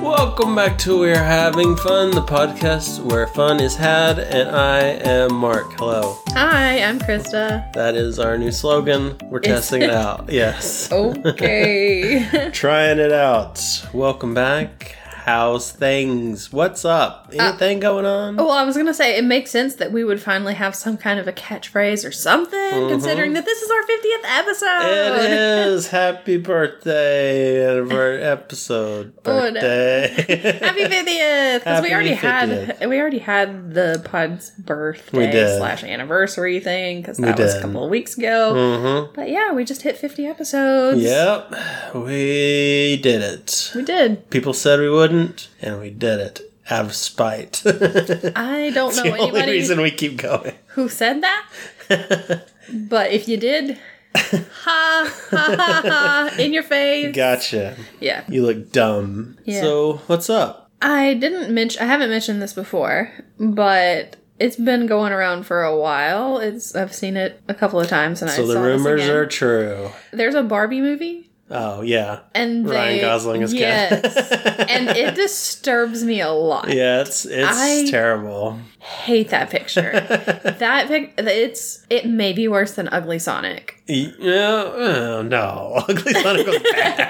Welcome back to We're Having Fun, the podcast where fun is had, and I am Mark. Hello. Hi, I'm Krista. That is our new slogan. We're testing it out. Yes. Oh. Okay. Trying it out. Welcome back. How's things? What's up? Uh, Anything going on? well, I was gonna say it makes sense that we would finally have some kind of a catchphrase or something, considering that this is our 50th episode. Mm-hmm. It is happy birthday anniver- episode Oh, no. birthday. Happy 50th! Because we Happy already 50th. had we already had the pod's We birthday did. slash anniversary thing because that was a did. couple of weeks ago. mm-hmm. But yeah, we just hit 50 episodes. Yep, we did it. we did. People said we wouldn't, and we did it out of spite. the I don't know only anybody reason we keep going. who said that, but if you did, ha ha ha ha in your face. Gotcha. Yeah. You look dumb. Yeah. So what's up? I didn't mention, I haven't mentioned this before, but it's been going around for a while. It's I've seen it a couple of times, and I so the saw this rumors again. are true. there's a Barbie movie, Oh yeah, and Ryan they- Gosling is yes, Ken. and it disturbs me a lot. yeah, it's it's I- terrible. Hate that picture. that pic, it's it may be worse than Ugly Sonic. Y- Yeah, oh, no, Ugly Sonic was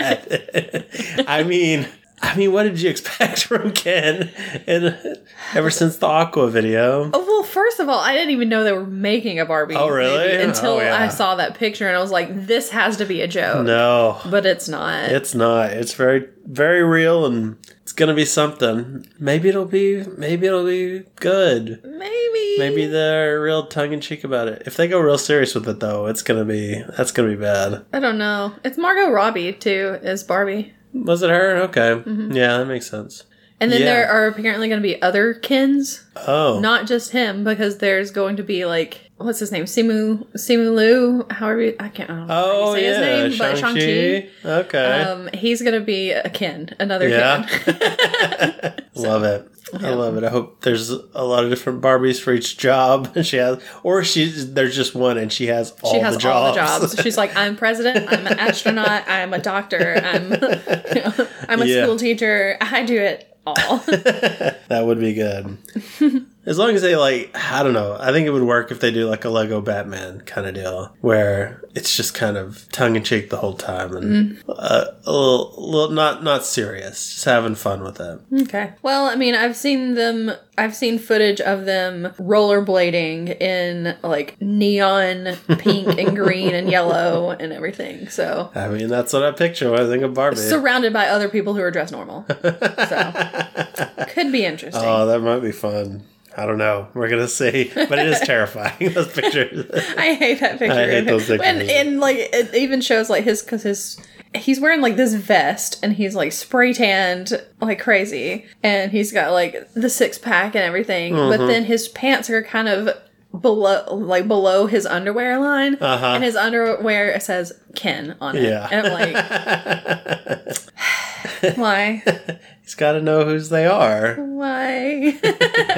bad. I mean, I mean, what did you expect from Ken? And ever since the Aqua video, Oh, well, first of all, I didn't even know they were making a Barbie. Oh, really? movie until Oh, yeah. I saw that picture, and I was like, this has to be a joke, no, but it's not. It's not. It's very very real and it's gonna be something. Maybe it'll be maybe it'll be good. maybe, Maybe they're real tongue in cheek about it. If they go real serious with it though, it's gonna be that's gonna be bad. I don't know. It's Margot Robbie too is Barbie, Was it her? Okay. Mm-hmm. Yeah, that makes sense. and then Yeah. there are apparently going to be other Kins, Oh. not just him, because there's going to be like what's his name, Simu Simu Liu. However, you- I can't. I don't know how you Oh say yeah, his name, Shang-Chi. but Okay, Shang Chi. Um, he's going to be a Ken, another Ken. yeah, love it. I love it. I hope there's a lot of different Barbies for each job she has, or she's there's just one and she has all She has the all the jobs. jobs. She's like, I'm president. I'm an astronaut. I'm a doctor. I'm, I'm a Yeah. school teacher. I do it all. That would be good. as long as they like, I don't know. I think it would work if they do like a Lego Batman kind of deal, where it's just kind of tongue in cheek the whole time and Mm-hmm. uh, a little, little, not not serious, just having fun with it. Okay. Well, I mean, I've seen them. I've seen footage of them rollerblading in like neon pink and green and yellow and everything. So I mean, that's what I picture when I think of Barbie. surrounded by other people who are dressed normal. So could be interesting. oh, that might be fun. I don't know. We're gonna see, but it is terrifying. those pictures. I hate that picture. I hate those pictures. And, and like it even shows like his because his he's wearing like this vest and he's like spray tanned like crazy and he's got like the six pack and everything. Mm-hmm. But then his pants are kind of below like below his underwear line Uh-huh. and his underwear says Ken on it. Yeah. And I'm like why He's got to know whose they are. why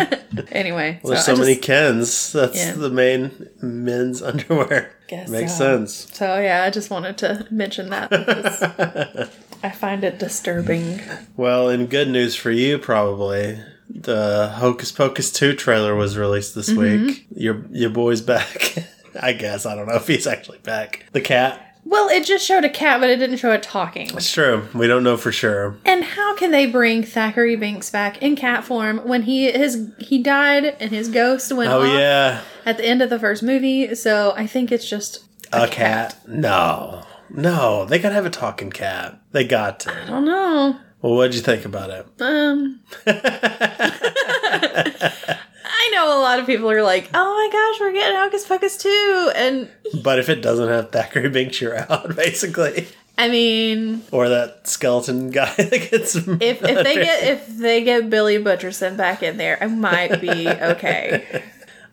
anyway There's so, I many just- Kens. That's Yeah. the main men's underwear. Guess Makes so. sense. so yeah I just wanted to mention that because I find it disturbing. Well, in good news for you, probably the Hocus Pocus two trailer was released this week. Your your boy's back. I guess I don't know if he's actually back. The cat. Well, it just showed a cat, but it didn't show it talking. It's true. We don't know for sure. And how can they bring Thackeray Binks back in cat form when he his he died and his ghost went Oh off yeah, at the end of the first movie? So I think it's just a, cat. No, no. They gotta have a talking cat. They got to. I don't know. Well, what'd you think about it? Um I know a lot of people are like, "Oh my gosh, we're getting Hocus Pocus 2." And But if it doesn't have Thackeray Binks, you're out, basically. I mean, Or that skeleton guy that gets. if if they get if they get Billy Butcherson back in there, I might be okay.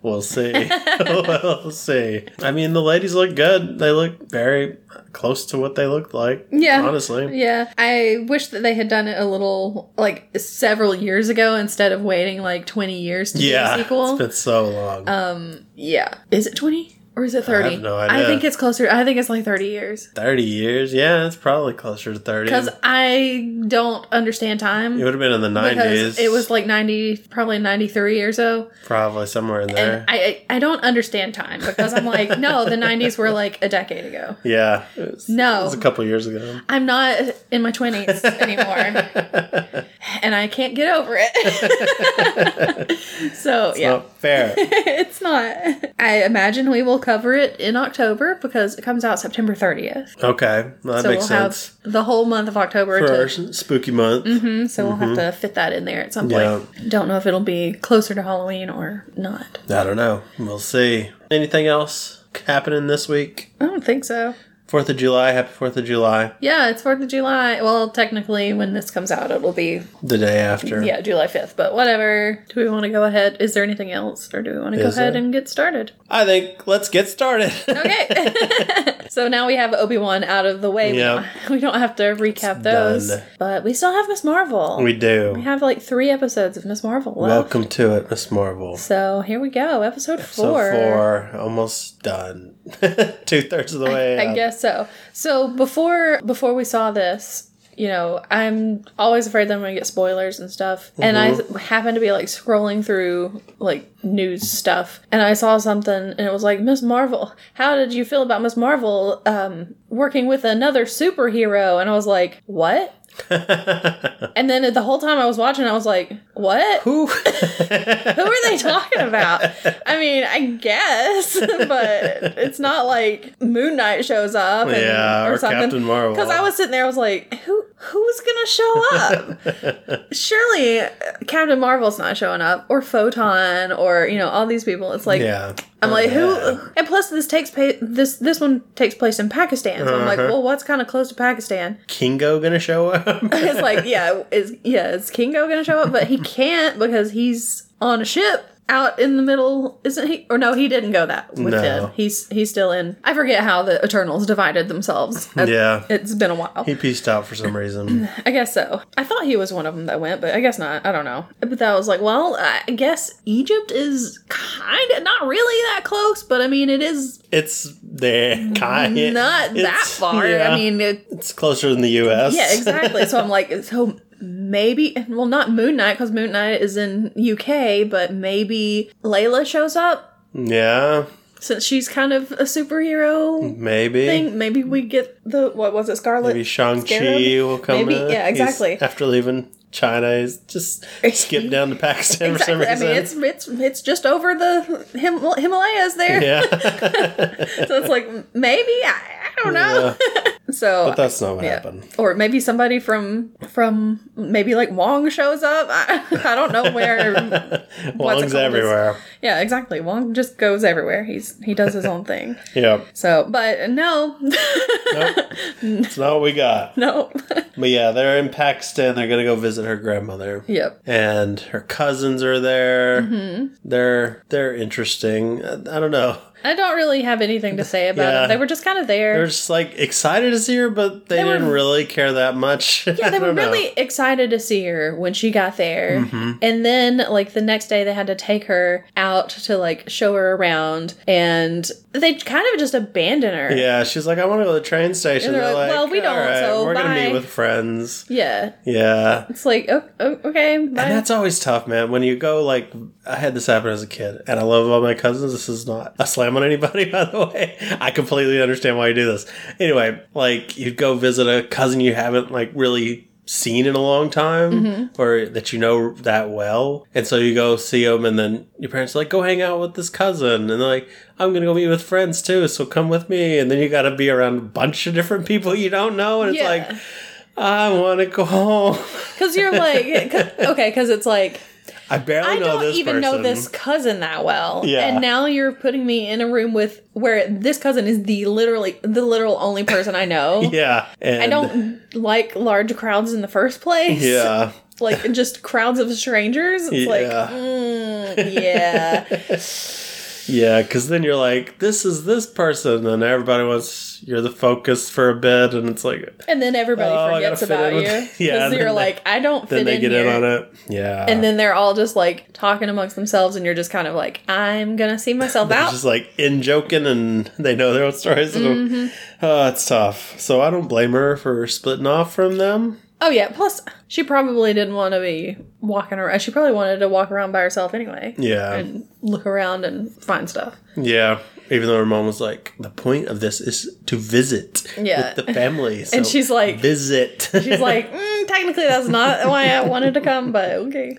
We'll see. we'll see. I mean, the ladies look good. They look very close to what they looked like. Yeah. Honestly. Yeah, I wish that they had done it a little like several years ago instead of waiting like 20 years to do Yeah. a sequel. It's been so long. um, yeah. Is it 20 Or is it 30? I have no idea. think it's closer. I think it's like 30 years. 30 years? Yeah, it's probably closer to 30. Because I don't understand time. It would have been in the 90s. Because it was like 90, probably 93 or so. probably somewhere in there. And I, I I don't understand time because I'm like, no, the 90s were like a decade ago. yeah. It was, No. It was a couple years ago. I'm not in my 20s anymore. and I can't get over it. so, Not yeah. Oh, fair. it's not. I imagine we will cover it in October because it comes out September 30th. Okay. Well, that so makes we'll sense. have the whole month of October. For to- our s- spooky month. Mhm, so we'll have to fit that in there at some point. Mm-hmm. Yeah. Don't know if it'll be closer to Halloween or not. I don't know. We'll see. Anything else happening this week? I don't think so. Fourth of July. Happy Fourth of July. Yeah, it's 4th of July. Well, technically, when this comes out, it'll be, The day after. yeah, July 5th, but whatever. Do we want to go ahead? Is there anything else? Or do we want to go Is ahead there? and get started? I think let's get started. Okay. so now we have Obi Wan out of the way. We Yeah. don't- We don't have to recap those, done. but we still have Miss Marvel. we do. We have like three episodes of Miss Marvel left. Welcome to it, Miss Marvel. So here we go, episode So four. far, almost done. Two thirds of the way. I up. guess so. So before before we saw this, you know, I'm always afraid that I'm gonna get spoilers and stuff. And I happened to be like scrolling through like news stuff, and I saw something, and it was like Miss Marvel. How did you feel about Miss Marvel um, working with another superhero? And I was like, what? and then the whole time I was watching, I was like, what? Who? Who are they talking about? I mean, I guess, but it's not like Moon Knight shows up, and, Yeah, or Captain Marvel. Because I was sitting there, I was like, who who's gonna show up? Surely uh, Captain Marvel's not showing up, or Photon, or you know all these people. It's like. yeah. I'm like Yeah. who? And plus, this takes pa- this this one takes place in Pakistan. So I'm like, Uh-huh. well, what's kind of close to Pakistan? Kingo gonna show up? it's like, yeah, is yeah, is Kingo gonna show up? But he can't because he's on a ship out in the middle, isn't he? Or no, he didn't go that with No. him. He's he's still in. I forget how the Eternals divided themselves. I- yeah. It's been a while. He pieced out for some reason. I guess so. I thought he was one of them that went, but I guess not. I don't know. But that was like, well, I guess Egypt is kind of not really that close, but I mean, it is it's there, kind. not that it's- far. yeah. I mean, it, it's closer than the U.S. Yeah, exactly. so I'm like, so maybe, well, not Moon Knight because Moon Knight is in UK, but maybe Layla shows up yeah, since she's kind of a superhero maybe. thing. Maybe we get the what was it, Scarlet? Mm-hmm. Maybe Shang Chi Scarab? will come. Maybe- in. yeah, He's- exactly. after leaving China, he's just skipped down to Pakistan for Exactly. some I reason. mean, it's it's it's just over the Him- Himalayas there, yeah, so it's like maybe I, I don't know. So but that's not what Yeah. happened. Or maybe somebody from from maybe like Wong shows up. I, I don't know where What's it Wong's called? everywhere. Yeah, exactly. Wong just goes everywhere. He's he does his own thing. Yeah, So, but no, it's not what we got. no. But yeah, they're in Pakistan. They're gonna go visit her grandmother. yep. Mm-hmm. And her cousins are there. They're they're interesting. I I don't know. I don't really have anything to say about Yeah. it. They were just kind of They there. were just like excited to see her, but they, were- didn't really care that much. yeah, I they were don't know. really excited to see her when she got there. Mm-hmm. And then, like, the next day, they had to take her out to, like, show her around. And they kind of just abandon her. Yeah, she's like, I want to go to the train station. And They're, they're like, like, "Well, we "All don't, so we're gonna bye." meet with friends. Yeah. Yeah, It's like, oh, oh, okay, bye. and that's always tough, man. When you go like, I had this happen as a kid, and I love all my cousins. This is not a slam on anybody, by the way. I completely understand why you do this. Anyway, like you'd go visit a cousin you haven't like really seen in a long time or that you know that well and so you go see them and then your parents are like go hang out with this cousin and they're like i'm gonna go meet with friends too so come with me and then you gotta be around a bunch of different people you don't know and it's Yeah. like i want to go home Because you're like, 'cause- okay, because it's like, i barely I know don't this even know person. this cousin that well. Yeah. And now you're putting me in a room with where this cousin is the literally the literal only person I know. Yeah. And I don't like large crowds in the first place. Yeah. Like mm. just crowds of strangers. It's like Yeah. mm, yeah. Yeah, because then you're like, this is this person, and everybody wants you're the focus for a bit, and it's like And then everybody Oh, I gotta forgets fit about in you. with- Yeah, Because and then you're they- like, I don't fit then they in get here. in on it. Yeah, And then they're all just like talking amongst themselves, and you're just kind of like, I'm gonna see myself It's out. just like in joking, and they know their own stories. and Mm-hmm. Oh, it's tough. So I don't blame her for splitting off from them. oh yeah. Plus, she probably didn't want to be walking around. She probably wanted to walk around by herself anyway. Yeah, And look around and find stuff. yeah. Even though her mom was like, the point of this is to visit Yeah. with the family, And so she's like- visit. She's like, mm, technically, that's not why I wanted to come, but okay.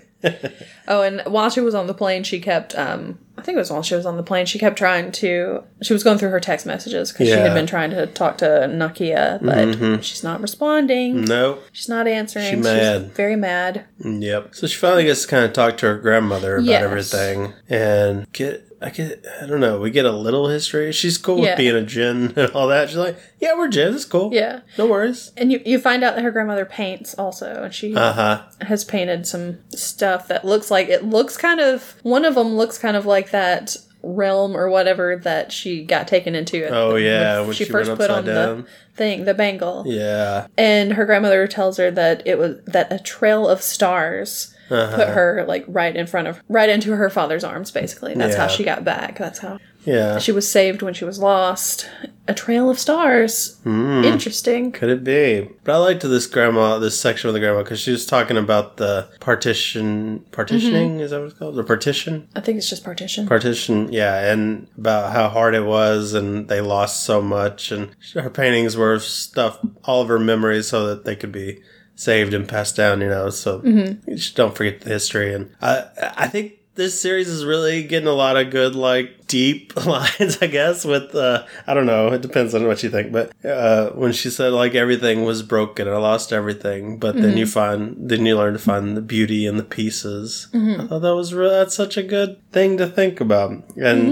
Oh, and while she was on the plane, she kept, um, I think it was while she was on the plane, she kept trying to, she was going through her text messages because she Yeah. had been trying to talk to Nakia, but she's not responding. no. She's not answering. She She's mad. very mad. Yep. So she finally gets to kind of talk to her grandmother about Yes. everything and get. I get. I don't know. We get a little history. She's cool Yeah. with being a gin and all that. She's like, yeah, we're gin. It's cool. Yeah. No worries. And you, you find out that her grandmother paints also, and she Uh huh. has painted some stuff that looks like it looks kind of one of them looks kind of like that realm or whatever that she got taken into. at- Oh, yeah, when when she, she first went put on upside the down. thing, the bangle, Yeah. and her grandmother tells her that it was that a trail of stars. Uh-huh. Put her like right in front of, right into her father's arms. Basically, that's how Yeah. she got back. That's how Yeah. she was saved when she was lost. A trail of stars. Hmm. Interesting. Could it be? But I liked this grandma, this section of the grandma, because she was talking about the partition, partitioning Mm-hmm. is that what it's called? The partition, I think it's just partition. partition, yeah, and about how hard it was, and they lost so much, and her paintings were stuff, all of her memories, so that they could be saved and passed down, you know. So you just don't forget the history, and I, I think. This series is really getting a lot of good, like deep lines, I guess. With uh, I don't know, it depends on what you think, but uh, when she said like everything was broken, I lost everything, but then you Mm-hmm. find, then you learn to find the beauty in the pieces. Mm-hmm. I thought that was real. That's such a good thing to think about, and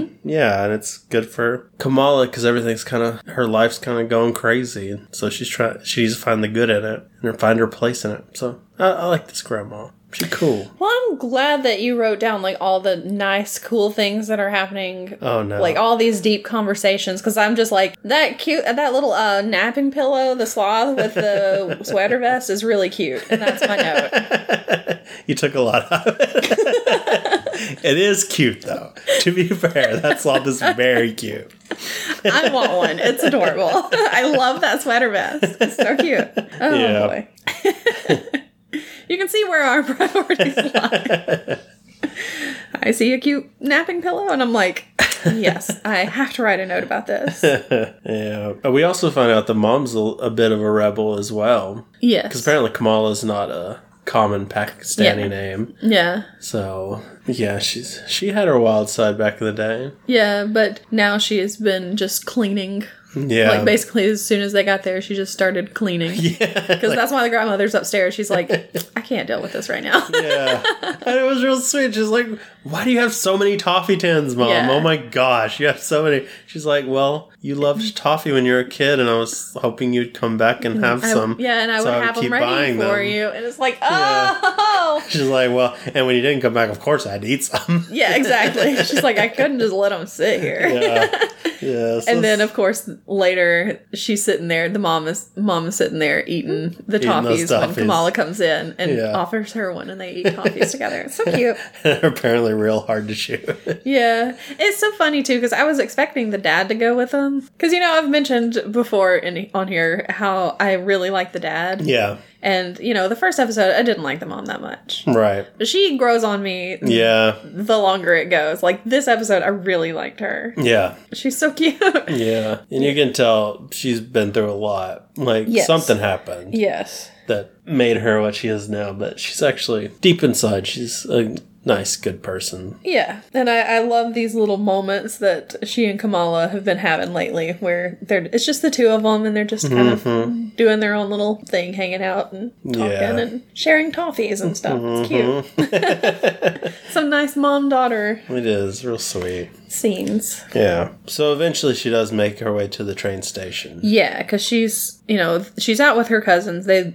Mm-hmm. yeah, and it's good for Kamala because everything's kind of her life's kind of going crazy, so she's trying, she's find the good in it and find her place in it. So I, I like this grandma. She cool. Well, I'm glad that you wrote down like all the nice, cool things that are happening. Oh no, Like all these deep conversations, because I'm just like that cute. That little uh, napping pillow, the sloth with the sweater vest, is really cute, and that's my note. You took a lot out of it. it is cute though. To be fair, that sloth is very cute. I want one. It's adorable. I love that sweater vest. It's so cute. Oh Yeah. boy. you can see where our priorities lie. I see a cute napping pillow, and I'm like, yes, I have to write a note about this. Yeah. Uh, We also find out the mom's a, a bit of a rebel as well. Yes. Apparently, Kamala's not a common Pakistani Yeah. name. Yeah. So yeah, she's she had her wild side back in the day. Yeah, but now she has been just cleaning. Yeah. Like basically, as soon as they got there, she just started cleaning. yeah. Because that's why the grandmother's upstairs. She's like, I can't deal with this right now. yeah. And it was real sweet. She's like, Why do you have so many toffee tins, mom? Yeah. Oh my gosh, you have so many. She's like, Well, you loved toffee when you were a kid, and I was hoping you'd come back and have I- some. yeah, and I so would have them keep ready buying for them." you. And it's like, oh. She's like, Well, and when you didn't come back, of course I'd eat some. Yeah, exactly. She's like, I couldn't just let them sit here. yeah. yeah so And then, of course, later she's sitting there. The mom is mom is sitting there eating the those toffees, when toffees. Kamala comes in and Yeah. offers her one, and they eat toffees together. It's so cute. apparently real hard to shoot. Yeah, it's so funny too because I was expecting the dad to go with them because you know I've mentioned before in on here how I really like the dad, yeah. and you know the first episode I didn't like the mom that much. Right. But She grows on me Yeah. the longer it goes. Like this episode, I really liked her. Yeah. She's so cute. Yeah. And you can tell she's been through a lot. Like Yes. something happened. yes. that made her what she is now, but she's actually deep inside, she's a nice, good person. Yeah, and I, I love these little moments that she and Kamala have been having lately, where they're it's just the two of them, and they're just kind of doing their own little thing, hanging out and talking Yeah. and sharing toffees and stuff. It's cute. Some nice mom daughter It is real sweet. scenes. Yeah. So eventually she does make her way to the train station. Yeah, because she's you know she's out with her cousins. They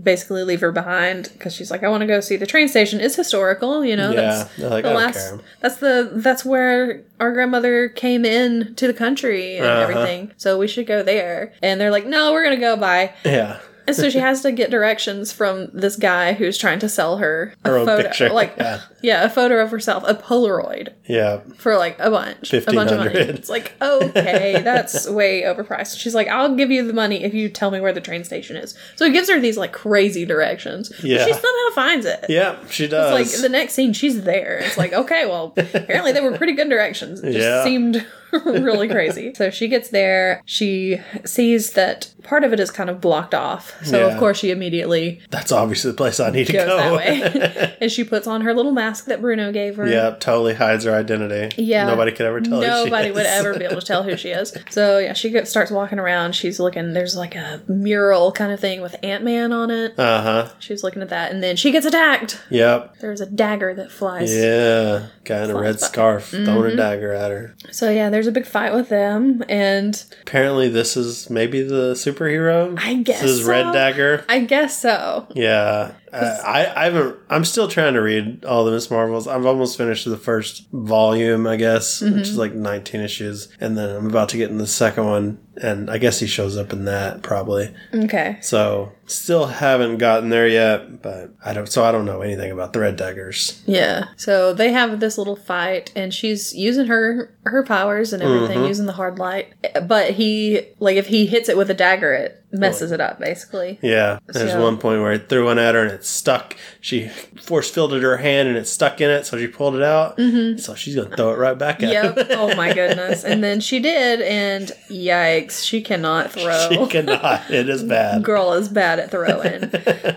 basically leave her behind because she's like, I want to go see the train station. It's historical, you know. yeah. That's They're like, the I don't last. care. That's the that's where our grandmother came in to the country and Uh-huh. everything. So we should go there. And they're like, No, we're gonna go by. Yeah. And so she has to get directions from this guy who's trying to sell her a Her own photo, picture. like Yeah. yeah, a photo of herself, a Polaroid Yeah. for like a bunch, a bunch of money. 1500. It's like, okay, that's way overpriced. She's like, I'll give you the money if you tell me where the train station is. So he gives her these like crazy directions. Yeah. But she somehow finds it. Yeah. She does. It's like the next scene, she's there. It's like, okay, well, apparently they were pretty good directions. It just Yeah. seemed really crazy. So she gets there. She sees that part of it is kind of blocked off. So, Yeah. of course, she immediately That's obviously the place I need to goes go. that way. and she puts on her little mask that Bruno gave her. yeah. Totally hides her identity. Yeah. Nobody could ever tell. who Oh, she Nobody would is. ever be able to tell who she is. So yeah, she gets, starts walking around. She's looking. There's like a mural kind of thing with Ant Man on it. Uh huh. She's looking at that, and then she gets attacked. Yep. There's a dagger that flies. Yeah. Guy in a red Flashback. scarf throwing Mm-hmm. a dagger at her. So yeah, there's a big fight with them, and Apparently, this is maybe the superhero. I guess this is Red so. Dagger. I guess so. Yeah, uh, I I haven't. I'm still trying to read all the Miss Marvels. I've almost finished the first volume, I guess, which Mm-hmm. is like 19 issues, and then I'm about to get in the second one, and I guess he shows up in that probably. Okay. So still haven't gotten there yet, but I don't. So I don't know anything about the Red Daggers. Yeah. So they have this little fight, and she's using her her powers and everything, Mm-hmm. using the hard light. But he, like, if he hits it with a dagger, it messes it up, basically. Yeah, there's So- one point where he threw one at her and it stuck. She force fielded her hand and it stuck in it, so she pulled it out. Mm-hmm. So she's gonna throw it right back at him. Yep. Oh my goodness. And then she did, and yikes, she cannot throw. She cannot. It is bad. Girl is bad at throwing.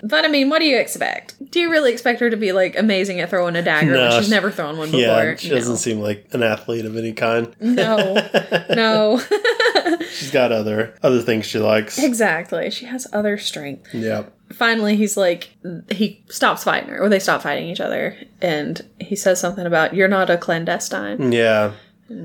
but I mean, what do you expect? Do you really expect her to be like amazing at throwing a dagger No, when she's she- never thrown one before? Yeah, she No. Mm-hmm. doesn't seem like an athlete of any kind. no. No. She's got other other things she likes. exactly. She has other strength. Yep. Finally, he's like, he stops fighting her, or they stop fighting each other, and he says something about, You're not a Mm. clandestine. Yeah.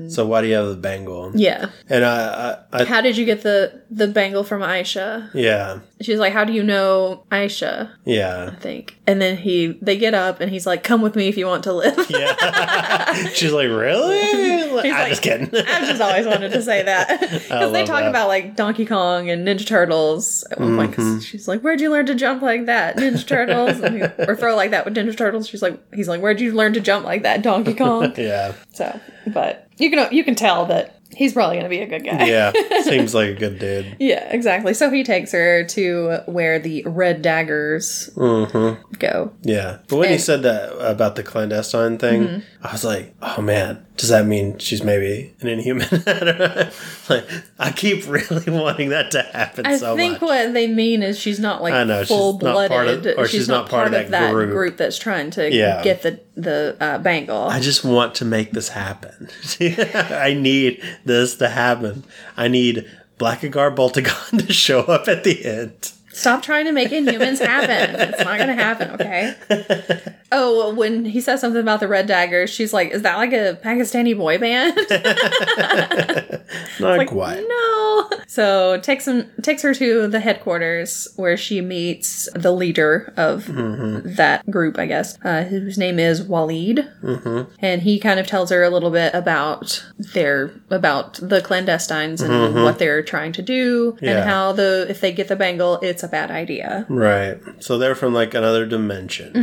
So why do you have the bangle? Yeah. And I, I, I How did you get the the bangle from Aisha? yeah, She's like, "How do you know Aisha?" yeah, I think. And then he they get up and he's like, "Come with me if you want to live." yeah. She's like, really? Like, I'm like- "Ah." just kidding. I've just always wanted to say that because they love talk that. about like Donkey Kong and Ninja Turtles at one point. Mm-hmm. 'cause she's like, "Where'd you learn to jump like that, Ninja Turtles?" And he- or throw like that with Ninja Turtles. She's like, "He's like, where'd you learn to jump like that, Donkey Kong?" yeah, so, but you can you can tell that he's probably gonna be a good guy. yeah. Seems like a good dude. Yeah, exactly. So he takes her to where the red daggers Mm-hmm. go. Yeah. But when he And- Mm-hmm. said that about the clandestine thing, I was like, oh man, does that mean she's maybe an inhuman? I don't know. like, I keep really wanting that to happen I so think much. what they mean is she's not like I know, she's not full blooded, part of- or she's not part of that group. that's trying to Yeah. get the the uh, bangle. I just want to make this happen. I need this to happen. I need Blackagar Boltagon to show up at the end. Stop trying to make Inhumans happen. it's not gonna happen, okay? Oh, when he says something about the red daggers, she's like, "Is that like a Pakistani boy band?" Not like, mm. quite. No. So takes him takes her to the headquarters where she meets the leader of Mm-hmm. that group, I guess, uh, whose name is Walid, Mm-hmm. and he kind of tells her a little bit about their about the clandestines and what they're trying to do Mm-hmm. Yeah. and how the if they get the bangle, it's a bad idea. Right. So they're from like another dimension.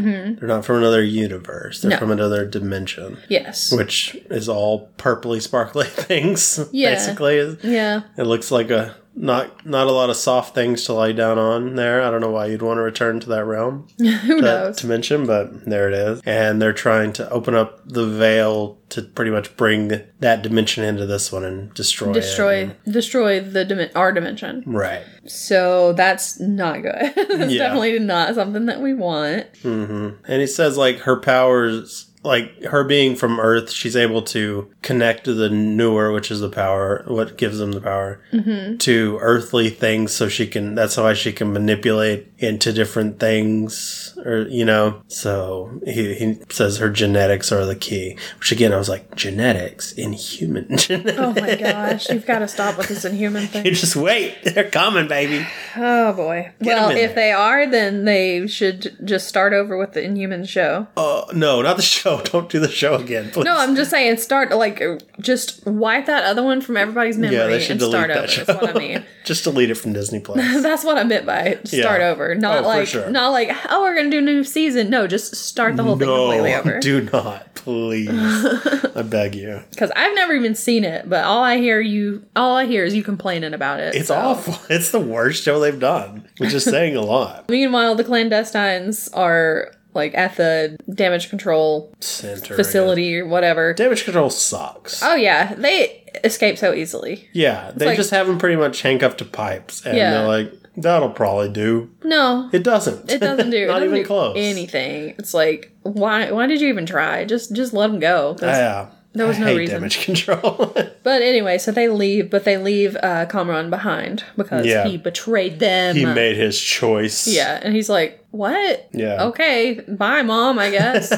They're not from another universe. They're Mm-hmm. No. from another dimension, Yes. which is all purpley sparkly things. Yeah. Basically, it Yeah. looks like a not not a lot of soft things to lay down on there. I don't know why you'd want to return to that realm. Who that knows? to mention, but there it is. And they're trying to open up the veil to pretty much bring that dimension into this one and destroy, it. Destroy, destroy the dimen- our dimension. Right. So that's not good. that's Yeah. definitely not something that we want. And he says like her powers like her being from Earth, she's able to connect to the newer, which is the power, what gives them the power Mm-hmm. to earthly things. So she can, that's why she can manipulate into different things, or you know. So he, he says her genetics are the key. Which again, I was like, genetics in human genetics. Oh my gosh, you've got to stop with this inhuman You thing. just wait, they're coming, baby. Oh boy. Well, in there. if they are, then they should just start over with the inhuman show. Uh, no, not the show. Don't do the show again, please. No, I'm just saying, start like just wipe that other one from everybody's memory yeah, they should and delete start over. that That's show. what I mean. just delete it from Disney Plus. That's what I meant by it. Yeah. start over. Not Oh, for like sure. not like oh we're gonna do a new season. No, just start the whole thing completely over. do not, please. I beg you. Because I've never even seen it, but all I hear you all I hear is you complaining about it. It's so. awful. It's the worst show they've done, which is saying a lot. Meanwhile, the clandestines are like at the damage control Center facility or whatever. Damage control sucks. Oh yeah, they escape so easily. yeah, they like- just have them pretty much handcuffed to pipes, and Yeah. they're like, "That'll probably do." No, It doesn't. it doesn't do. it Not doesn't even do close. Anything. It's like why? Why did you even try? Just just let them go. 'Cause- Yeah. There was I no hate reason. Damage control. But anyway, so they leave, but they leave uh, Kamran behind because Yeah. he betrayed them. he made his choice. yeah, and he's like, "What? Yeah. okay, bye, mom. I guess."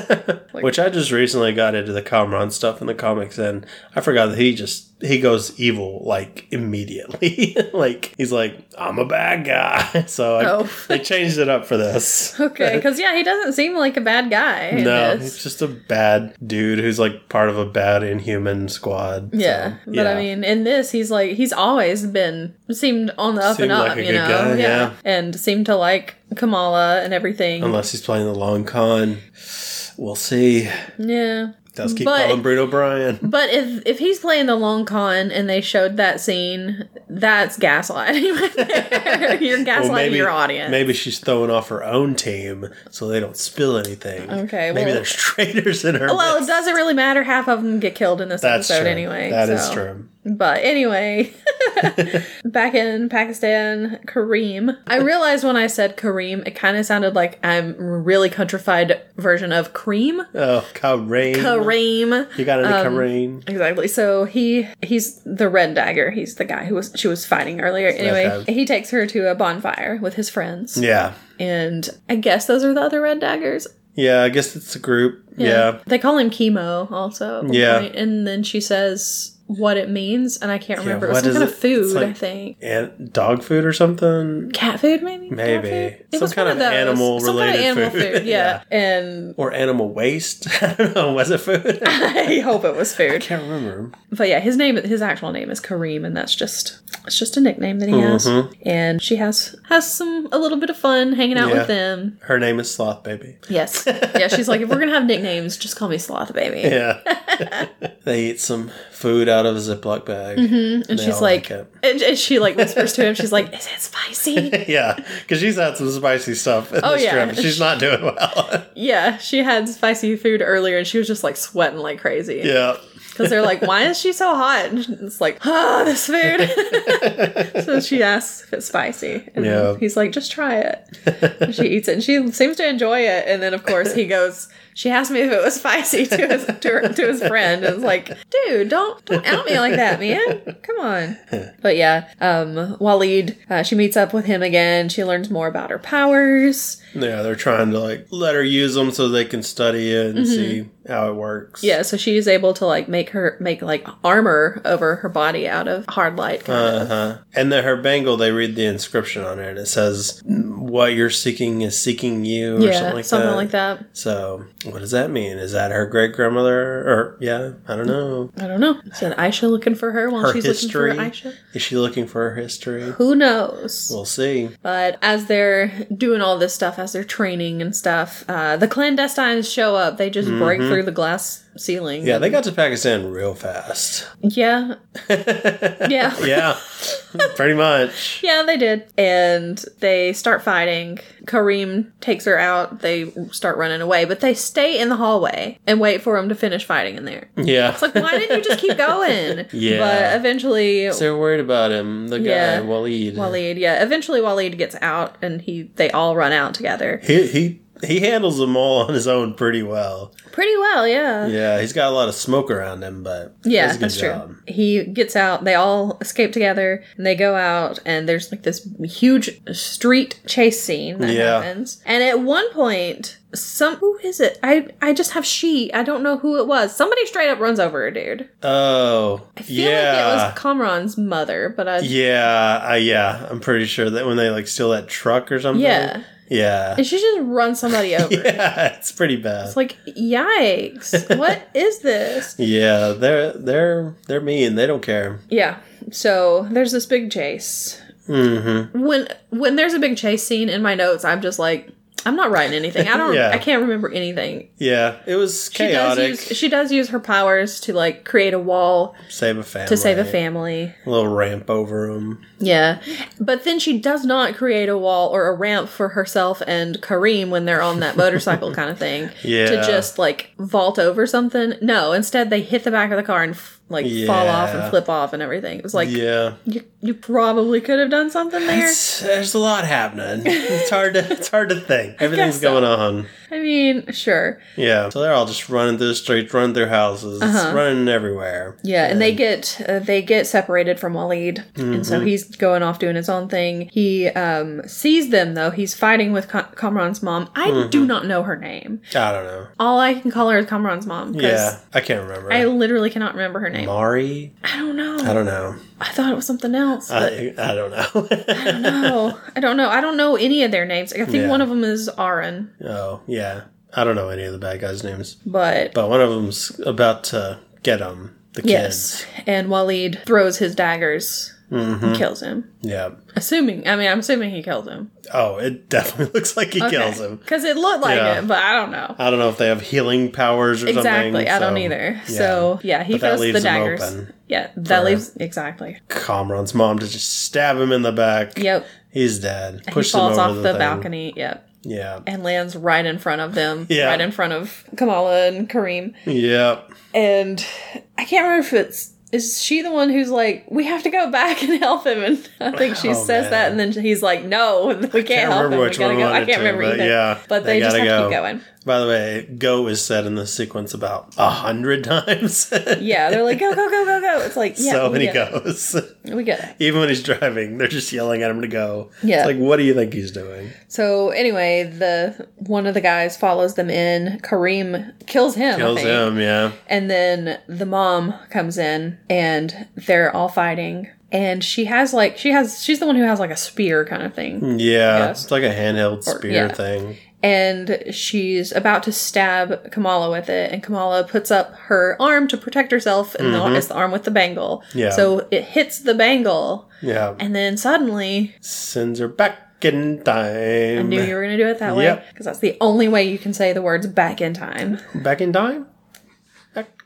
Which I just recently got into the Kamran stuff in the comics, and I forgot that he just he goes evil like immediately. like he's like, I'm a bad guy. So I, Oh. they changed it up for this. okay, because yeah, he doesn't seem like a bad guy. in No, this. he's just a bad dude who's like part of a bad inhuman squad. So, Yeah, but I mean, in this, he's like he's always been seemed on the up Seemed and up, like a you good know, guy, yeah. and seemed to like Kamala and everything. unless he's playing the long con, we'll see. yeah, Let's keep But- calling Bruno Bryan. but if if he's playing the long con and they showed that scene, that's gaslighting. right there. You're gaslighting your audience. Maybe she's throwing off her own team so they don't spill anything. Okay, Maybe well- there's traitors in her. well, it midst. doesn't really matter. Half of them get killed in this That's episode true. anyway. That is so. true. But anyway, back in Pakistan, Kareem. I realized when I said Kareem, it kind of sounded like I'm a really countrified version of cream. Oh, Kareem. Kareem. You got any Um, Kareem? Exactly. So he he's the red dagger. He's the guy who was she was fighting earlier. Anyway, Okay. he takes her to a bonfire with his friends, Yeah. and I guess those are the other red daggers. Yeah, I guess it's a group. Yeah. They call him chemo also. at one Yeah. point. And then she says what it means, and I can't remember. it was what some is kind it? of food, It's like- I think. And dog food or something? Cat food, maybe? Cat Maybe. food? Some kind of those. animal-related food. yeah. And Or animal waste? I don't know. Was it food? I I hope it was food. can't remember. But yeah, his name his actual name is Kareem, and that's just it's just a nickname that he Mm-hmm. has. And she has has some a little bit of fun hanging out Yeah. with them. Her name is Sloth Baby. Yes. yeah, she's like, if we're gonna have nicknames, just call me Sloth Baby. Yeah. they eat some food out of a Ziploc bag. Mm-hmm. And she's like, and, and she like whispers to him, she's like, "Is it spicy?" yeah, because she's had some spicy stuff in Oh, this yeah. trip. She's not doing well. yeah, she had spicy food earlier, and she was just like sweating like crazy. yeah. Because they're like, why is she so hot? And it's like, ah, this food. so she asks if it's spicy. And Yeah. he's like, just try it. And she eats it and she seems to enjoy it. And then, of course, he goes, she asked me if it was spicy to his, to, her, to his friend. And it's like, dude, don't, don't out me like that, man. Come on. But yeah, um, Waleed, uh, she meets up with him again. She learns more about her powers. Yeah, they're trying to like let her use them so they can study it and Mm-hmm. see how it works. Yeah, so she is able to like make her make like armor over her body out of hard light. Kind of. Uh huh. And then her bangle, they read the inscription on it, and it says, "What you're seeking is seeking you," or yeah, something like that. that. So, what does that mean? Is that her great grandmother? Or yeah, I don't know. I don't know. Is an Aisha looking for her while Her she's history. looking for Aisha? Is she looking for her history? Who knows? We'll see. but as they're doing all this stuff, as they're training and stuff, uh, the clandestines show up. They just break through the glass ceiling. Mm-hmm. Yeah, they got to Pakistan real fast. Yeah. yeah. Yeah, pretty much. Yeah, they did. And they start fighting. Kareem takes her out. They start running away, but they stay in the hallway and wait for him to finish fighting in there. Yeah. It's like, why didn't you just keep going? Yeah. But eventually, They're worried about him, the guy Yeah. Waleed. Waleed, yeah. Eventually, Waleed gets out, and he they all run out together. He he. he handles them all on his own pretty well. Pretty well, yeah. Yeah, Yeah, he's got a lot of smoke around him, but he does a good that's true. job. He gets out, they all escape together, and they go out, and there's like this huge street chase scene that Yeah. happens. And at one point, some who is it? I I just have she. I don't know who it was. Somebody straight up runs over a dude. Oh, I feel yeah. like it was Kamran's mother, but I yeah, I yeah, I'm pretty sure that when they like steal that truck or something. Yeah. Yeah. And she just runs somebody over. Yeah, it's pretty bad. It's like, yikes, what is this? yeah, they're they're they're mean. They don't care. Yeah. So there's this big chase. Mm-hmm. When when there's a big chase scene in my notes, I'm just like, I'm not writing anything. I don't Yeah. I can't remember anything. Yeah, it was She chaotic. does use she does use her powers to like create a wall save a family. to save a family. A little ramp over him. Yeah. But then she does not create a wall or a ramp for herself and Kareem when they're on that motorcycle kind of thing. Yeah. To just like vault over something. No, instead they hit the back of the car and f- like fall off and Yeah. flip off and everything. It was like, yeah, you, you probably could have done something there. it's, there's a lot happening. It's hard to it's hard to think. Everything's so. going on. I mean, sure. Yeah, so they're all just running through the streets, running through houses, running everywhere. Uh-huh. Yeah, and they get uh, they get separated from Walid, and so he's going off doing his own thing. He um, sees them though. He's fighting with Ka- Kamran's mom. I do not know her name. I don't know. All I can call her is Kamran's mom. 'cause Yeah, I can't remember. I literally cannot remember her name. Mari? I don't know. I don't Uh, know. I thought it was something else. But I, I don't know. no, I don't know. I don't know any of their names. I think Yeah. one of them is Aaron, oh, yeah. I don't know any of the bad guys' names. but But one of them's about to get him, the yes. And Walid throws his daggers and kills him. kid. Yeah. Assuming, I mean, I'm assuming he killed him. Oh, it definitely looks like he kills him. because it looked like Yeah. it, but I don't know. I don't know if they have healing powers or something. Exactly, I don't so- either. yeah. So yeah, he But that throws the leaves him daggers. open yeah, that for- leaves exactly. Kamran's mom to just stab him in the back. Yep, He's dead. Push he falls him over off the, the, thing. balcony. Yep, Yeah. and lands right in front of them. Yeah. right in front of Kamala and Kareem. Yep. And I can't remember if it's is she the one who's like, we have to go back and help him. And I think she Oh, says that, man. and then he's like, no, we can't, help him. remember We which gotta one go. I wanted can't to, remember but either. yeah, but they they, just gotta have to keep go. going. By the way, go is said in this sequence about a hundred times. Yeah, they're like, go, go, go, go, go. It's like, yeah, so we many get goes. it. We get it. Even when he's driving, they're just yelling at him to go. Yeah. It's like, what do you think he's doing? So anyway, the one of the guys follows them in. Kareem kills him, I Kills think. him, yeah. and then the mom comes in, and they're all fighting. And she has like she has she's the one who has like a spear kind of thing, Yeah. Yes. It's like a handheld spear yeah. thing. and she's about to stab Kamala with it. And Kamala puts up her arm to protect herself, and the, it's the arm with the bangle. Mm-hmm. Yeah. So it hits the bangle, Yeah. and then suddenly Sends her back in I time. knew you were gonna do it that way Yep. because that's the only way you can say the words back in time. Back in time? Back-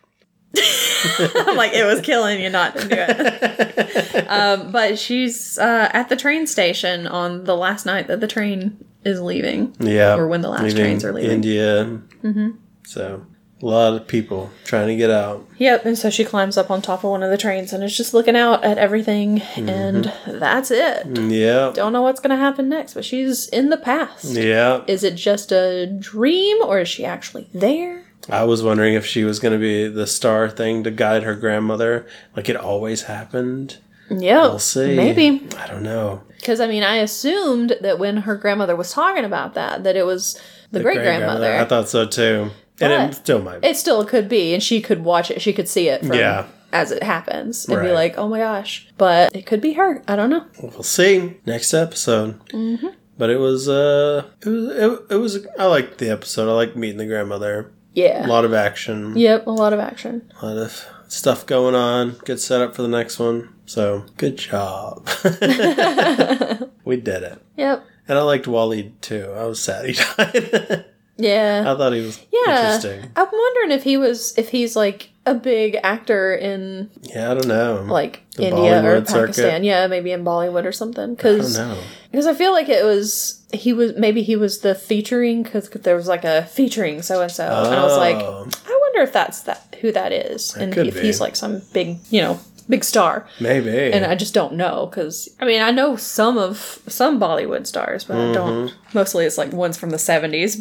I'm like, it was killing you not to do it. um, but she's uh, at the train station on the last night that the train is leaving. Yeah. Or when the last trains are leaving. India. Mm-hmm. So, a lot of people trying to get out. Yep, and so she climbs up on top of one of the trains and is just looking out at everything, and that's it. Mm, Yeah. Don't know what's going to happen next, but she's in the past. Yeah. Is it just a dream, or is she actually there? I was wondering if she was going to be the star thing to guide her grandmother. Like it always happened. Yep. We'll see. Maybe. I don't know. Because I mean, I assumed that when her grandmother was talking about that, that it was the, great grandmother. I thought so too. and it But- still might be. it still could be, and she could watch it. She could see it from Yeah. as it happens and be Right. like, "Oh my gosh!" But it could be her. I don't know. We'll see next episode. Mm-hmm. But it was, uh, it was, it, it was, I liked the episode. I liked meeting the grandmother. Yeah. A lot of action, Yep. A lot of action. a lot of stuff going on. Good setup for the next one. So good job. we did it. Yep. And I liked Waleed too. I was sad he died. Yeah. I thought he was yeah. interesting. I'm wondering if he was if he's like a big actor in Yeah, I don't know. like The India or Bollywood circuit. Pakistan. Yeah, maybe in Bollywood or something. I don't Because know. I feel like it was he was maybe he was the featuring because there was like a featuring so and so, and I was like, Oh. I wonder if that's that who that is, and could if be. he's like some big, you know, big star. Maybe. And I just don't know because I mean I know some of some Bollywood stars, but Mm-hmm. I don't. Mostly it's like ones from the seventies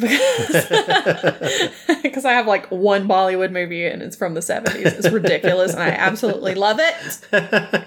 because I have like one Bollywood movie and it's from the seventies. It's ridiculous and I absolutely love it.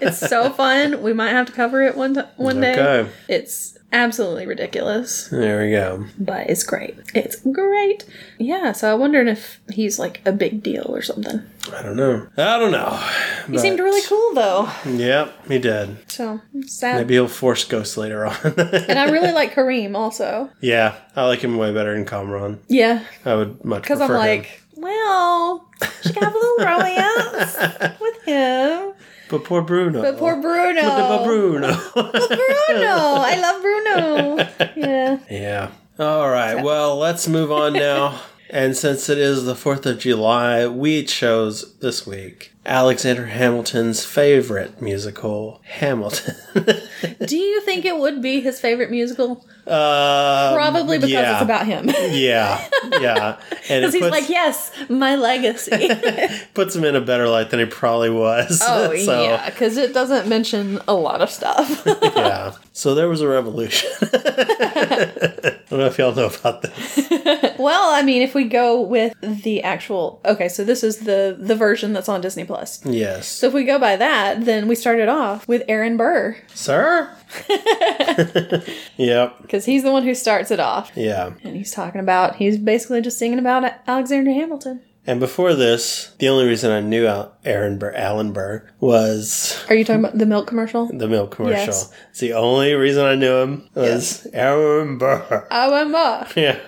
It's so fun. We might have to cover it one t- one day. Okay. It's absolutely ridiculous there we go. but it's great. It's great. Yeah, so I wondered if he's like a big deal or something. I don't know. I don't know. He seemed really cool though. Yep, he did. So I'm sad. Maybe he'll force Ghost later on. And I really like Kareem also. yeah, I like him way better than Kamran. Yeah, I would much because prefer I'm like, him. well, she got a little romance with him. But poor Bruno. But poor Bruno. But Bruno. Bruno. I love Bruno. Yeah. Yeah. All right. Well, let's move on now. and since it is the 4th of July, we chose this week Alexander Hamilton's favorite musical, Hamilton. Do you think it would be his favorite musical? uh, Probably because yeah. it's about him. Yeah, yeah. And it Because he's puts, like, yes, my legacy. puts him in a better light than he probably was. Oh so, yeah, because it doesn't mention a lot of stuff. yeah. So there was a revolution. I don't know if y'all know about this. well, I mean, if we go with the actual, okay, so this is the the version that's on Disney Plus. Yes. So if we go by that, then we started off with Aaron Burr Sir? yep. because he's the one who starts it off, Yeah. and he's talking about he's basically just singing about Alexander Hamilton. And before this, the only reason I knew Al- Aaron Burr, Alan Burr was Are you talking about the milk commercial? the milk commercial. Yes. It's the only reason I knew him was Aaron Burr. Oh, I'm off. Yeah.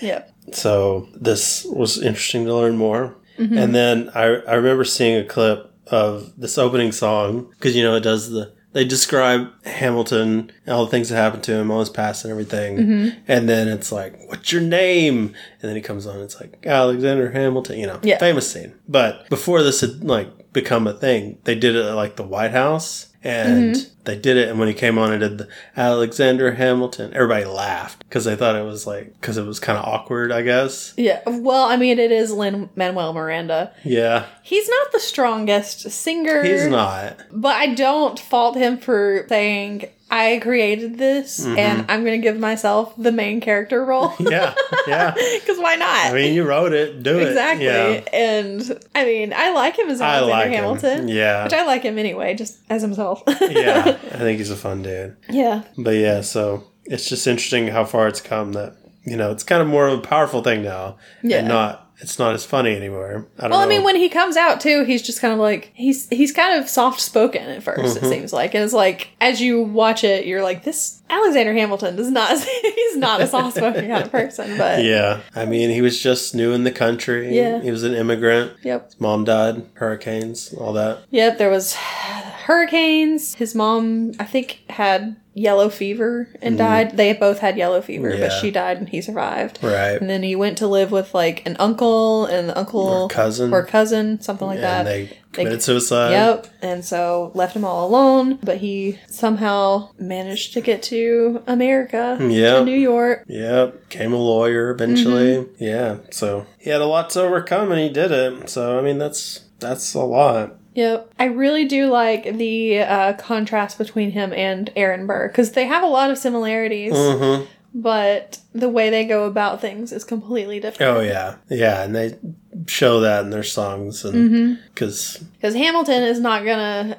Yep. so this was interesting to learn more. And then I, I remember seeing a clip of this opening song because, you know, it does the. They describe Hamilton, and all the things that happened to him, all his past and everything. And then it's like, what's your name? And then he comes on, it's like, Alexander Hamilton, you know, Yeah. famous scene. But before this had like become a thing, they did it at like the White House. And Mm-hmm. they did it, and when he came on and did the Alexander Hamilton, everybody laughed because they thought it was like because it was kind of awkward, I guess. Yeah. Well, I mean, it is Lin Manuel Miranda. Yeah, He's not the strongest singer. he's not. But I don't fault him for saying, I created this Mm-hmm. and I'm going to give myself the main character role. Yeah, yeah. Because why not? I mean, you wrote it, do it. exactly. Yeah, And I mean, I like him as I Alexander like Hamilton. him. Yeah, Which I like him anyway, just as himself. yeah. I think he's a fun dude. yeah. But yeah, so it's just interesting how far it's come that, you know, it's kind of more of a powerful thing now. Yeah. And not it's not as funny anymore. I don't Well, know. I mean, when he comes out too, he's just kind of like he's he's kind of soft spoken at 1st Mm-hmm. It seems like, and it's like as you watch it, you're like, this Alexander Hamilton does not he's not a soft spoken kind of person. But Yeah. I mean, he was just new in the country. Yeah. He was an immigrant. yep, His mom died, hurricanes, all that. Yep, there was hurricanes. His mom, I think, had yellow fever and died. They both had yellow fever, Mm-hmm. Yeah. but she died and he survived. Right. And then he went to live with like an uncle and the uncle Or cousin. or cousin, something like that. and they committed suicide. Yep, and so left him all alone, but he somehow managed to get to America, Yeah. to New York. Yep. Became a lawyer eventually. Mm-hmm. Yeah. So he had a lot to overcome and he did it. So I mean that's that's a lot. Yep. I really do like the uh, contrast between him and Aaron Burr because they have a lot of similarities. Mm-hmm. but the way they go about things is completely different. Oh yeah. Yeah, and they show that in their songs and Mm-hmm. because Because Hamilton is not gonna,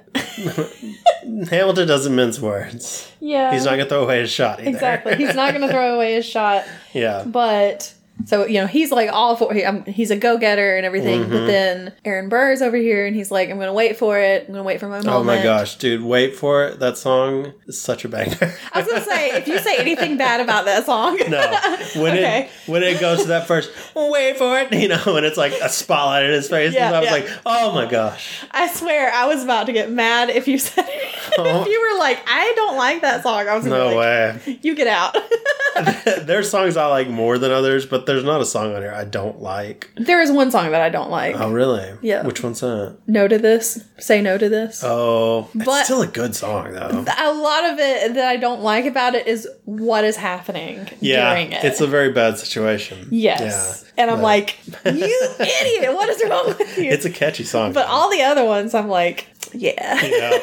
Hamilton doesn't mince words. yeah, He's not gonna throw away his shot either. exactly. He's not gonna throw away his shot, yeah. but. So you know he's like all for he, um, he's a go getter and everything, Mm-hmm. but then Aaron Burr's over here and he's like I'm gonna wait for it, I'm gonna wait for my moment. Oh my gosh, dude! Wait for it. That song is such a banger. I was gonna say if you say anything bad about that song, no, when Okay. it when it goes to that first, wait for it. You know, when it's like a spotlight in his face, Yeah, and I was yeah. like, oh my gosh, I swear I was about to get mad if you said Oh. if you were like I don't like that song. I was gonna no be like, way. you get out. There's songs I like more than others, but there's not a song on here I don't like. there is one song that I don't like. Oh really? Yeah. Which one's that? no to this, say no to this. Oh, But- it's still a good song though. a lot of it that I don't like about it is what is happening Yeah, during it. it's a very bad situation. yes, and I'm but- like, you idiot! What is wrong with you? Yeah. It's a catchy song. but all the other ones, I'm like, Yeah.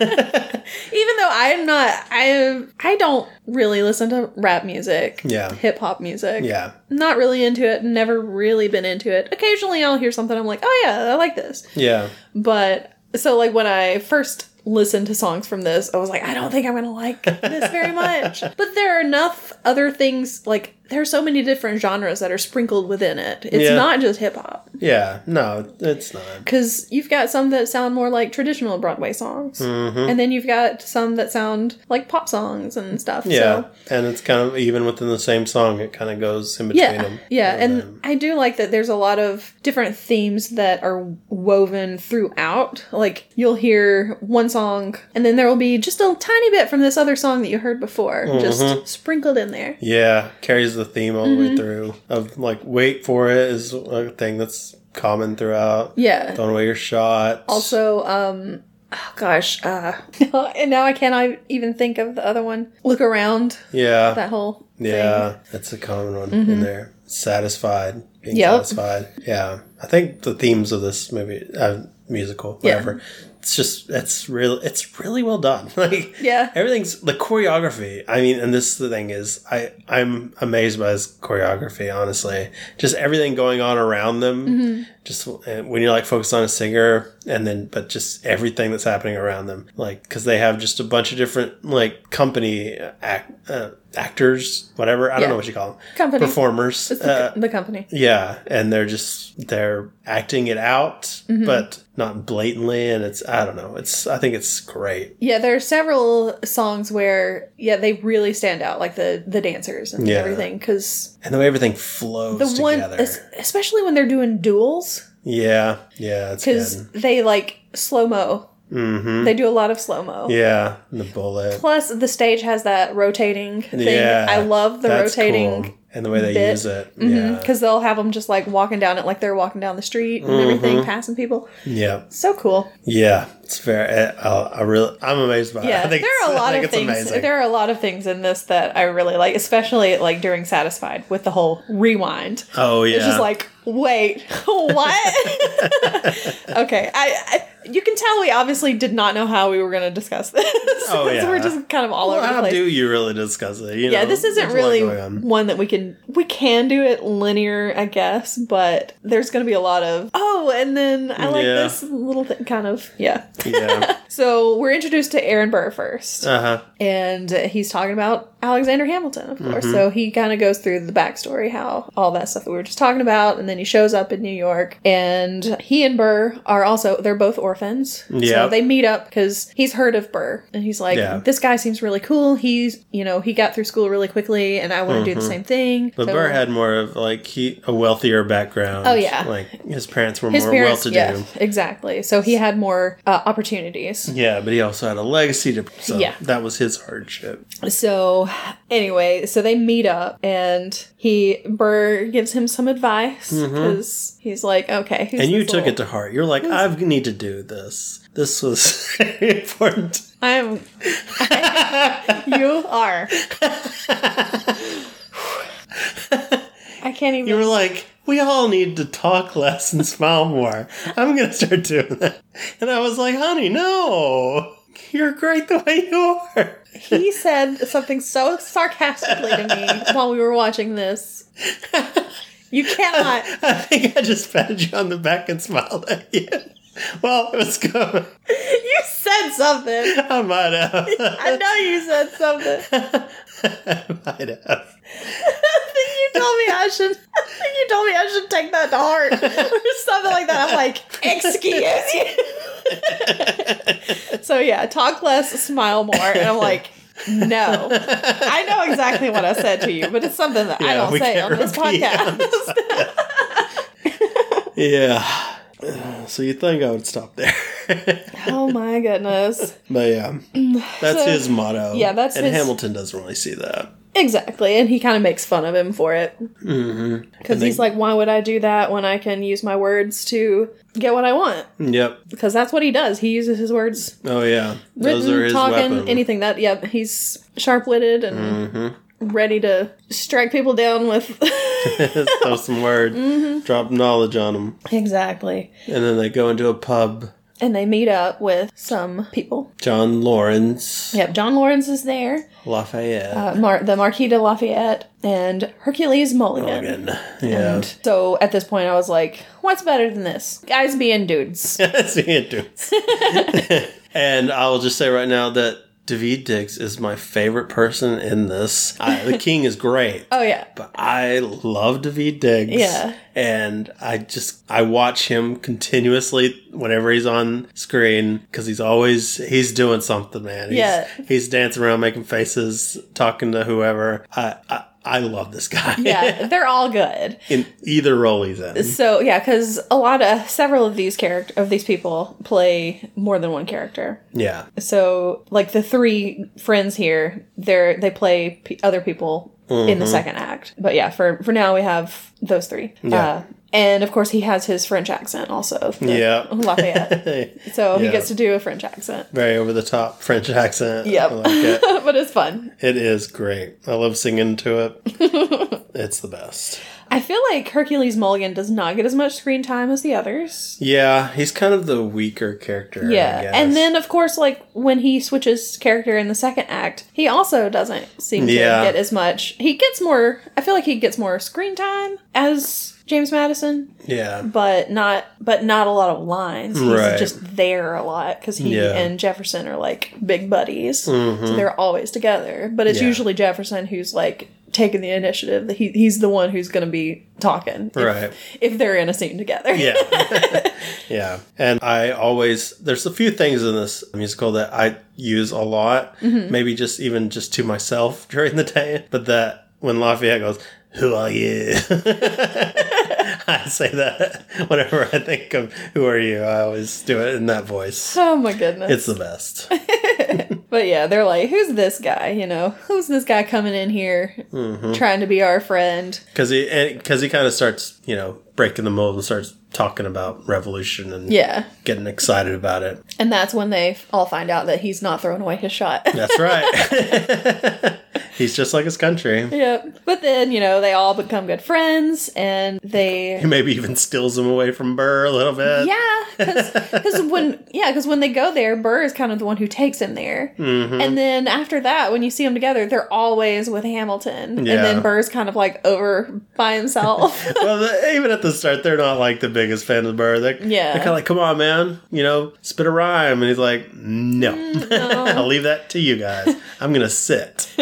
Yeah. Even though I'm not, I I don't really listen to rap music. Yeah. Hip hop music. yeah. Not really into it. Never really been into it. Occasionally, I'll hear something. I'm like, oh yeah, I like this. Yeah. But so like when I first listened to songs from this, I was like, I don't think I'm gonna like this very much. but there are enough other things like there are so many different genres that are sprinkled within it. It's Yeah. not just hip hop. Yeah. No, it's not. Because you've got some that sound more like traditional Broadway songs, Mm-hmm. and then you've got some that sound like pop songs and stuff. Yeah. So. And it's kind of even within the same song, it kind of goes in between Yeah, them. yeah, and then- I do like that. There's a lot of different themes that are woven throughout. Like you'll hear one song, and then there will be just a tiny bit from this other song that you heard before, Mm-hmm. just sprinkled in there. yeah, carries the theme all Mm-hmm. the way through of like wait for it is a thing that's common throughout. Yeah. Don't wait your shot. Also, um, oh gosh, uh, and now I cannot even think of the other one. Look around. yeah. That whole Yeah, that's a common one in there. Satisfied, being Yep. satisfied. Yeah, I think the themes of this movie, uh, musical, Yeah. whatever. It's just it's really it's really well done. Like Yeah. everything's the choreography. I mean, and this the thing is, I I'm amazed by this choreography. Honestly, just everything going on around them. Mm-hmm. Just uh, when you're like focused on a singer, and then but just everything that's happening around them, like because they have just a bunch of different like company act, uh, actors, whatever. I don't Yeah. know what you call them. Company. performers. It's the, Uh, co- the company. yeah, and they're just they're acting it out, Mm-hmm. but not blatantly. And it's I don't know. It's I think it's great. Yeah, there are several songs where yeah they really stand out, like the the dancers and Yeah. everything. Because and the way everything flows the one, together. es- especially when they're doing duels, yeah, yeah, it's good. because they like slow mo. Mm-hmm. They do a lot of slow mo. Yeah, and the bullet. Plus, the stage has that rotating thing. Yeah, I love the that's rotating. cool. and the way they bit. Mm-hmm. use it. Yeah, Because they'll have them just like walking down it like they're walking down the street and Mm-hmm. everything, passing people. yeah, So cool. yeah. It's very. eh, I, I really, I'm amazed by it. Yeah, I think there it's- are a I lot think of it's things. amazing. There are a lot of things in this that I really like, especially like during Satisfied with the whole rewind. oh yeah, It's just like, wait, what? okay, I, I you can tell we obviously did not know how we were going to discuss this. Oh, yeah. we're just kind of all Well, over the how place. do you really discuss it? You yeah, know, this isn't there's a lot really going on. one that we can we can do it linear, I guess, but there's going to be a lot of oh, and then I like Yeah. this little thing, kind of yeah. yeah. So we're introduced to Aaron Burr first Uh huh. and uh, he's talking about Alexander Hamilton, of course. Mm-hmm. So he kind of goes through the backstory, how all that stuff that we were just talking about, and then he shows up in New York, and he and Burr are also they're both orphans. Yeah. So they meet up because he's heard of Burr, and he's like, Yeah. "This guy seems really cool. He's you know he got through school really quickly, and I want to do the same thing." Mm-hmm. But So- uh, Burr had more of like he a wealthier background. Oh, yeah. like his parents were his more parents, well-to-do. yeah, exactly. So he had more uh, opportunities. Yeah, but he also had a legacy to. So Yeah. that was his hardship. So, anyway, so they meet up, and he Burr gives him some advice because he's like, "Okay." Mm-hmm. and you took it to heart. You're like, I need to do this. This was important. I'm. you are. I can't even. You were like, we all need to talk less and smile more. I'm gonna start doing that. And I was like, honey, no, you're great the way you are. he said something so sarcastically to me while we were watching this. You cannot. I think I just patted you on the back and smiled at you. Well, it was good. You said something. I might have. I know you said something. I might have. then you told me I should. Then you told me I should take that to heart or something like that. I'm like, excuse you. so yeah, talk less, smile more, and I'm like. No, I know exactly what I said to you, but it's something that I Yeah, don't we say can't on this repeat podcast. on this Yeah. Uh, So you think I would stop there? oh my goodness! But yeah, that's So- his motto. Yeah, that's and his- Hamilton doesn't really see that. Exactly, and he kind of makes fun of him for it because Mm-hmm. And they- he's like, "Why would I do that when I can use my words to get what I want?" Yep. Because that's what he does. He uses his words Oh yeah, those are written, his talking, weapon. anything that. Yep, he's sharp witted and Mm-hmm. ready to strike people down with. Mm-hmm. Throw some word, drop knowledge on them, exactly. and then they go into a pub. and they meet up with some people. John Lawrence Yep, John Lawrence is there, Lafayette. uh, Mar- the Marquis de Lafayette, and Hercules Mulligan. Mulligan. Yeah. And so at this point, I was like, what's better than this? Guys being dudes. That's the entrance. and I will just say right now that David Diggs is my favorite person in this. I, the King is great. oh, yeah. But I love David Diggs. Yeah. And I just, I watch him continuously whenever he's on screen because he's always, he's doing something, man. He's, Yeah. He's dancing around, making faces, talking to whoever. I, I, I love this guy. Yeah, they're all good. in either role he's in. So yeah, because a lot of several of these character of these people play more than one character. Yeah. So like the three friends here, they're they play p- other people in Mm-hmm. the second act. But yeah, for for now we have those three. Uh, and of course he has his French accent also. the Yeah. Lafayette. So he Yeah. gets to do a French accent. very over the top French accent. Yep. I like it. but it's fun. It is great. I love singing to it. it's the best. I feel like Hercules Mulligan does not get as much screen time as the others. Yeah, he's kind of the weaker character. I Yeah. guess. And then, of course, like when he switches character in the second act, he also doesn't seem to Yeah. get as much. He gets more, I feel like he gets more screen time as James Madison, yeah, but not but not a lot of lines. He's Right. just there a lot cuz he Yeah. Mm-hmm. and Jefferson are like big buddies. So they're always together, but it's Yeah. usually Jefferson who's like taking the initiative. He, he's the one who's going to be talking if- Right. if they're in a scene together. yeah, yeah. And I always there's a few things in this musical that I use a lot. Maybe just even just to myself during the day, but that when Lafayette goes. Who are you? I say that whenever I think of who are you, I always do it in that voice. Oh my goodness. It's the best. But yeah, they're like, who's this guy? You know, who's this guy coming in here trying to be our friend? because he because he kind of starts you know breaking the mold and starts talking about revolution and Yeah. getting excited about it And that's when they f- all find out that he's not throwing away his shot. that's right he's just like his country yep. But then, you know, they all become good friends and they. he maybe even steals him away from burr a little bit Yeah, because when yeah, because when they go there, Burr is kind of the one who takes him there, and then after that, when you see them together, they're always with Hamilton, Yeah. and then Burr's kind of like over by himself. well the, even at the start they're not like the biggest fan of burr they're, Yeah. they're kind of like come on man you know spit a rhyme and he's like no, Mm, i'll leave that to you guys i'm gonna sit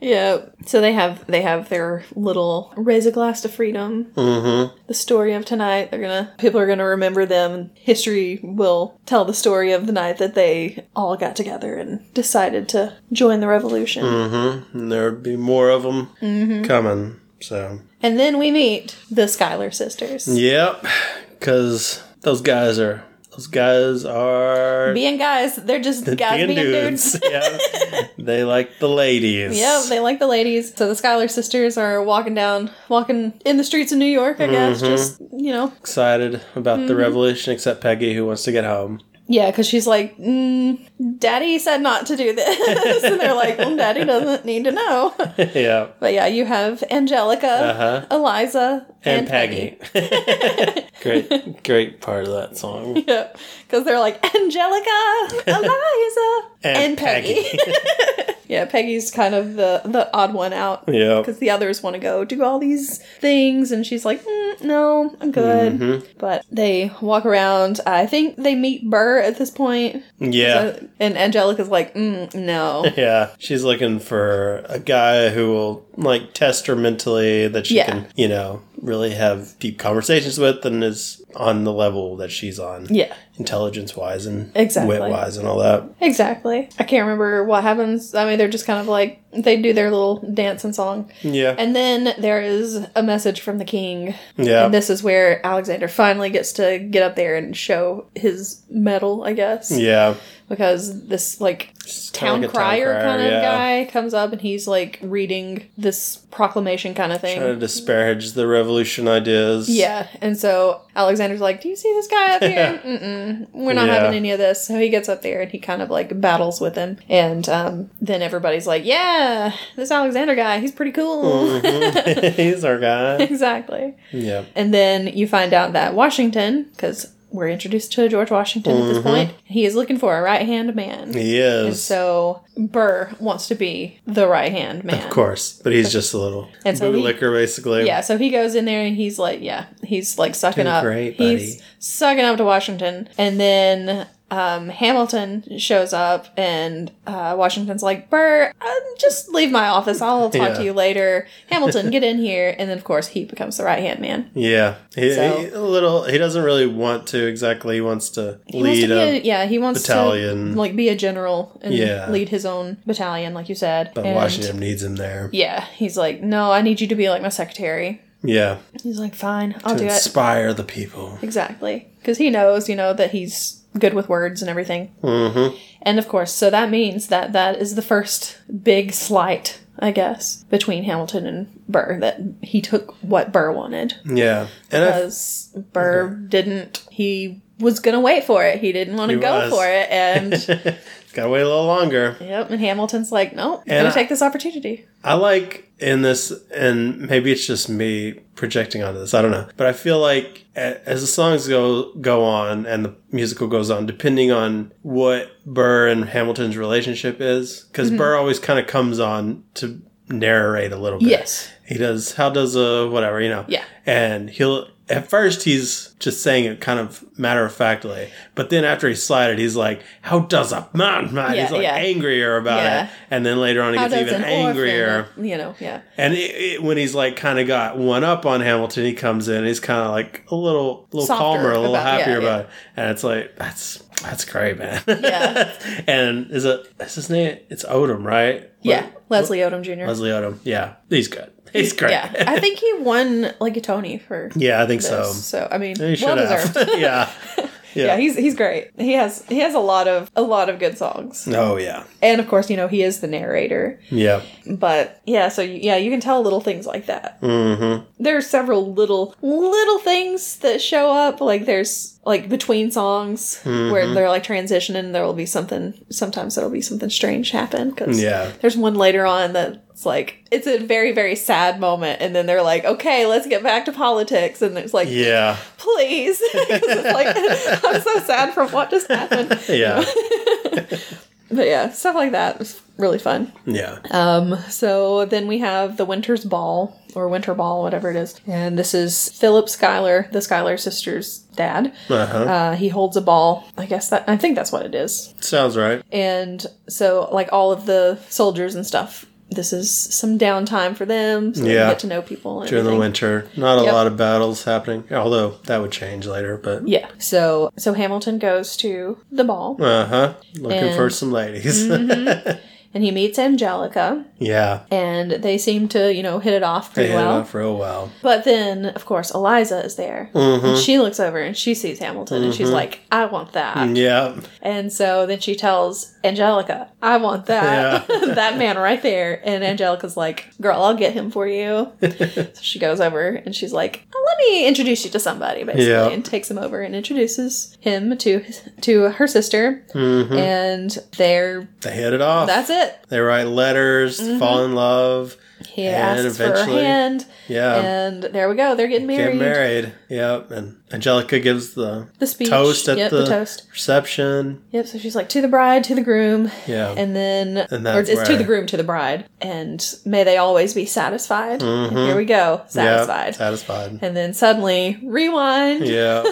Yeah. So they have they have their little raise a glass to freedom. Mm-hmm. The story of tonight. They're gonna people are gonna remember them. History will tell the story of the night that they all got together and decided to join the revolution. and there'd be more of them Mm-hmm. coming so And then we meet the Schuyler sisters. Yep, because those guys are those guys are Being guys, they're just guys being dudes. yeah, they like the ladies. Yeah, they like the ladies. So the Schuyler sisters are walking down, walking in the streets of New York, I guess. Just, you know, excited about Mm-hmm. the revolution, except Peggy, who wants to get home. Yeah, because she's like, mm, Daddy said not to do this. and they're like, well, Daddy doesn't need to know. yeah, But yeah, you have Angelica, Uh-huh. Eliza, and, Peggy. great, great part of that song. Yeah, because they're like, Angelica, Eliza, and, Peggy. yeah, Peggy's kind of the, the odd one out. yeah, Because the others want to go do all these things, and she's like, mm, "No, I'm good." Mm-hmm. But they walk around. I think they meet Burr at this point, yeah. Uh, and Angelica's like, mm, "No, Yeah, she's looking for a guy who will like test her mentally that she Yeah. can, you know, really have deep conversations with and is on the level that she's on. Yeah. Intelligence wise and Exactly. wit wise and all that. Exactly. I can't remember what happens. I mean, they're just kind of like they do their little dance and song. Yeah. And then there is a message from the king. yeah. And this is where Alexander finally gets to get up there and show his medal, I guess. yeah. Because this like It's kinda town like a crier kind of yeah. guy comes up and he's like reading this proclamation kind of thing. Trying to disparage the revolution ideas. Yeah, and so Alexander's like, "Do you see this guy up here? Mm-mm, we're not Yeah. having any of this." So he gets up there and he kind of like battles with him, and um, then everybody's like, "Yeah, this Alexander guy, he's pretty cool." He's our guy. exactly. Yeah. And then you find out that Washington, because we're introduced to George Washington at this point. He is looking for a right hand man. He And is. so Burr wants to be the right hand man. Of course, but he's just a little And so he- bootlicker, basically. Yeah, so he goes in there and he's like, yeah, he's like sucking Doing up. great, he's buddy. sucking up to Washington. And then um, Hamilton shows up and uh, Washington's like, Burr, uh, just leave my office. I'll talk Yeah. to you later. Hamilton, get in here. And then, of course, he becomes the right hand man. Yeah, he, So- he- a little. He doesn't really want to exactly. He wants to He wants to lead be a a, yeah, he wants battalion. to like be a general and Yeah. lead his own battalion, like you said. but and Washington needs him there. Yeah, he's like, no, I need you to be like my secretary. Yeah, He's like, fine, I'll to do it. inspire the people. Exactly. Because he knows, you know, that he's good with words and everything. Mm-hmm. And of course, so that means that that is the first big slight, I guess, between Hamilton and Burr, that he took what Burr wanted. Yeah, and I, Because Burr didn't, he was going to wait for it. He didn't want to He go was. for it. And, gotta wait a little longer. yep, and Hamilton's like, no, I'm And going I- to take this opportunity. I like in this, and maybe it's just me projecting onto this. I don't know, but I feel like a- as the songs go go on and the musical goes on, depending on what Burr and Hamilton's relationship is, because Mm-hmm. Burr always kind of comes on to narrate a little bit. Yes. he does. How does a whatever you know? Yeah. and he'll. At first, he's just saying it kind of matter of factly, but then after he's slided, he's like, "How does a man?" man? Yeah, he's like yeah. angrier about Yeah. it, and then later on, he How gets does even an angrier. orphan, you know, yeah. And it, it, when he's like kind of got one up on Hamilton, he comes in. He's kind of like a little, little Softer calmer, a little about- yeah, happier yeah. about it. And it's like that's that's great, man. Yeah. and is it is his name? It's Odom, right? Yeah. Le- Leslie Odom Jr. Leslie Odom. Yeah, he's good. He's great. yeah. I think he won like a Tony for yeah, I think So, so. so I mean, He well should deserved. have. yeah. yeah, Yeah. he's he's great. He has he has a lot of a lot of good songs, oh yeah. and of course, you know, he is the narrator. Yeah. But yeah, so you, yeah, you can tell little things like that. Mm-hmm. There are several little little things that show up. Like there's like between songs Mm-hmm. where they're like transitioning. There will be something. Sometimes there'll be something strange happen. Cause Yeah. There's one later on that's like it's a very very sad moment, and then they're like, okay, let's get back to politics, and it's like Yeah. please. 'Cause it's like, I'm so sad from what just happened. Yeah. But yeah, stuff like that was really fun. yeah. Um, so then we have the Winter's Ball or Winter Ball, whatever it is. And this is Philip Schuyler, the Schuyler sisters' dad. Uh-huh. Uh, he holds a ball. I guess that, I think that's what it is. Sounds right. And so, like, all of the soldiers and stuff. This is some downtime for them. So Yeah. They get to know people. And During the everything. winter, not a Yep. lot of battles happening. Although that would change later, but Yeah. So, so Hamilton goes to the ball Uh huh. Looking for And- some ladies. and he meets Angelica. yeah. and they seem to, you know, hit it off They pretty hit it Mm-hmm. well. off real well. But then, of course, Eliza is there. Mm-hmm. And she looks over and she sees Hamilton and she's like, I want that. Mm. Yeah. And so then she tells Angelica, I want that. Yeah. that man right there. And Angelica's like, Girl, I'll get him for you. so she goes over and she's like, "Oh, Let me introduce you to somebody, basically. Yeah. And takes him over and introduces him to to her sister. Mm-hmm. And they're, They hit it off. that's Mm-hmm. it. They write letters, fall in love. He And asks for her eventually- hand. Yeah. and there we go. They're getting Um, Get married. married. Yep. And Angelica gives the The speech. toast at yep, the, toast. reception. Yep. So she's like to the bride, to the groom, Yeah. and then And or that's it's to where- the groom, to the bride, and may they always be satisfied. Mm-hmm. And here we go, satisfied. Yeah, satisfied. And then suddenly rewind, Yeah.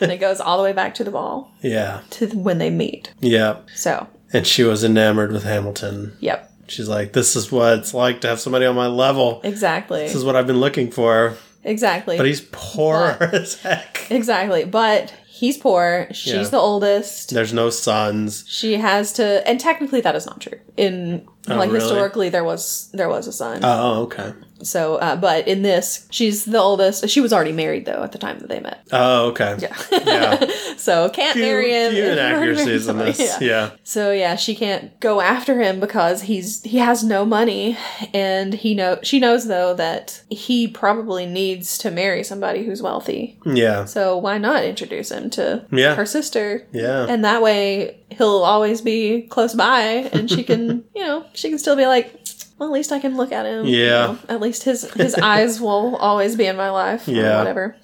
and it goes all the way back to the ball yeah. to the, when they meet. Yeah. So And she was enamored with Hamilton. yep, She's like, this is what it's like to have somebody on my level. exactly, This is what I've been looking for. exactly, But he's poor But- as heck. exactly. But he's poor. She's Yeah. the oldest. There's no sons. She has to, and technically that is not true. In like Oh, really? historically, there was there was a son. Oh, okay. So, uh, but in this, she's the oldest. She was already married though at the time that they met. Oh, okay. Yeah. yeah. So can't marry him. Few if you've already inaccuracies in married this. somebody. Yeah. So yeah, she can't go after him because he's he has no money, and he know she knows though that he probably needs to marry somebody who's wealthy. Yeah. So why not introduce him to Yeah. her sister? Yeah. And that way he'll always be close by and she can, you know, she can still be like, well, at least I can look at him. you Yeah. know. at least his his eyes will always be in my life. Yeah. Yeah. whatever.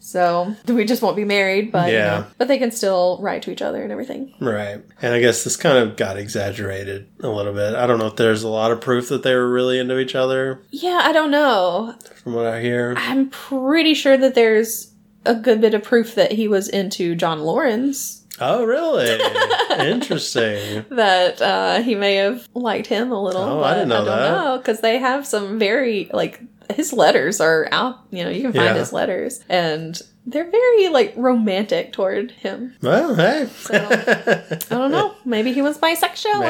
So we just won't be married, but you Yeah. know, but they can still write to each other and everything. Right. And I guess this kind of got exaggerated a little bit. I don't know if there's a lot of proof that they were really into each other, Yeah, I don't know. from what I hear. I'm pretty sure that there's a good bit of proof that he was into John Lawrence. Oh, really? Interesting. That uh, he may have liked him a little. Oh, I didn't know but I that. don't know because they have some very like his letters are out. You know, you can find Yeah. his letters, and they're very like romantic toward him. Well, hey. I don't know. Maybe he was bisexual.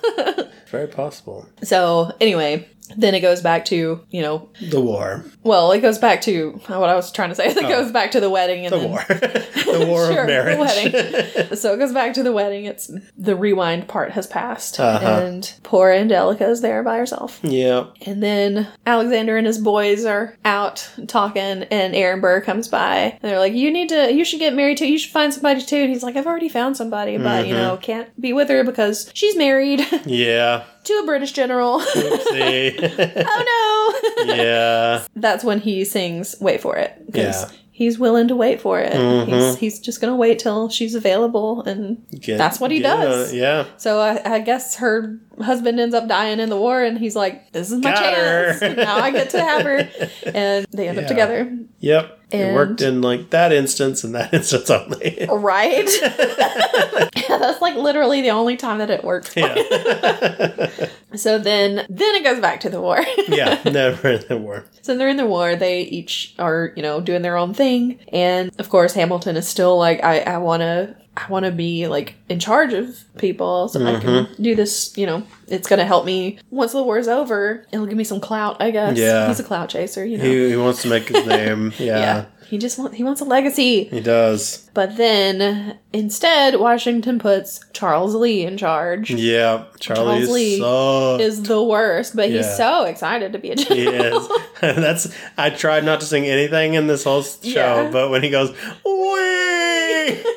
Maybe. Very possible. so anyway, then it goes back to you know, The war. well, it goes back to what I was trying to say. It goes back to the wedding and Oh. The then- war. the war Sure, the of marriage. So it goes back to the wedding. It's the rewind part has passed, Uh-huh. and poor Angelica is there by herself. yeah. And then Alexander and his boys are out talking, and Aaron Burr comes by, and they're like, "You need to, you should get married too. You should find somebody too." And he's like, "I've already found somebody, but you Mhm. know, can't be with her because she's married to Yeah. a British general." Oopsie. oh no! yeah. That's when he sings "Wait for It" Yeah. because he's willing to wait for it. Mhm. He's he's just gonna wait till she's available and Get- That's what he get does. on- yeah. So I, I guess her husband ends up dying in the war, and he's like, "This is my Got her. chance. now I get to have her." And they end Yeah. up together, Yep. it And- worked in like that instance and that instance only. right? That's like literally the only time that it worked. yeah. So then, then it goes back to the war. yeah. Never in the war. so they're in the war. They each are, you know, doing their own thing, and of course, Hamilton is still like, "I, I want to." I want to be like in charge of people so I Mm-hmm. can do this. You know, it's going to help me once the war's over. It'll give me some clout, I guess. Yeah. He's a clout chaser, you know. He, he wants to make his name. Yeah. Yeah. He just wants he wants a legacy. He does. But then instead Washington puts Charles Lee in charge. Yeah. Charlie Charles Lee is so. Is the worst, but he's Yeah. so excited to be a general. he is. That's. I tried not to sing anything in this whole show, Yeah. but when he goes, "Wee,"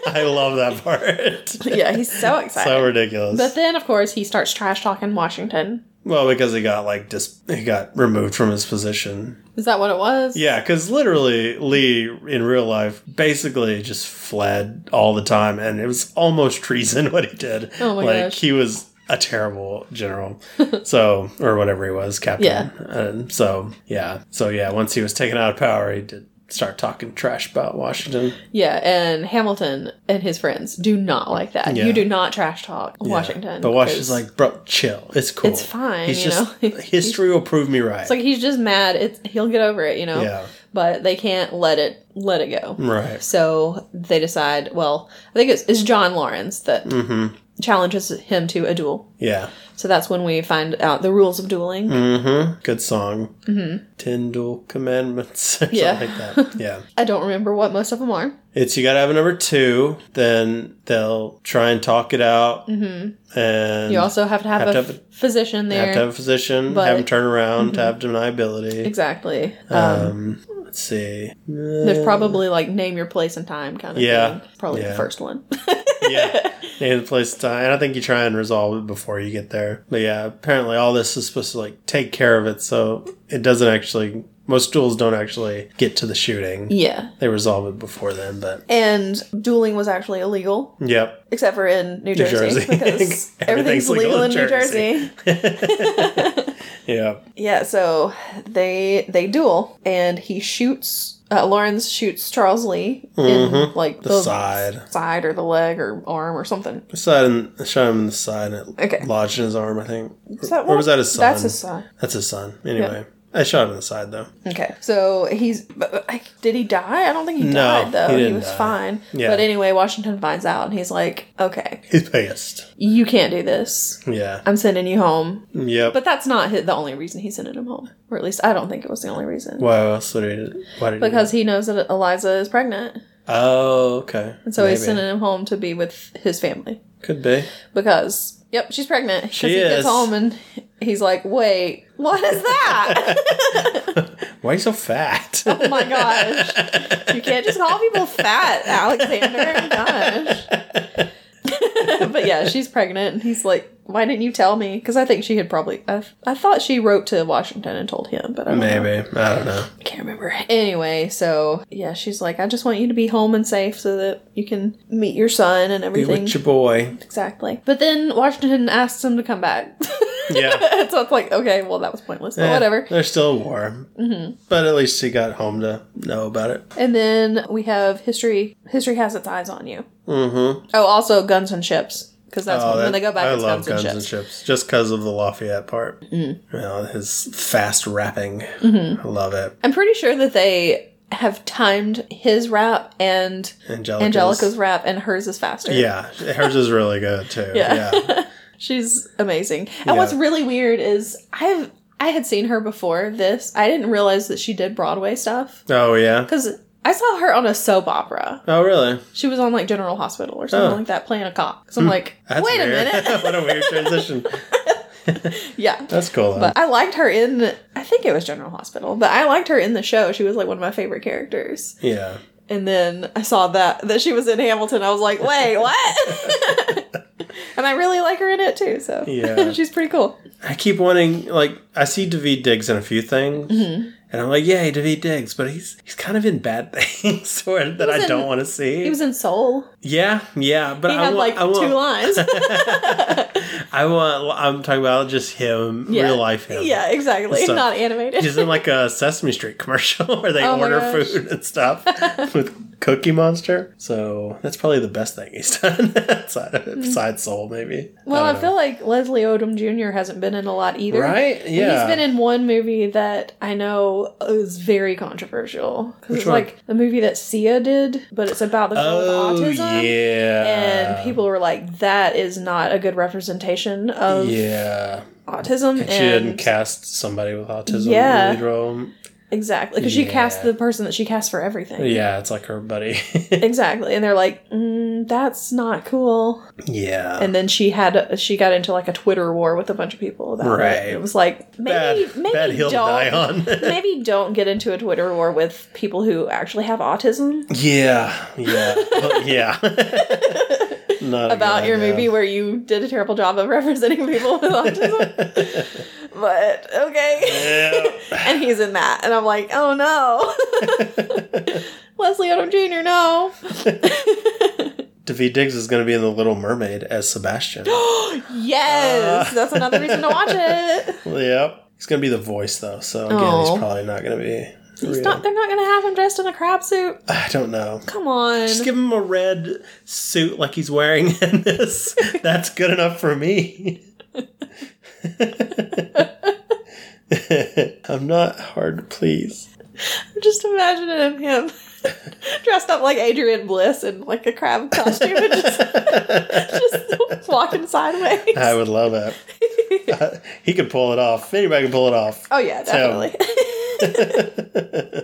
I love that part. yeah, he's so excited. so ridiculous. but then of course he starts trash talking Washington. well, because he got like dis- he got removed from his position. Is that what it was? Yeah, because literally Lee in real life basically just fled all the time, and it was almost treason what he did. Oh my like gosh. he was a terrible general, so or whatever he was, captain. Yeah. And so yeah, so yeah, once he was taken out of power, he did start talking trash about Washington. Yeah, and Hamilton and his friends do not like that. Yeah. You do not trash talk Washington. but Washington's because like, bro, chill. It's cool. It's fine, He's you just know? history will prove me right. it's like he's just mad. It's he'll get over it, you know. yeah, Mm. But they can't let it let it go. right. So they decide, well, I think it's, it's John Lawrence that Mm-hmm. challenges him to a duel. Yeah. So that's when we find out the rules of dueling. Mm-hmm. Good song. Mm-hmm. Ten dual commandments. or Yeah. Something like that. Yeah. I don't remember what most of them are. It's you gotta have a number two, then they'll try and talk it out. Mm-hmm. And You also have to have, Have to a, have a- physician have there. to have a physician, but- Mm-hmm. have them turn around, to have deniability. exactly. um, Um, let's see. there's probably like name your place and time kind of Yeah. thing. Probably Yeah. the first one. yeah. Name the place time. And I think you try and resolve it before you get there. But yeah, apparently all this is supposed to like take care of it so it doesn't actually most duels don't actually get to the shooting. yeah. They resolve it before then, but And dueling was actually illegal, yep. except for in New Jersey, Jersey. because Everything's everything's legal legal in in New Jersey. Jersey. Yeah. Yeah, so they they duel, and he shoots. Uh, Lawrence shoots Charles Lee in like Mm-hmm. The side. side or the leg or arm or something. Side and shot him in the side and it Okay. lodged in his arm, I think. Is that or was that his son? That's his son. That's his son. Anyway, I shot him in the side though. Okay, so he's but, but, like, did he die? I don't think he No, died though. he He, didn't was die. fine. Yeah. But anyway, Washington finds out, and he's like, "Okay, He's pissed. you can't do this. Yeah. I'm sending you home." Yep. But that's not hi- the only reason he's sending him home, or at least I don't think it was the only reason. why else would he? Why did he- Because he knows that Eliza is pregnant, Oh, okay. and so he's Maybe. sending him home to be with his family. Could be. because yep, she's pregnant. 'Cause She he is. gets home and he's like, "Wait, what is that? Why are you so fat? oh my gosh, you can't just call people fat, Alexander. Gosh." but yeah, she's pregnant, and he's like, why didn't you tell me? Because I think she had probably. I, I thought she wrote to Washington and told him, but I don't know. Maybe. I don't know. I can't remember. Anyway, so yeah, she's like, I just want you to be home and safe so that you can meet your son and Be everything. with your boy. Exactly. But then Washington asks him to come back. Yeah. And so it's like, okay, well, that was pointless, but Eh, whatever. There's still a war. Mm-hmm. But at least he got home to know about it. And then we have history. History has its eyes on you. Mm-hmm. Oh, also guns and ships. Because that's when, when they go back. Oh, I it's love guns, guns, and and ships. ships just because of the Lafayette part. Mm. You know, his fast rapping. Mm-hmm. I love it. I'm pretty sure that they have timed his rap and Angelica's. Angelica's rap, and hers is faster. Yeah, hers is really good too. Yeah. Yeah. She's amazing. And Yeah. what's really weird is I've I had seen her before this. I didn't realize that she did Broadway stuff Oh yeah. because I saw her on a soap opera. Oh really? She was on like General Hospital or something Oh. like that, playing a cop. So I'm like, Hmm. That's wait weird. a minute, what a weird transition. yeah. That's cool. Though. But I liked her in I think it was General Hospital, but I liked her in the show. She was like one of my favorite characters. yeah. And then I saw that that she was in Hamilton. I was like, wait, what? and I really like her in it too. So Yeah. she's pretty cool. I keep wanting like I see David Diggs in a few things. Mm-hmm. And I'm like, yay, David Diggs, but he's he's kind of in bad things or, that was I don't in- want to see. He was in Soul. yeah, yeah, but He I had want, like I want, two lines. I want. I'm talking about just him, Yeah. real life him. yeah, exactly. So- Not animated. He's in like a Sesame Street commercial where they Oh my order gosh. food and stuff with Cookie Monster. So that's probably the best thing he's done outside of Hmm. it, besides Soul, maybe. well, I, don't know. feel like Leslie Odom Jr. hasn't been in a lot either. right. And Yeah, He's been in one movie that I know is very controversial. 'Cause Which it's one? like the movie that Sia did, but it's about the girl oh with autism. yeah, And people were like, that is not a good representation of Yeah, autism. she and didn't cast somebody with autism Yeah. in the lead role. Exactly. Because she cast Yeah. the person that she cast for everything. Yeah, it's like her buddy. Exactly. And they're like, mm, that's not cool. yeah, and then she had she got into like a Twitter war with a bunch of people about Right. it. It was like maybe bad, maybe bad hill to die don't on. maybe don't get into a Twitter war with people who actually have autism yeah, yeah, Oh, yeah. Not a about good your idea. movie where you did a terrible job of representing people with autism. but okay. Yeah. and he's in that and I'm like, "Oh no." Leslie Odom Jr. no. David Diggs is going to be in The Little Mermaid as Sebastian. Yes, Uh. that's another reason to watch it. yep. He's going to be the voice, though. So, again, Oh. he's probably not going to be. He's real. not, they're not going to have him dressed in a crab suit. I don't know. Come on. Just give him a red suit like he's wearing in this. That's good enough for me. I'm not hard to please. Just imagining him dressed up like Adrian Bliss in like a crab costume and just, just walking sideways. I would love it. he could pull it off. Anybody can pull it off. oh yeah, definitely.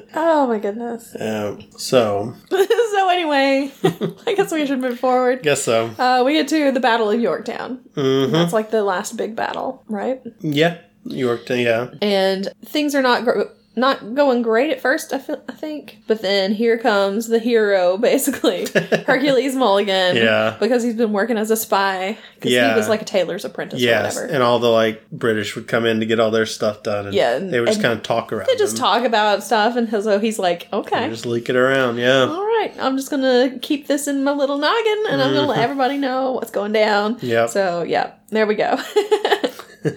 oh my goodness. Um, so, so anyway, I guess we should move forward. guess so. Uh, we get to the Battle of Yorktown. hmm That's like the last big battle, right? Yeah. York, yeah. And things are not gr- not going great at first. I, feel, I think, but then here comes the hero, basically Hercules Mulligan. Yeah. because he's been working as a spy. Because Yeah. he was like a tailor's apprentice Yes, or whatever. and all the like British would come in to get all their stuff done, and Yeah, and- they would just and kind of talk around. they just them. talk about stuff, and so he's like, They okay. just leak it around. Yeah, all right, I'm just gonna keep this in my little noggin, and I'm gonna let everybody know what's going down. Mm-hmm. Yep. So yeah, there we go.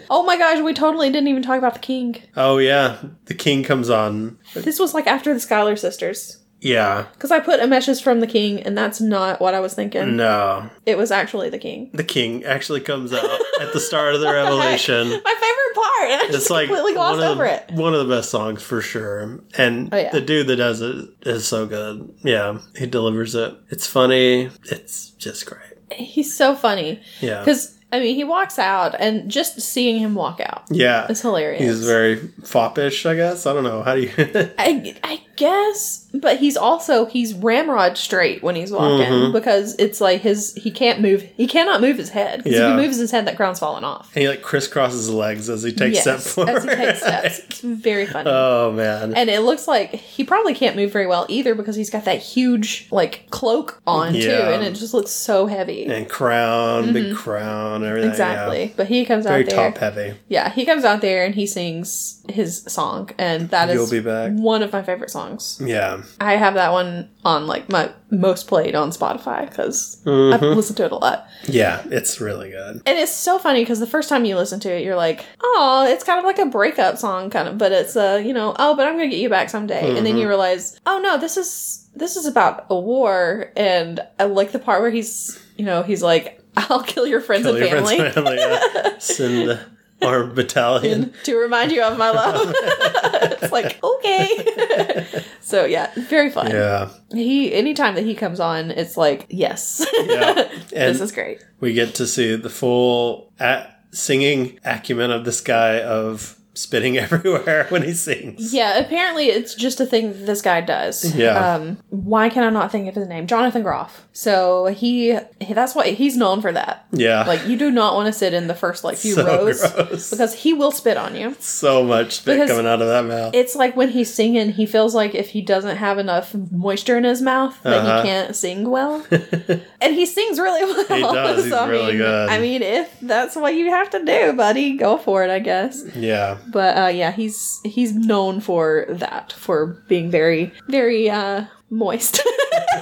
oh my gosh, we totally didn't even talk about the king. oh yeah, the king comes on. This was like after the Skylar sisters, Yeah, because I put Amesh's from the king, and that's not what I was Mm. thinking. no, It was actually the king. the king actually comes out at the start of the revelation. My favorite part. and I just Mm. It's like completely glossed one of, over the, it. one of the best songs for sure, and Oh, yeah. the dude that does it is so good. Yeah, he delivers it. It's funny. It's just great. He's so funny. Yeah, Because, I mean, he walks out, and just seeing him walk out yeah. is hilarious. He's very foppish, I guess. I don't know. How do you? I, I guess, but he's also he's ramrod straight when he's walking Mm-hmm. because it's like his he can't move he cannot move his head because Yeah. if he moves his head that ground's falling off. And he like crisscrosses his legs as he takes yes, steps forward. as he takes steps, it's very funny. oh man. and it looks like he probably can't move very well either because he's got that huge like cloak on too, Yeah. and it just looks so heavy. And crown, big crown, everything. yeah. Mm-hmm. Exactly, but he comes Very out there. top heavy. Yeah, he comes out there and he sings his song, and that is You'll be back. one of my favorite songs. Yeah. I have that one on like my most played on Spotify because I've Mm-hmm. listened to it a lot. Yeah, it's really good. And it's so funny because the first time you listen to it, you're like, oh, it's kind of like a breakup song, kind of, but it's a, you know, oh, but I'm going to get you back someday. And Mm-hmm. then you realize, oh no, this is. This is about a war, and I like the part where he's, you know, he's like, "I'll kill your friends Kill and your friends family and family, yeah. Send the armed battalion. to remind you of my love." it's like okay, so yeah, very fun. Yeah. He anytime that he comes on, it's like yes, Yeah. this And is great. we get to see the full a- singing acumen of this guy of spitting everywhere when he sings. Yeah, apparently it's just a thing that this guy does. Yeah. Um, why can I not think of his name? Jonathan Groff. So he, he- that's why he's known for that. Yeah. Like you do not want to sit in the first like few so rows gross. because he will spit on you. so much spit Because- coming out of that mouth. It's like when he's singing, he feels like if he doesn't have enough moisture in his mouth that Uh-huh. he can't sing well. and he sings really well. He does. He's I really mean, good. I mean, if that's what you have to do, buddy, go for it, I guess. yeah. but uh, yeah, he's he's known for that for being very very uh, moist,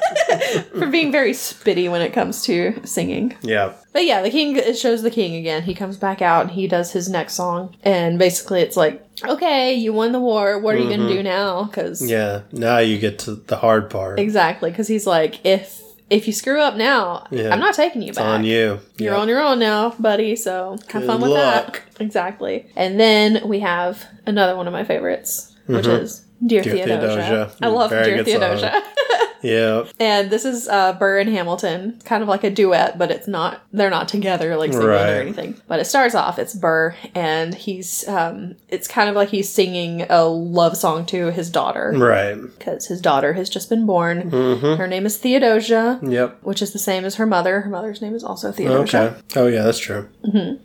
for being very spitty when it comes to singing. Yeah. But yeah, the king it shows the king again. He comes back out and he does his next song, and basically it's like, okay, you won the war. What are you gonna do now? Because Mm-hmm. Yeah. Now you get to the hard part. exactly, because he's like, if if you screw up now, Yeah. I'm not taking you It's back. on you. You're Yeah. on your own now, buddy, so have Good fun with luck. that. Exactly. And then we have another one of my favorites, which is Dear, Mm-hmm. Dear Theodosia. Theodosia. Mm, I love Very Dear good song. Theodosia. Yeah. and this is uh, Burr and Hamilton, kind of like a duet, but it's not, they're not together, like singing Right. or anything. But it starts off, it's Burr, and he's, um, it's kind of like he's singing a love song to his daughter, Right. because his daughter has just been born. Mm-hmm. Her name is Theodosia. Yep. Which is the same as her mother. Her mother's name is also Theodosia. Okay. Oh yeah, that's true.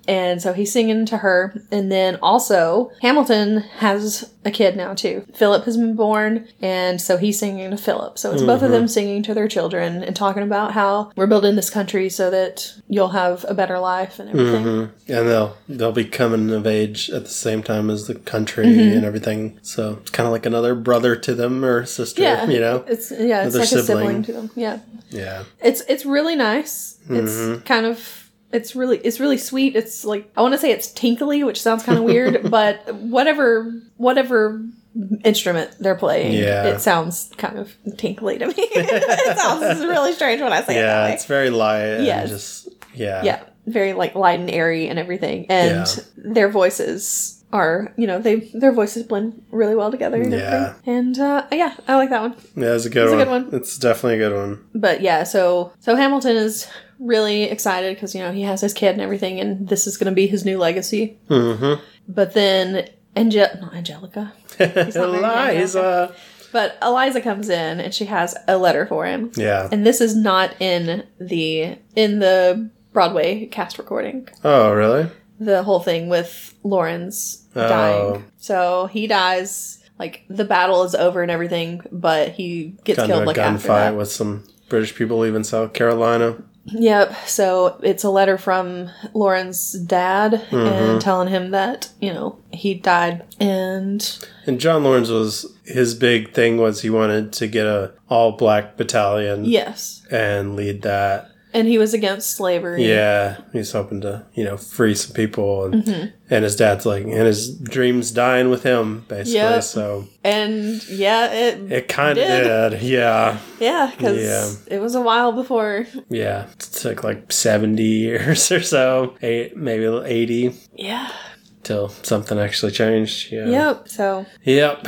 And so he's singing to her. And then also, Hamilton has a kid now too. Philip has been born. And so he's singing to Philip. So it's both of Mm-hmm. them singing to their children and talking about how we're building this country so that you'll have a better life and everything. And they'll they'll be coming of age at the same time as the country Mm-hmm. and everything. So it's kind of like another brother to them or sister. Yeah. Mm-hmm. You know. It's, yeah, it's Another like a sibling. sibling to them. Yeah. Yeah. It's, it's really nice. Mm-hmm. It's kind of. It's really it's really sweet. It's like I want to say it's tinkly, which sounds kind of weird, but whatever whatever instrument they're playing, Yeah. it sounds kind of tinkly to me. it sounds really strange when I say it that Yeah. way. It's very light. and Yes. Just yeah. yeah, very like light and airy and everything, and Yeah. their voices are you know they their voices blend really well together. And Yeah. everything. and uh, yeah, I like that one. Yeah, That's a good It's a one. good one. It's definitely a good one. but yeah, so so Hamilton is really excited because you know he has his kid and everything, and this is going to be his new legacy. Mm-hmm. But then Angel, not Angelica, not very young, Eliza. but Eliza comes in and she has a letter for him, Yeah. and this is not in the in the Broadway cast recording. Oh really? The whole thing with Lawrence dying, Oh. so he dies. Like the battle is over and everything, but he gets Got into killed a like after that. gunfight with some British people leaving South Carolina. Yep. So it's a letter from Lauren's dad Mm-hmm. and telling him that, you know, he died. And And John Lawrence was his big thing was he wanted to get a all black battalion yes. and lead that. And he was against slavery. Yeah, he's hoping to you know free some people, and and his dad's like, and his dreams dying with him basically. Yep. So And yeah, it, it kind of Did. did, yeah, yeah, because Yeah. it was a while before. yeah. It took like seventy years or so, eight maybe eighty Yeah. till something actually changed. Yeah, Yep. So yep.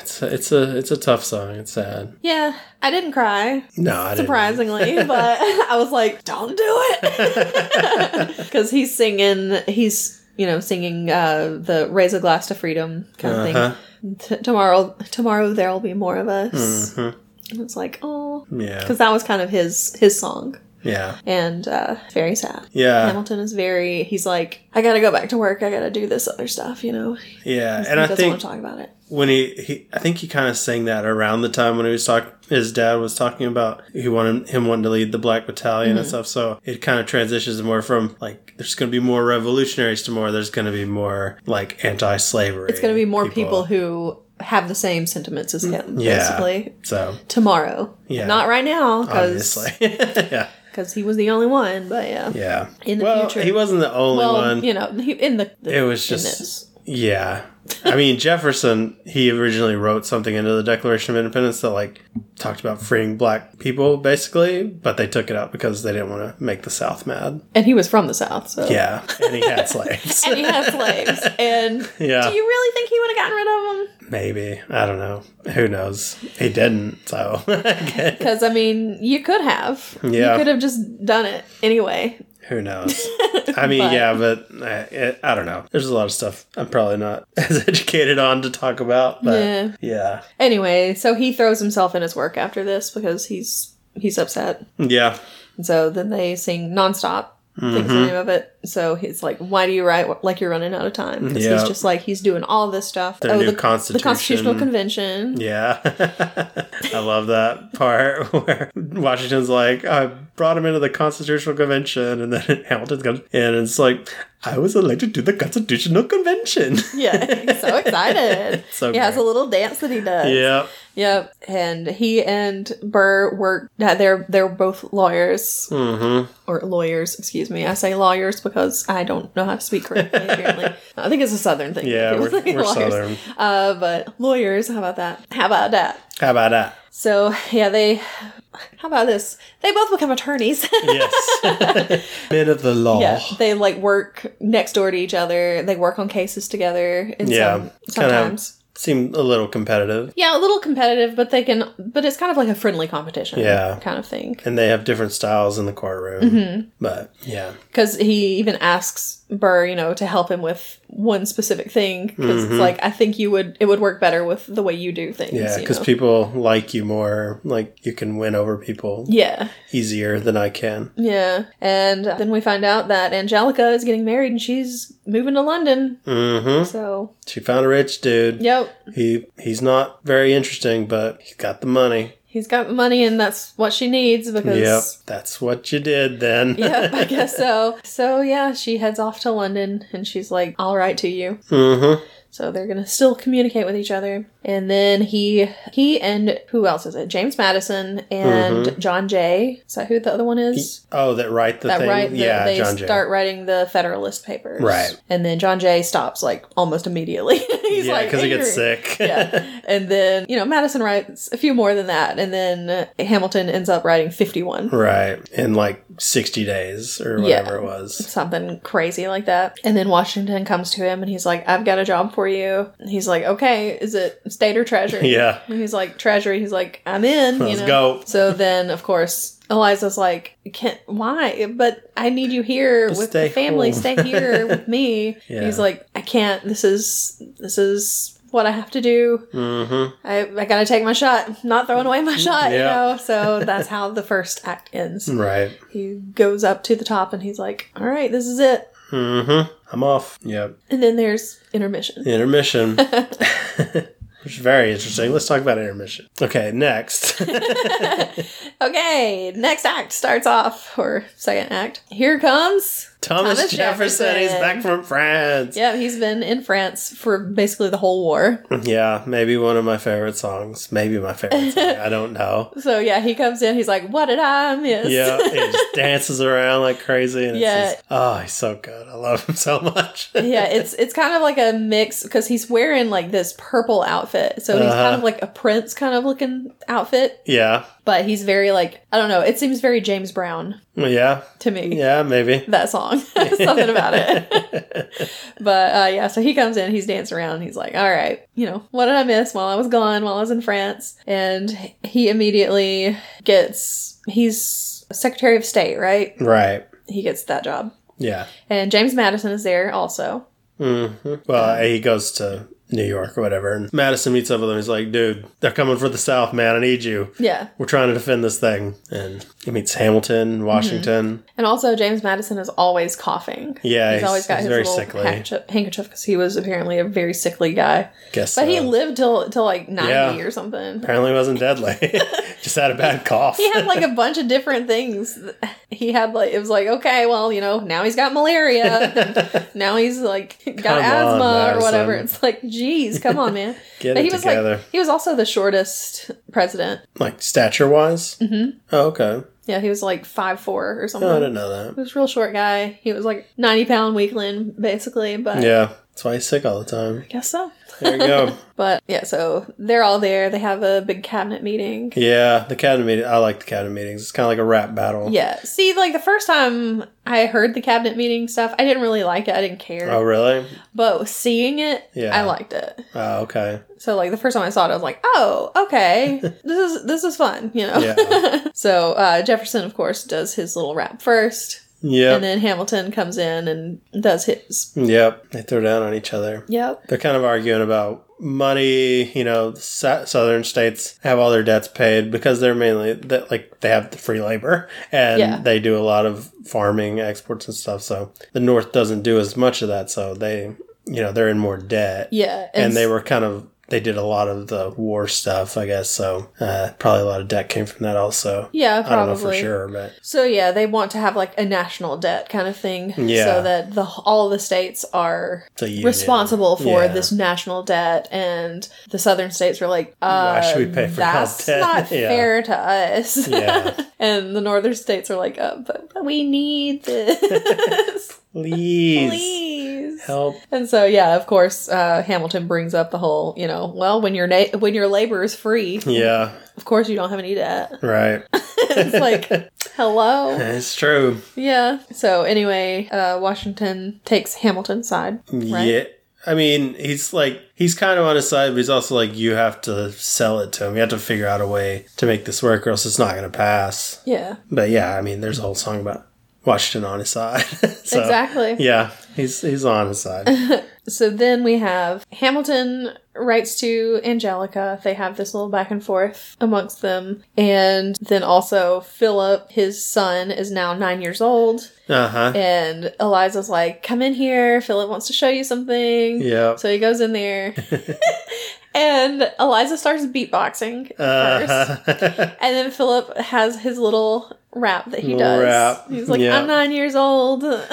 It's a, it's a it's a tough song. It's sad. yeah, I didn't cry, No, I didn't. surprisingly, but I was like, don't do it. Because he's singing, he's you know, singing uh, the "Raise a Glass to Freedom" kind Uh-huh. of thing. T- tomorrow, tomorrow there will be more of us. Mm-hmm. And it's like, oh, Yeah. because that was kind of his his song, Yeah. and uh, very sad. Yeah. Hamilton is very. He's like, I gotta go back to work. I gotta do this other stuff. You know, Yeah. he And I doesn't think want to talk about it. when he, he I think he kind of sang that around the time when he was talking his dad was talking about he wanted him wanting to lead the black battalion Mm-hmm. and stuff so it kind of transitions more from like there's going to be more revolutionaries to more there's going to be more like anti-slavery It's gonna be more people, who have the same sentiments as him, Mm-hmm. Yeah. basically. so Tomorrow, Yeah. not right now, obviously because yeah he was the only one. But yeah, yeah In the well future. he wasn't the only well, one you know, he, in the, the It was in just- this. Yeah. I mean, Jefferson, he originally wrote something into the Declaration of Independence that, like, talked about freeing black people, basically, but they took it out because they didn't want to make the South mad. and he was from the south, so Yeah. And he had slaves. and he had slaves. And Yeah. do you really think he would have gotten rid of them? Maybe. I don't know. Who knows? He didn't, so. Because I mean, you could have. Yeah. you could have just done it anyway. Who knows? I mean, But- yeah, but uh, it, I don't know. There's a lot of stuff I'm probably not as educated on to talk about, but Yeah. yeah. Anyway, so he throws himself in his work after this because he's he's upset. Yeah. And so then they sing nonstop. I think is Mm-hmm. the name of it. So he's like, "Why do you write like you're running out of time?" 'Cause Yeah. he's just like he's doing all this stuff. Oh, Their new the, constitution. the Constitutional Convention. Yeah. I love that part where Washington's like, I brought him into the Constitutional Convention. And then Hamilton comes in and it's like, I was elected to the Constitutional Convention. Yeah, he's so excited. So he has great. a little dance that he does. yep. Yep. And he and Burr work. yeah, They're they're both lawyers Mm-hmm. or lawyers. Excuse me. I say lawyers because I don't know how to speak correctly. apparently, I think it's a southern thing. Yeah, People we're, say we're lawyers. Southern. Uh, but lawyers. How about that? How about that? How about that? So yeah, they. How about this? They both become attorneys. Yes. Bit of the law. yeah, they like work next door to each other. They work on cases together. And Yeah, some, kinda- sometimes. Seemed a little competitive. Yeah, a little competitive, but they can. But it's kind of like a friendly competition. Yeah. kind of thing. And they have different styles in the courtroom. Mm-hmm. But yeah. because he even asks Burr, you know, to help him with one specific thing because it's like I think you would it would work better with the way you do things. Mm-hmm. Yeah, you because know? people like you more. Like, you can win over people Yeah, easier than I can. yeah, and then we find out that Angelica is getting married and she's moving to London. Mm-hmm. So, She found a rich dude. yep, He he's not very interesting, but he's got the money. he's got the money and that's what she needs Yep, because. that's what you did then. Yep, I guess so. So yeah, she heads off to London and she's like, "I'll write to you." mm-hmm. So they're gonna still communicate with each other. And then he he and who else is it? James Madison and Mm-hmm. John Jay. Is that who the other one is? Oh, that write the that thing. right? yeah, they John Jay. start writing the Federalist Papers. Right. And then John Jay stops like almost immediately. He's yeah, like because he gets "You're-" sick. yeah. And then, you know, Madison writes a few more than that. And then uh, Hamilton ends up writing 51. right. In like sixty days or Yeah. whatever it was. something crazy like that. And then Washington comes to him and he's like, I've got a job for you. And he's like, Okay, is it state or treasury? Yeah. And he's like, Treasury. He's like, I'm in. you Let's know? go. So then, of course, Eliza's like, Can't, why? But I need you here But with stay the family. home." stay here with me. Yeah. He's like, I can't. This is, this is what I have to do. Mm-hmm. I, I gotta take my shot. Not throwing away my shot, Yeah. you know? So that's how the first act ends. Right. He goes up to the top and he's like, All right, this is it. Mm-hmm. I'm off. Yep. And then there's intermission. Intermission. Which is very interesting. Let's talk about intermission. Okay, next. Okay, next act starts off, or second act. Here comes. Thomas, Thomas Jefferson. He's Jefferson. back from France. Yeah, he's been in France for basically the whole war. Yeah, maybe one of my favorite songs. Maybe my favorite song. I don't know. So yeah, he comes in. He's like, "What did I miss?" Yeah, he just dances around like crazy. And Yeah. it's just, oh, he's so good. I love him so much. yeah. It's it's kind of like a mix because he's wearing like this purple outfit, so he's Uh-huh. kind of like a prince kind of looking outfit, yeah. but he's very like I don't know. It seems very James Brown Yeah. to me. Yeah, maybe. that song. Something about it. but uh, yeah, so he comes in, he's dancing around, he's like, all right, you know, what did I miss while I was gone, while I was in France? And he immediately gets, he's Secretary of State, right? Right. He gets that job. Yeah. Mm-hmm. And James Madison is there also. Well, he goes to New York or whatever, and Madison meets up with him. He's like, dude, they're coming for the South, man. I need you. Yeah. We're trying to defend this thing. And he meets Mm-hmm. Hamilton, Washington. And also, James Madison is always coughing. Yeah, he's, he's- always got he's his very little sickly. handkerchief- handkerchief because he was apparently a very sickly guy. Guess But he uh, lived till till like ninety Yeah. or something. apparently wasn't deadly. Just had a bad cough. He had like a bunch of different things. He had like it was like okay, well you know now he's got malaria, now he's like got Come on, asthma or Madison. whatever. It's like geez, come on, man. Get but it he was together. like he was also the shortest president. Like stature wise? Mm-hmm. Oh, okay. Yeah, he was like five four or something. Oh, I didn't know that. He was a real short guy. He was like ninety pound weakling basically, but Yeah. That's why he's sick all the time. I guess so. There you go. But yeah, so they're all there. They have a big cabinet meeting. yeah, the cabinet meeting. I like the cabinet meetings. It's kind of like a rap battle. Yeah. See, like the first time I heard the cabinet meeting stuff, I didn't really like it. I didn't care. Oh, really? But seeing it, Yeah. I liked it. Oh, okay. So like the first time I saw it, I was like, "Oh, okay. this is this is fun," you know. Yeah. so, uh Jefferson of course does his little rap first, and Yep. then Hamilton comes in and does his. Yep. They throw down on each other. Yep. They're kind of arguing about money. You know, sou- southern states have all their debts paid because they're mainly that like they have the free labor and Yeah. they do a lot of farming exports and stuff. So the north doesn't do as much of that. So they, you know, they're in more debt. Yeah. and they s- were kind of they did a lot of the war stuff, I guess. So uh, probably a lot of debt came from that also. Yeah, I don't know probably. for sure, but So yeah, they want to have like a national debt kind of thing, Yeah. so that the all the states are it's a union. responsible for Yeah. this national debt, and the southern states were like, Why uh, should we pay for that that's debt? not Yeah. fair to us." Yeah. and the northern states are like, uh, but, but we need this, Please, please." help. And so, yeah, of course, uh, Hamilton brings up the whole, you know, well, when your na- when your labor is free, Yeah, of course you don't have any debt. right. it's like, hello, it's true. yeah. So anyway, uh, Washington takes Hamilton's side, right? Yeah. I mean, he's like he's kind of on his side, but he's also like you have to sell it to him. You have to figure out a way to make this work, or else it's not going to pass. Yeah, But yeah, I mean, there's a whole song about Washington on his side. So, exactly. Yeah, he's he's on his side. So then we have Hamilton writes to Angelica. They have this little back and forth amongst them. And then also Philip, his son, is now nine years old. Uh huh. And Eliza's like, come in here. Philip wants to show you something. Yeah. So he goes in there. and Eliza starts beatboxing first. Uh-huh. And then Philip has his little rap that he Little does. rap. He's like, Yeah. I'm nine years old.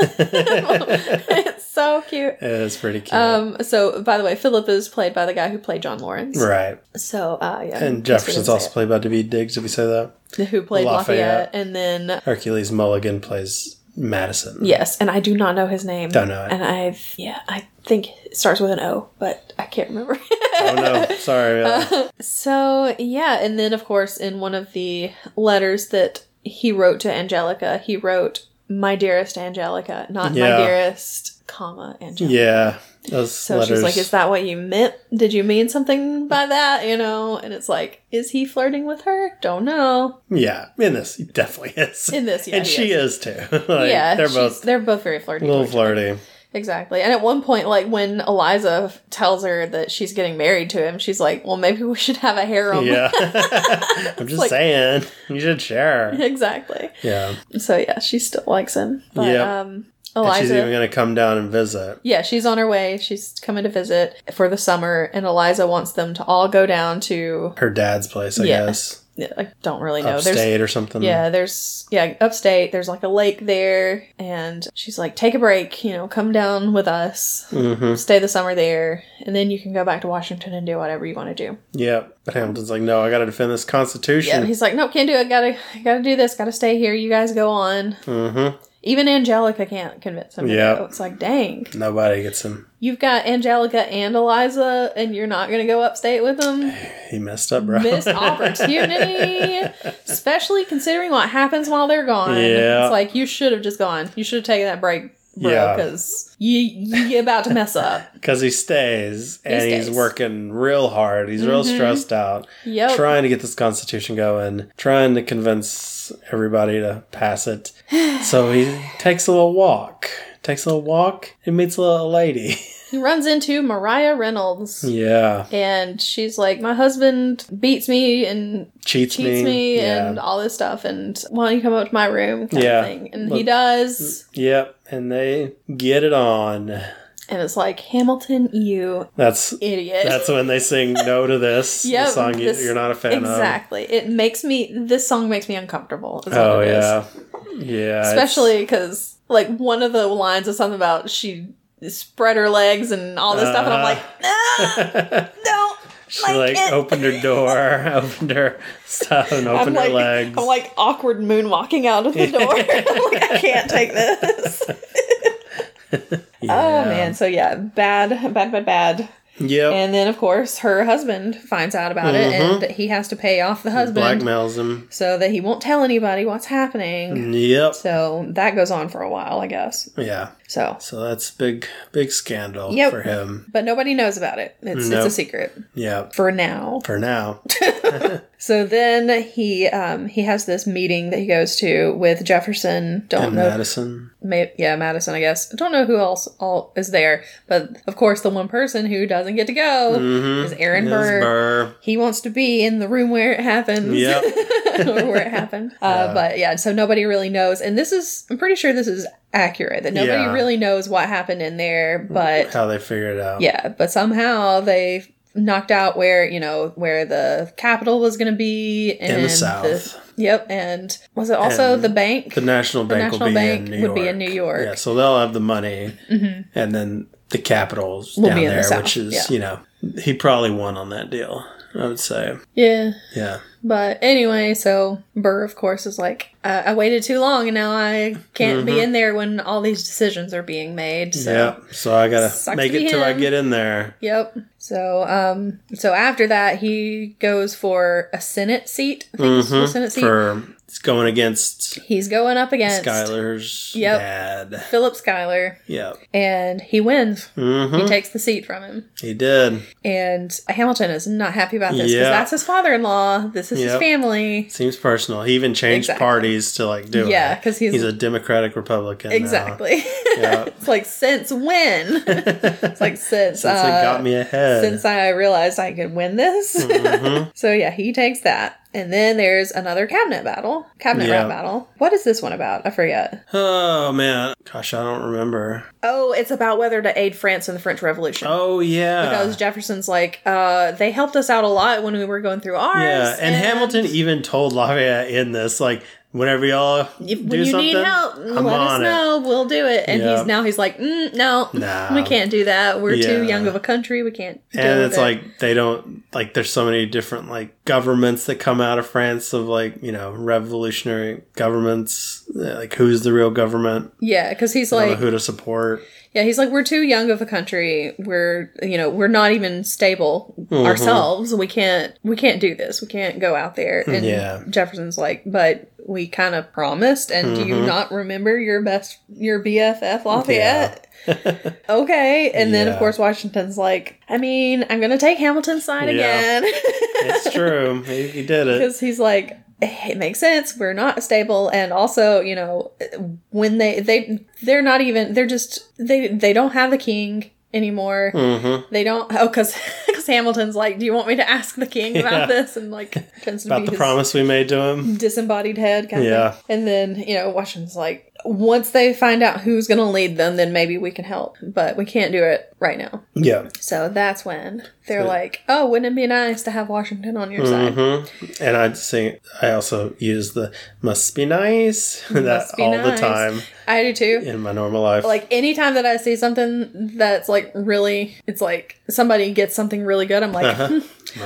it's so cute. it's pretty cute. Um, so by the way, Philip is played by the guy who played John Lawrence. right. So uh yeah. And that's what Jefferson's I'm also played by David Diggs, if you say that. saying. who played Lafayette. Lafayette. and then Hercules Mulligan plays Madison. yes, and I do not know his name. Don't know it. And I yeah, I think it starts with an O, but I can't remember. Oh no, sorry. Uh, Um, so yeah, and then of course in one of the letters that he wrote to Angelica, he wrote my dearest Angelica, not my Yeah. dearest comma Angelica. yeah. Those So letters. she's like, "Is that what you meant? Did you mean something by that?" You know, and it's like, "Is he flirting with her? Don't know." yeah, in this, he definitely is. In this, yeah, and he she is, is. too. like, yeah, They're she's- both they're both very flirty. a little towards each other. flirty. Exactly. And at one point, like when Eliza f- tells her that she's getting married to him, she's like, "Well, maybe we should have a harem." Yeah. I'm just like- saying. You should share. exactly. Yeah. So yeah, she still likes him, but Yep. um, And she's Eliza. even going to come down and visit. yeah, she's on her way. She's coming to visit for the summer, and Eliza wants them to all go down to. Her dad's place, I Yeah. guess. yeah, I don't really know. There's Upstate or something. Yeah, there's yeah, upstate, there's like a lake there and she's like, Take a break, you know, come down with us, Mm-hmm. stay the summer there, and then you can go back to Washington and do whatever you want to do. Yeah, but Hamilton's like, no, I got to defend this Yeah. Constitution. He's like, Nope, can't do it, gotta gotta do this, gotta stay here, you guys go on. Mm-hmm. Even Angelica can't convince him to Yeah. go. It's like, dang. Nobody gets him. You've got Angelica and Eliza and you're not gonna go upstate with them? He messed up, bro. missed opportunity, especially considering what happens while they're gone. Yeah. It's like you should have just gone. You should have taken that break, bro, Yeah. because you you about to mess up. Because he stays and stays. Oh. he's working real hard. He's real Mhm. stressed out, Yep. trying to get this Constitution going, trying to convince everybody to pass it. so he takes a little walk, takes a little walk and meets a little lady. He runs into Mariah Reynolds. yeah. And she's like, My husband beats me and Cheats, me. cheats me yeah. and all this stuff, and why don't you come up to my room? Kind Yeah. of thing. And he Look- does. Yep. And they get it on. And it's like, Hamilton, you That's idiot. that's when they sing no to this. the Yep, song you, this- you're not a fan of. exactly. It makes me, this song makes me uncomfortable. is Oh what it is. yeah. Yeah. it's- Especially because, like, one of the lines is something about she spread her legs and all this stuff, and I'm like, no, Uh-huh. no. She like, it. opened her door, opened her stuff, and I'm opened like, her legs. I'm like awkward moonwalking out of the door. I'm like, I can't take this. Oh Yeah. man, so yeah, bad, bad, bad, bad. Yep. And then of course her husband finds out about Mm-hmm. it, and he has to pay off the husband Blackmails him. so that he won't tell anybody what's happening. Yep. So that goes on for a while, I guess. Yeah. So, So that's big, big scandal Yep. for him. but nobody knows about it. It's Nope. it's a secret Yeah. for now. For now. So then he um he has this meeting that he goes to with Jefferson. Don't And know Madison. Ma yeah, Madison, I guess. I don't know who else all is there, but of course, the one person who doesn't get to go Mm. is Oh, Aaron Yes, Burr. Mm-hmm. Burr. He wants to be in the room where it happens. Yep. or where it happened. Uh, But yeah, so nobody really knows. And this is, I'm pretty sure this is accurate that nobody Yeah. really knows what happened in there, but How they figure it out. yeah, but somehow they knocked out where you know where the capital was going to be and South. yep, and was it also And the bank? The National Bank National will be Bank in New would York. be in New York. Yeah. So they'll have the money, Mhm. and then the Capitals Will down be in the there, South, which is yeah. you know he probably won on that deal. I would say. Yeah, Yeah. But anyway, so Burr, of course, is like, I, I waited too long and now I can't be in there when all these decisions are being made. So. Mm-hmm. yeah. So I gotta Sucks make to be it till I him. get in there. Yep. So, um, so after that, he goes for a Senate seat. I think it's a Mhm. Senate seat. For it's going against He's going up against Skylar's Yep. dad. Philip Schuyler, Yeah. and he wins. hmm He takes the seat from him. He did. And Hamilton is not happy about this because Yeah. that's his father-in-law. This is his Yep. family. Seems personal. He even changed Exactly. parties to like do Yeah, it. because he's, He's a Democratic Republican. now. exactly. Yeah. it's like since when? It's like since, Since uh, it got me ahead. since I realized I could win this. Mhm. so yeah, he takes that. And then there's another cabinet battle. Cabinet Yeah. rap battle. What is this one about? I forget. Oh man, gosh, I don't remember. Oh, it's about whether to aid France in the French Revolution. Oh yeah, Because Jefferson's like, uh, they helped us out a lot when we were going through ours. yeah. And, Hamilton even told Lafayette in this, like, whenever y'all If, do when you something, need help, I'm let us on it. know. We'll do it. And Yeah. he's now he's like, mm, no, Nah. we can't do that. We're Yeah. too young of a country. We can't. deal and with it's it." like they don't like. There's so many different like governments that come out of France of like you know revolutionary governments. uh, Like who's the real government? yeah, because he's I don't know like, who to support. Yeah, he's like, we're too young of a country. We're, you know, we're not even stable Mm-hmm. ourselves. We can't, we can't do this. We can't go out there. And Yeah. Jefferson's like, but we kind of promised. And do Mm-hmm. you not remember your best, your BFF Lafayette? okay. And then, of Yeah. course, Washington's like, I mean, I'm going to take Hamilton's side Yeah. again. It's true. he, he did it. because he's like it makes sense we're not stable and also you know when they they they're not even they're just they they don't have the king anymore hmm they don't oh because hamilton's like do you want me to ask the king Yeah. about this and like tends to About be the his promise we made to him. disembodied head kind Yeah. of thing. and then you know washington's like once they find out who's gonna lead them then maybe we can help but we can't do it right now Yeah. so that's when they're So- like oh wouldn't it be nice to have washington on your side hmm And I sing. I also use the "must be nice" that Must be all the nice. time i do too in my normal life. like anytime that I see something that's like really, it's like somebody gets something really good. I'm like, Uh-huh.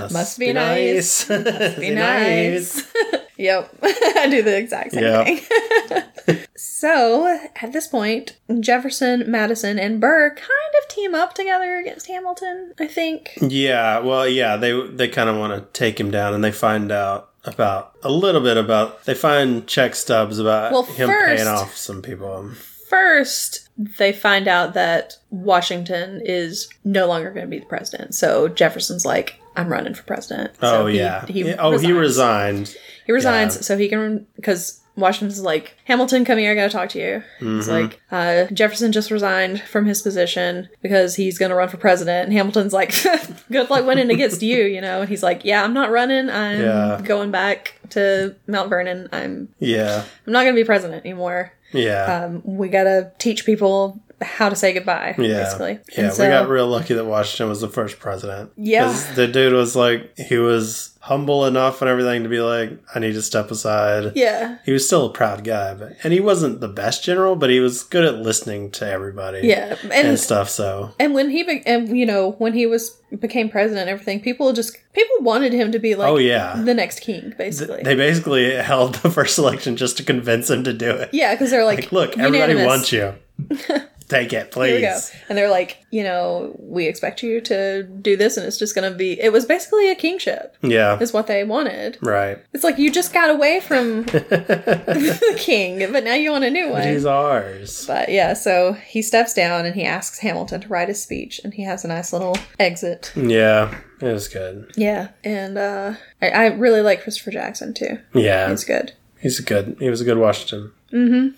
Must be nice. Must be nice. yep, I do the exact same Yeah. thing. so at this point, Jefferson, Madison, and Burr kind of team up together against Hamilton. I think. Yeah. Well, yeah. They they kind of want to take him down, and they find out about a little bit about. They find check stubs about Well, him first- paying off some people. First, they find out that Washington is no longer going to be the president. So Jefferson's like, I'm running for president. So oh he- yeah. He Yeah, oh, he resigns. resigned. He resigns so he can because Washington's like, Hamilton, come here. I got to talk to you. Mm-hmm. It's like, uh, Jefferson just resigned from his position because he's going to run for president. And Hamilton's like, good luck winning against you, you know? And he's like, yeah, I'm not running. I'm Yeah. going back to Mount Vernon. I'm, Yeah. I'm not going to be president anymore. Yeah. Um, we got to teach people how to say goodbye, yeah. basically. Yeah. And so- we got real lucky that Washington was the first president. Yeah. 'Cause The dude was like, he was humble enough and everything to be like, I need to step aside. yeah. He was still a proud guy, but, and he wasn't the best general, but he was good at listening to everybody. Yeah. And And stuff. So And when he be- and you know when he was became president, and everything people just people wanted him to be like Oh, yeah. the next king basically. they basically held the first election just to convince him to do it. yeah, because they're like, Like, look, everybody unanimous. wants you. Take it, Here we go. please. And they're like, you know, we expect you to do this, and it's just going to be. It was basically a kingship, Yeah. is what they wanted. Right. It's like you just got away from the king, but now you want a new one. These ours. But yeah, so he steps down and he asks Hamilton to write his speech, and he has a nice little exit. Yeah. It was good. Yeah, and uh, I, I really like Christopher Jackson too. Yeah. He's good. He's a good. He was a good Washington.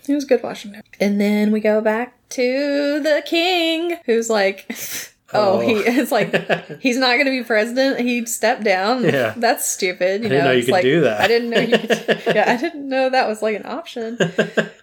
He was good Washington. And then we go back to the king, who's like, oh, Oh. he it's like he's not going to be president. He stepped down. Yeah. that's stupid. You I didn't know you it's could like, do that. I didn't know you. Could, yeah, I didn't know that was like an option.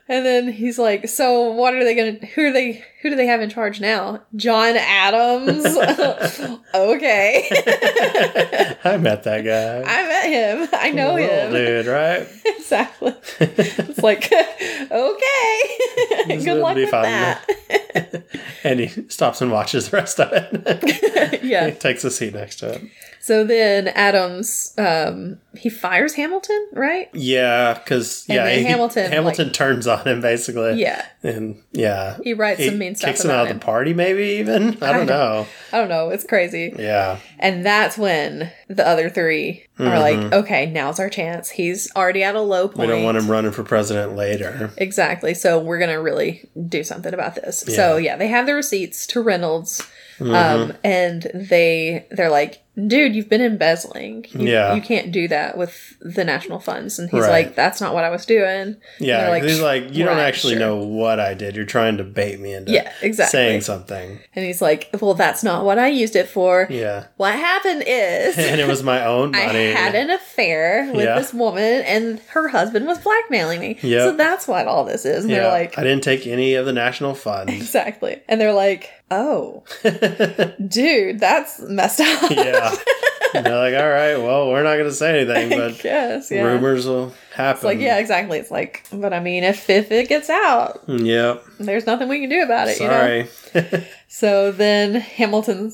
and then he's like, so what are they going to? Who are they? Who do they have in charge now? John Adams. okay, I met that guy. I met him. I know Little him dude, right? exactly. It's like, okay, good would luck be with fun. that. And he stops and watches the rest of it. he yeah. takes a seat next to it. So then Adams, um, he fires Hamilton, right? Yeah, because And yeah, then he- Hamilton, like- Hamilton turns on him basically. Yeah. and yeah, He writes He some mean stuff kicks him about out him. of the party. Maybe even I don't know. I don't know. It's crazy. Yeah, And that's when the other 3 are like, okay, now's our chance. He's already at a low point. Mm-hmm. we don't want him running for president later. Exactly. So we're going to really do something about this. So yeah, they have the receipts to Reynolds. Mm-hmm. Um, and they, they're like, dude, you've been embezzling. You, Yeah. You can't do that with the national funds. And he's Right. like, that's not what I was doing. Yeah, They're 'cause he's like, you don't "Right, actually sure." know what I did. You're trying to bait me into Yeah, exactly. saying something. And he's like, well, that's not what I used it for. Yeah, What happened is and it was my own I money. had an affair with Yeah. this woman and her husband was blackmailing me. Yep. So that's what all this is. And yeah, they're like, I didn't take any of the national fund. Exactly. And they're like, oh, dude, that's messed up. yeah, and they're like, all right, well, we're not going to say anything, I but guess, yeah. rumors will happen. It's like, yeah, exactly. It's like, but I mean, if, if it gets out, Mm, Yep. there's nothing we can do about it, you know? Sorry. So then Hamilton,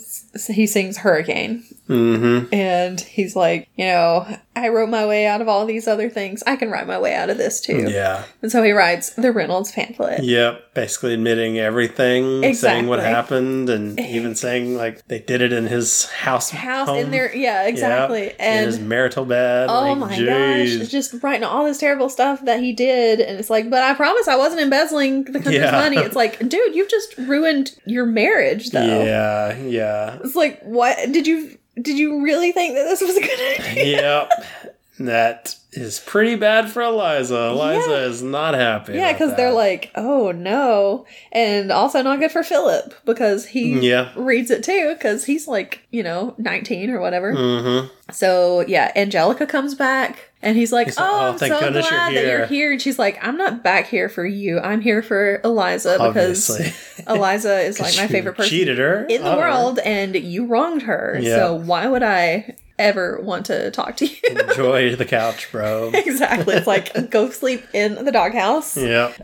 he sings Hurricane. Mm-hmm. And he's like, you know, I wrote my way out of all these other things. I can write my way out of this too. Yeah. And so he writes the Reynolds pamphlet. Yep. Basically admitting everything, saying what Exactly. happened, and even saying like they did it in his house. House home. in there. Yeah, Yep. exactly. And in his marital bed. Oh like, my jeez. gosh, just writing all this terrible stuff that he did. And it's like, but I promise I wasn't embezzling the country's Yeah. money. It's like, dude, you've just ruined your marriage though. Yeah. Yeah. It's like, what did you did you really think that this was a good idea? yep. That is pretty bad for Eliza. Eliza Yeah. is not happy. Yeah, about because they're that. like, oh no. And also not good for Philip because he Yeah. reads it too, because he's like, you know, 19 or whatever. Mm-hmm. So yeah, Angelica comes back and he's like, He's like, "Oh, "Oh, I'm thank so goodness you're glad that here." you're here." And she's like, "I'm not back here for you. I'm here for Eliza because Obviously. Eliza is like my She favorite person Cheated her in the on her. world, and you wronged her. Yeah. So why would I ever want to talk to you?" Enjoy the couch, bro. exactly. It's like go sleep in the doghouse. yep.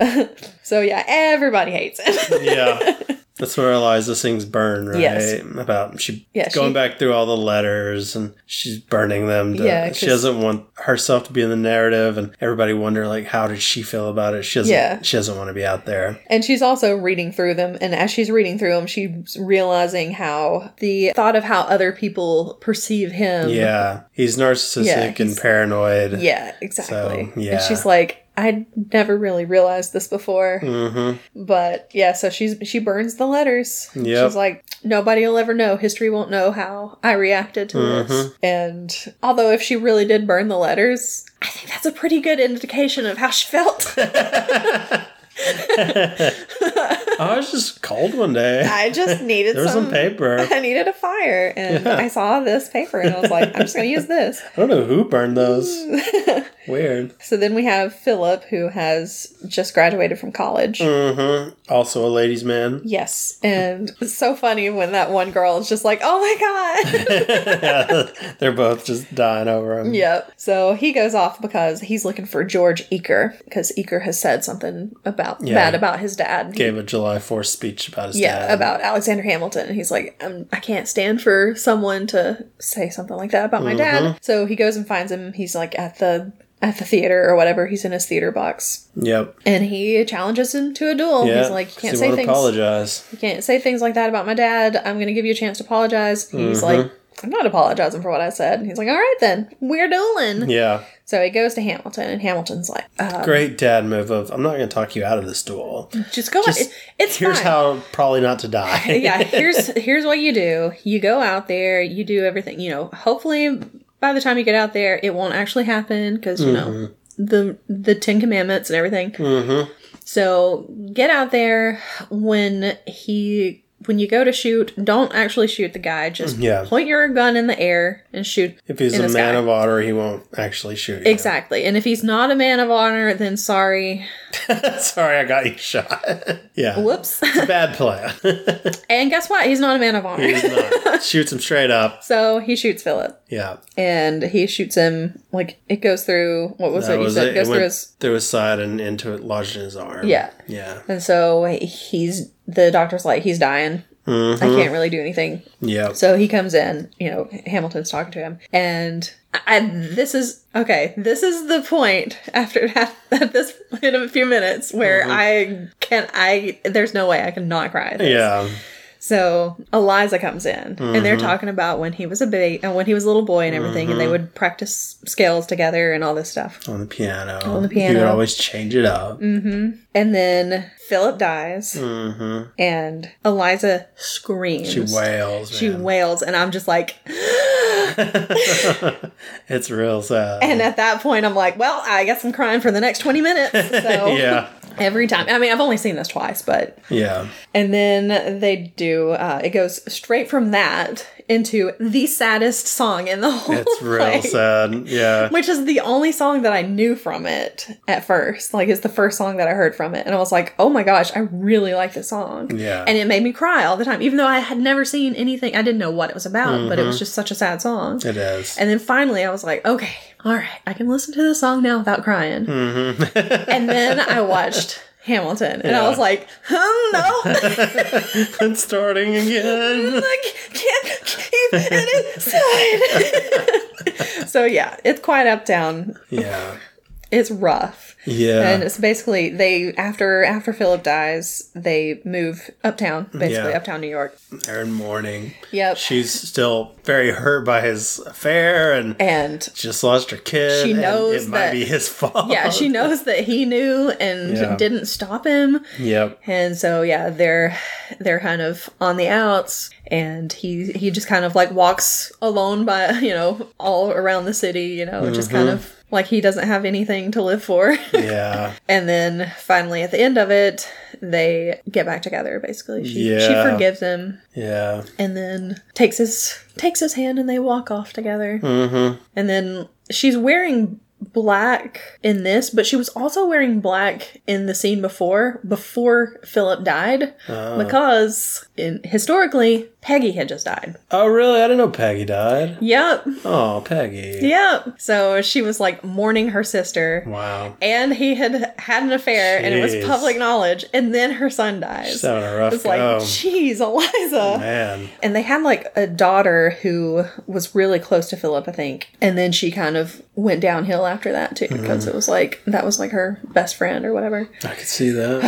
So yeah, everybody hates it. yeah. That's where Eliza sings Burn, right? Yes. About she Yeah, going she- back through all the letters and she's burning them. To, Yeah, 'cause- she doesn't want herself to be in the narrative and everybody wonder like how did she feel about it? She doesn't Yeah. she doesn't want to be out there. And she's also reading through them. And as she's reading through them, she's realizing how the thought of how other people perceive him Yeah. He's narcissistic Um, Yeah, and he's- paranoid. Yeah, exactly. yeah. And she's like, I never really realized this before, Hmm. Mm-hmm. but yeah. So she's she burns the letters. Yep. She's like, nobody will ever know. History won't know how I reacted to Mm-hmm. this. And although if she really did burn the letters, I think that's a pretty good indication of how she felt. I was just cold one day. I just needed there was some paper. I needed a fire, and Yeah. I saw this paper, and I was like, I'm just gonna use this. I don't know who burned those. Weird. So then we have Philip, who has just graduated from college. hmm Also a ladies' man. Yes, and it's so funny when that one girl is just like, "Oh my god." They're both just dying over him. Yep. So he goes off because he's looking for George Eaker because Eaker has said something about Yeah. bad about his dad. Gave a July 4th speech about his yeah, dad. about Alexander Hamilton. And he's like, um, I can't stand for someone to say something like that about my Mm-hmm. dad. So he goes and finds him. He's like at the at the theater or whatever. He's in his theater box, Yep. and he challenges him to a duel. Yeah. He's like, you 'cause can't he say won't things. apologize. You can't say things like that about my dad. I'm gonna give you a chance to apologize. He's like. Mm-hmm. I'm not apologizing for what I said. And he's like, all right, then, we're dueling. Yeah. So he goes to Hamilton, and Hamilton's like, uh, Great dad move of, I'm not going to talk you out of this duel. just go. Just- it- it's Here's fine. how probably not to die. yeah, here's here's what you do. You go out there, you do everything. You know, hopefully by the time you get out there, it won't actually happen because you know Mm-hmm. the the Ten Commandments and everything. Mhm. So get out there when he when you go to shoot. Don't actually shoot the guy. Just Mm, Yeah. point your gun in the air and shoot. If he's In a the man sky. of honor, he won't actually shoot you. Exactly. And if he's not a man of honor, then sorry. Sorry, I got you shot. yeah. Whoops. Bad plan. and guess what? He's not a man of honor. He's not. Shoots him straight up. so he shoots Philip. Yeah. and he shoots him like it goes through what was That it you was said it. goes It through went his through his side and into it, lodged in his arm. Yeah. Yeah. and so he's the doctor's like he's dying Mhm. i can't really do anything Yeah. so he comes in you know hamilton's talking to him and I, I- this is okay this is the point after that at this in a few minutes Mm-hmm. where i can i there's no way i can not cry at this. Yeah. So Eliza comes in, and Mm-hmm. they're talking about when he was a baby, and when he was a little boy, and everything, and they would practice scales together and all this stuff. On the piano. On the He would piano. always change it up. And then Philip dies, Mm-hmm. and Eliza screams. She wails. She man. wails, and I'm just like, It's real sad. and at that point, I'm like, well, I guess I'm crying for the next 20 minutes. So yeah. every time, I mean, I've only seen this twice, but. Yeah. And then they do, uh, it goes straight from that into the saddest song in the whole It's real play, sad. Yeah. Which is the only song that I knew from it at first. Like, it's the first song that I heard from it. And I was like, oh my gosh, I really like this song. Yeah. and it made me cry all the time even though i had never seen anything i didn't know what it was about but it was just such a sad song it is. and then finally i was like okay all right i can listen to this song now without crying and then i watched hamilton and i was like oh no it's starting again. i can't keep it inside so yeah it's quite up down Yeah. it's rough Yeah. and it's basically they after after philip dies they move uptown basically Yeah. uptown new york They're in mourning. yep She's still very hurt by his affair and and just lost her kid. She and knows it that- might be his fault. yeah, she knows that he knew and Yeah. didn't stop him. Yep. And so yeah, they're they're kind of on the outs and he he just kind of like walks alone by, you know, all around the city, you know, just kind Mm-hmm. of like he doesn't have anything to live for. Yeah. and then finally at the end of it, they get back together basically. She Yeah. she forgives him Yeah. and then takes his takes his hand and they walk off together. Mm-hmm. And then she's wearing black in this, but she was also wearing black in the scene before, before Philip died, Oh. because in, historically, Peggy had just died. Oh, really? I didn't know Peggy died. Yep. Oh, Peggy. Yep. So she was like mourning her sister. Wow. And he had had an affair, and it was Jeez. public knowledge. And then her son dies. She's having a rough it's like, go. jeez, Eliza. Man. And they had like a daughter who was really close to Philip, I think. And then she kind of went downhill after that too, because it was like that was like her best friend or whatever. I could see that.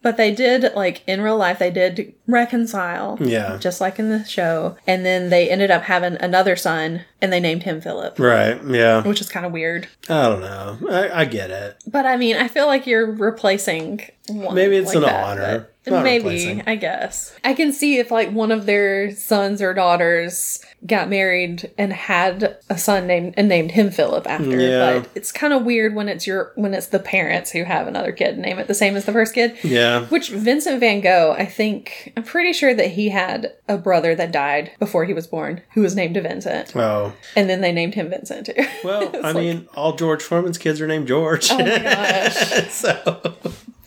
But they did, like, in real life, they did reconcile. Yeah. Just like in the show. And then they ended up having another son and they named him Philip, Right. Yeah. which is kind of weird. I don't know. I, I get it. But I mean, I feel like you're replacing one. Maybe it's like an that, honor. but Not Maybe, replacing. I guess. I can see if like one of their sons or daughters got married and had a son named and named him Philip after. Yeah. But it's kind of weird when it's your when it's the parents who have another kid and name it the same as the first kid. Yeah. Which Vincent van Gogh, I think, I'm pretty sure that he had a brother that died before he was born who was named Vincent. Oh. And then they named him Vincent too. Well, It's I like- mean, all George Foreman's kids are named George. Oh my gosh. so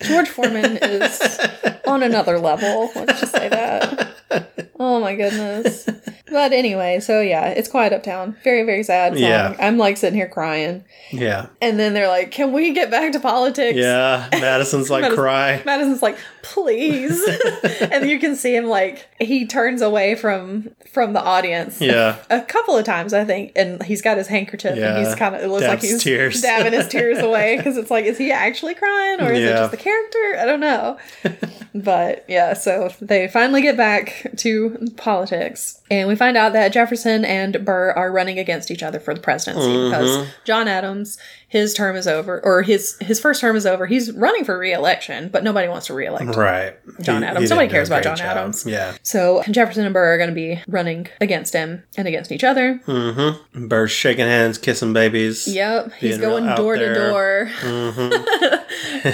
George Foreman is on another level. Let's just say that. Oh my goodness. But anyway, so yeah, it's quiet uptown. Very, very sad song. Yeah. I'm like sitting here crying. yeah. And then they're like, Can we get back to politics? Yeah. Madison's like Madison- cry. Madison's like, please. and you can see him like he turns away from from the audience. Yeah. A couple of times, I think, and he's got his handkerchief, Yeah. and he's kind of it looks like Dabs he's tears. dabbing his tears away because it's like, is he actually crying or is it Yeah. just the character? I don't know. but yeah, so they finally get back to politics, and we find out that Jefferson and Burr are running against each other for the presidency Mm-hmm. because John Adams, his term is over, or his his first term is over. He's running for reelection, but nobody wants to Mm-hmm. reelect. him. Right. John Adams. didn't Nobody do cares a about great John Adams. Yeah. So Jefferson and Burr are going to be running against him and against each other. Burr's shaking hands, kissing babies. Yep, he's Being going out door to there. Mm-hmm. door,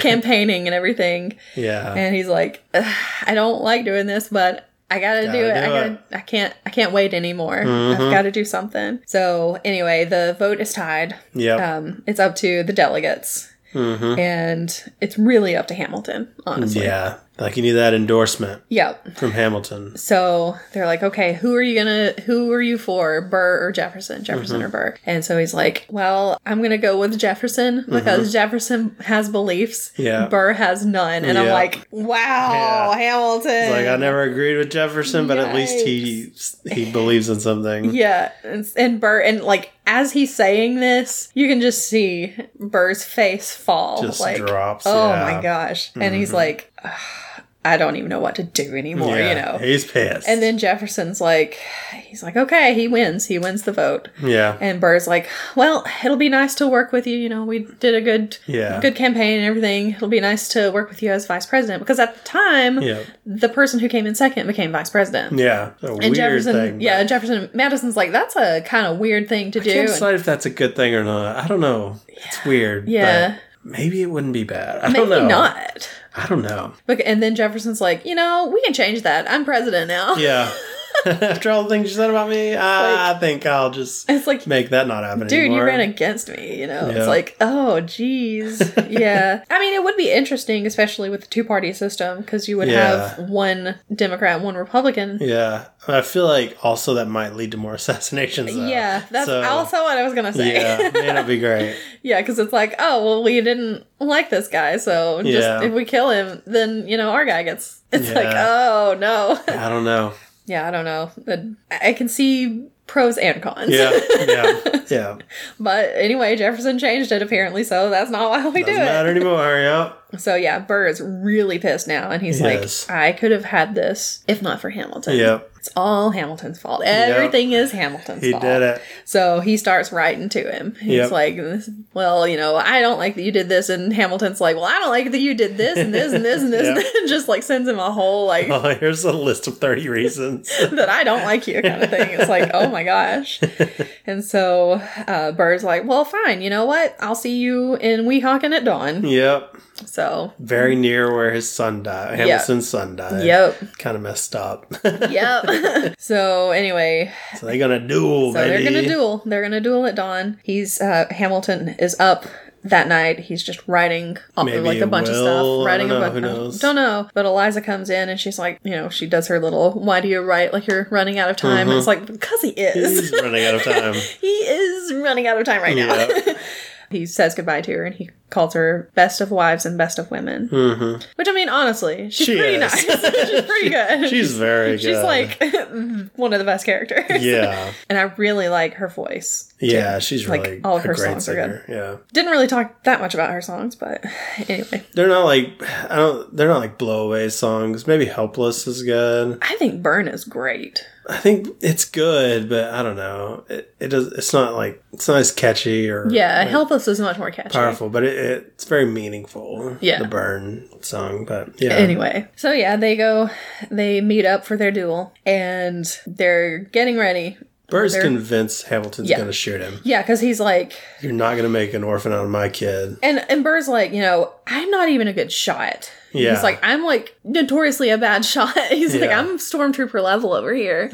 campaigning and everything. Yeah. And he's like, "Ugh, I don't like doing this, but I gotta, do Gotta it. I do gotta, it." Mm-hmm. I can't, I can't wait anymore. I've got to do something. So anyway, the vote is tied. yep. Um, it's up to the delegates, Mm-hmm. and it's really up to Hamilton, honestly. yeah. Like you need that endorsement Yep. from Hamilton. So they're like, okay, who are you gonna, who are you for, Burr or Jefferson, Jefferson Mm-hmm. or Burr? And so he's like, well, I'm gonna go with Jefferson because Jefferson has beliefs, Mm-hmm. Yeah. Burr has none, and I'm Yeah. like, wow, Yeah. Hamilton. It's like I never agreed with Jefferson, but at least he he believes in something. yeah, and, and Burr, and like as he's saying this, you can just see Burr's face fall, Just like drops, Oh yeah. Mm-hmm. my gosh! And he's like, "Ugh, I don't even know what to do anymore, Yeah. you know. He's pissed. And then Jefferson's like, he's like, okay, he wins. He wins the vote. yeah. And Burr's like, well, it'll be nice to work with you. You know, we did a good, Yeah. good campaign and everything. It'll be nice to work with you as vice president because at the time, yeah. the person who came in second became vice president. Yeah. A And weird Jefferson, thing. but- yeah, and Jefferson Madison's like, that's a kind of weird thing to do. I can't And- decide if that's a good thing or not. I don't know. It's weird. Yeah. but Maybe it wouldn't be bad. I Maybe don't know. not. I don't know. Bec- And then Jefferson's like, you know, we can change that. I'm president now. Yeah. After all the things you said about me, I, I think I'll just It's like, make that not happen dude anymore. you ran against me you know Yeah. it's like oh geez yeah i mean it would be interesting especially with the two-party system because you would Yeah. have one democrat and one republican yeah, yeah. I feel like also that might lead to more assassinations. though. that's So, also what i was gonna say Yeah, may not be great. yeah because it's like oh well we didn't like this guy so just Yeah. if we kill him then you know our guy gets it's like Yeah. oh no I don't know. yeah i don't know But i I can see pros and cons Yeah, yeah, yeah. but anyway jefferson changed it apparently so that's not why we do Doesn't it matter anymore. Yeah, So yeah, Burr is really pissed now, and he's Yes. like, "I could have had this if not for Hamilton. yeah. It's all Hamilton's fault. Everything is Hamilton's He fault." did it. So he starts writing to him. He's Yep. like, "Well, you know, I don't like that you did this," and Hamilton's like, "Well, I don't like that you did this and this and this and this," Yep. and just like sends him a whole like Oh, here's a list of thirty reasons. that I don't like you kind of thing. It's like, oh my gosh. And so uh, Burr's like, "Well, fine. You know what? I'll see you in Weehawken at dawn." yep. So. Very near where his son died. Hamilton's son died. Mm. Yep. Kind of messed up. Yep. so anyway, so they're gonna duel. So they're baby. gonna duel. They're gonna duel at dawn. He's uh Hamilton is up that night. He's just writing off Maybe of like a bunch he of will. stuff. I Writing don't know. a bunch Who knows? Don't know. But Eliza comes in and she's like, you know, she does her little why do you write like you're running out of time? And it's like, because he is. Uh-huh. He's running out of time. he is running out of time right now. Yeah. he says goodbye to her and he calls her best of wives and best of women. Mm-hmm. Which I mean, honestly, she's She pretty is. nice. she's pretty good. She's very She's good. like one of the best characters. yeah, And I really like her voice. too. yeah. She's Like, really all of a her great songs are singer. good. Yeah, Didn't really talk that much about her songs, but anyway. they're not like I don't. They're not like blowaway songs. Maybe "Helpless" is good. I think Burn is great. I think it's good, but I don't know. It, it does. It's not like it's not as catchy or Yeah, like, Helpless is much more catchy. powerful, but it, it's very meaningful. Yeah. the burn song, but yeah, Anyway, so yeah, they go, they meet up for their duel, and they're getting ready. Bird's they're- convinced Hamilton's Yeah. gonna shoot him. Yeah, because he's like, You're not gonna make an orphan out of my kid. and and Burr's like, you know, I'm not even a good shot. Yeah. He's like, I'm like notoriously a bad shot. He's like, Yeah. I'm stormtrooper level over here,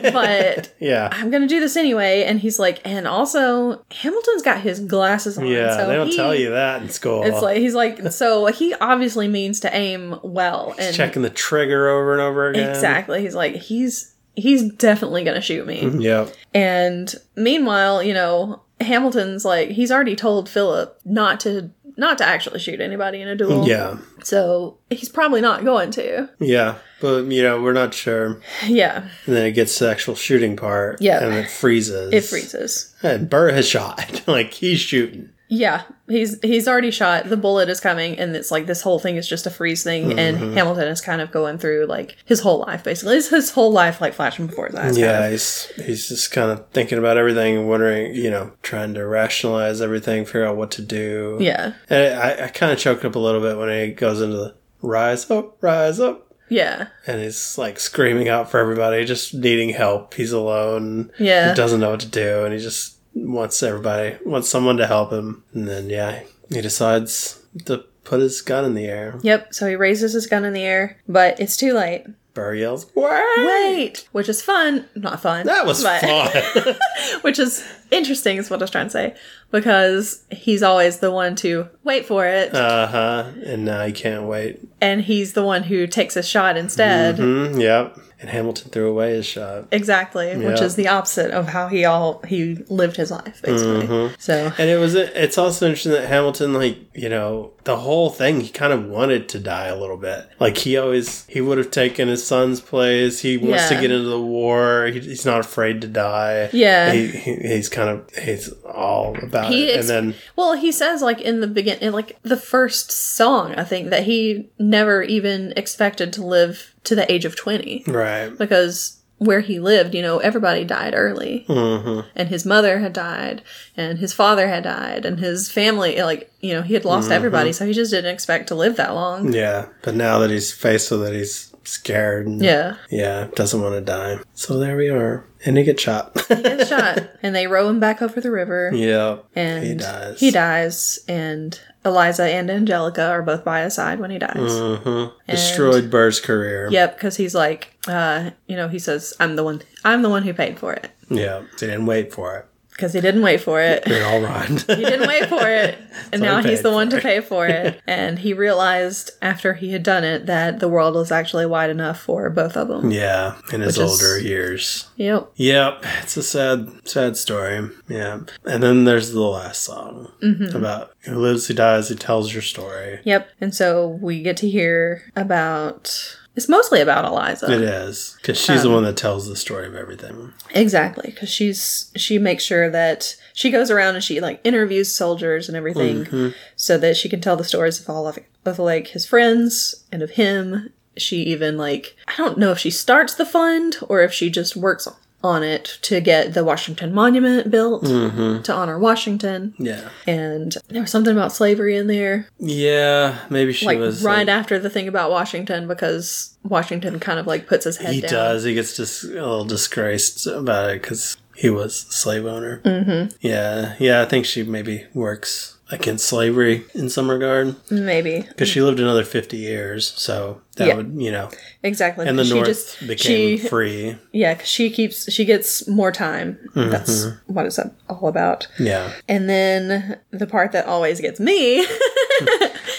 but yeah, I'm gonna do this anyway. And he's like, and also Hamilton's got his glasses on. yeah. so they don't he- tell you that in school. It's like he's like, so he obviously means to aim well and checking the trigger over and over again. exactly. He's like, he's he's definitely gonna shoot me. Yep. And meanwhile, you know, Hamilton's like he's already told Philip not to not to actually shoot anybody in a duel. Yeah. So he's probably not going to. Yeah. But you know, we're not sure. Yeah. And then it gets to the actual shooting part. Yeah. And it freezes. It freezes. And Burr has shot. like he's shooting. Yeah. He's he's already shot. The bullet is coming and it's like this whole thing is just a freeze thing and Mm-hmm. Hamilton is kind of going through like his whole life basically. It's his whole life like flashing before his eyes. kind yeah, of. he's he's just kind of thinking about everything and wondering, you know, trying to rationalize everything, figure out what to do. Yeah. And I, I kind of choked up a little bit when he goes into the rise up, rise up. Yeah. And he's like screaming out for everybody, just needing help. He's alone. Yeah. He doesn't know what to do. And he just wants everybody, wants someone to help him. And then, yeah, he decides to put his gun in the air. Yep, so he raises his gun in the air, but it's too late. Burr yells, Wait! Wait! Which is fun. Not fun. That was but- fun. which is interesting is what i was trying to say because he's always the one to wait for it uh huh. And now he can't wait. and he's the one who takes a shot instead Mm, yep. And Hamilton threw away his shot. exactly which Yeah. is the opposite of how he all he lived his life basically Mm-hmm. so And it was it's also interesting that Hamilton like, you know, the whole thing he kind of wanted to die a little bit. Like he always he would have taken his son's place. He wants Yeah. to get into the war. He, he's not afraid to die. Yeah. He, he he's kind of he's all about he it. ex- and then well he says like in the beginning like the first song i think that he never even expected to live to the age of 20 right. because where he lived, you know, everybody died early. Mhm. And his mother had died, and his father had died, and his family, like, you know, he had Mm-hmm. lost everybody, so he just didn't expect to live that long. Yeah. But now that he's faced with it, he's scared and Yeah. yeah, doesn't want to die. So there we are. And he gets shot. Gets shot. And they row him back over the river. yeah. And he dies. He dies. And Eliza and Angelica are both by his side when he dies. Mhm. Destroyed Burr's career. Yep, because he's like, uh, you know, he says, "I'm the one. I'm the one who paid for it." Yeah. He didn't wait for it. Because he didn't wait for it. They're all rhymed. He didn't wait for it, and all now he he's paid the one for. to pay for it. And he realized after he had done it that the world was actually wide enough for both of Hmm. them. Yeah, in his Which is- older years. Yep. Yep, it's a sad, sad story. Yeah, and then there's the last song Mm-hmm. about who lives, who dies, who tells your story. Yep. And so we get to hear about. It's mostly about Eliza. It is because she's Um, the one that tells the story of everything. Exactly, because she's she makes sure that she goes around and she like interviews soldiers and everything, Mm-hmm. so that she can tell the stories of all of of like his friends and of him. She even like I don't know if she starts the fund or if she just works on it to get the Washington Monument built Mm-hmm. to honor Washington. Yeah, And there was something about slavery in there, yeah. Maybe she like was right like- after the thing about Washington, because Washington kind of like puts his head he down. does. He gets just a little disgraced about it because he was a slave owner. Mm-hmm. Yeah, yeah. I think she maybe works against slavery in some regard Maybe because she lived another fifty years. So that Yeah. would you know exactly. and the she North just- became she- free. Yeah, 'cause she keeps she gets more time. That's Mm-hmm. what it's all about. Yeah. And then the part that always gets me.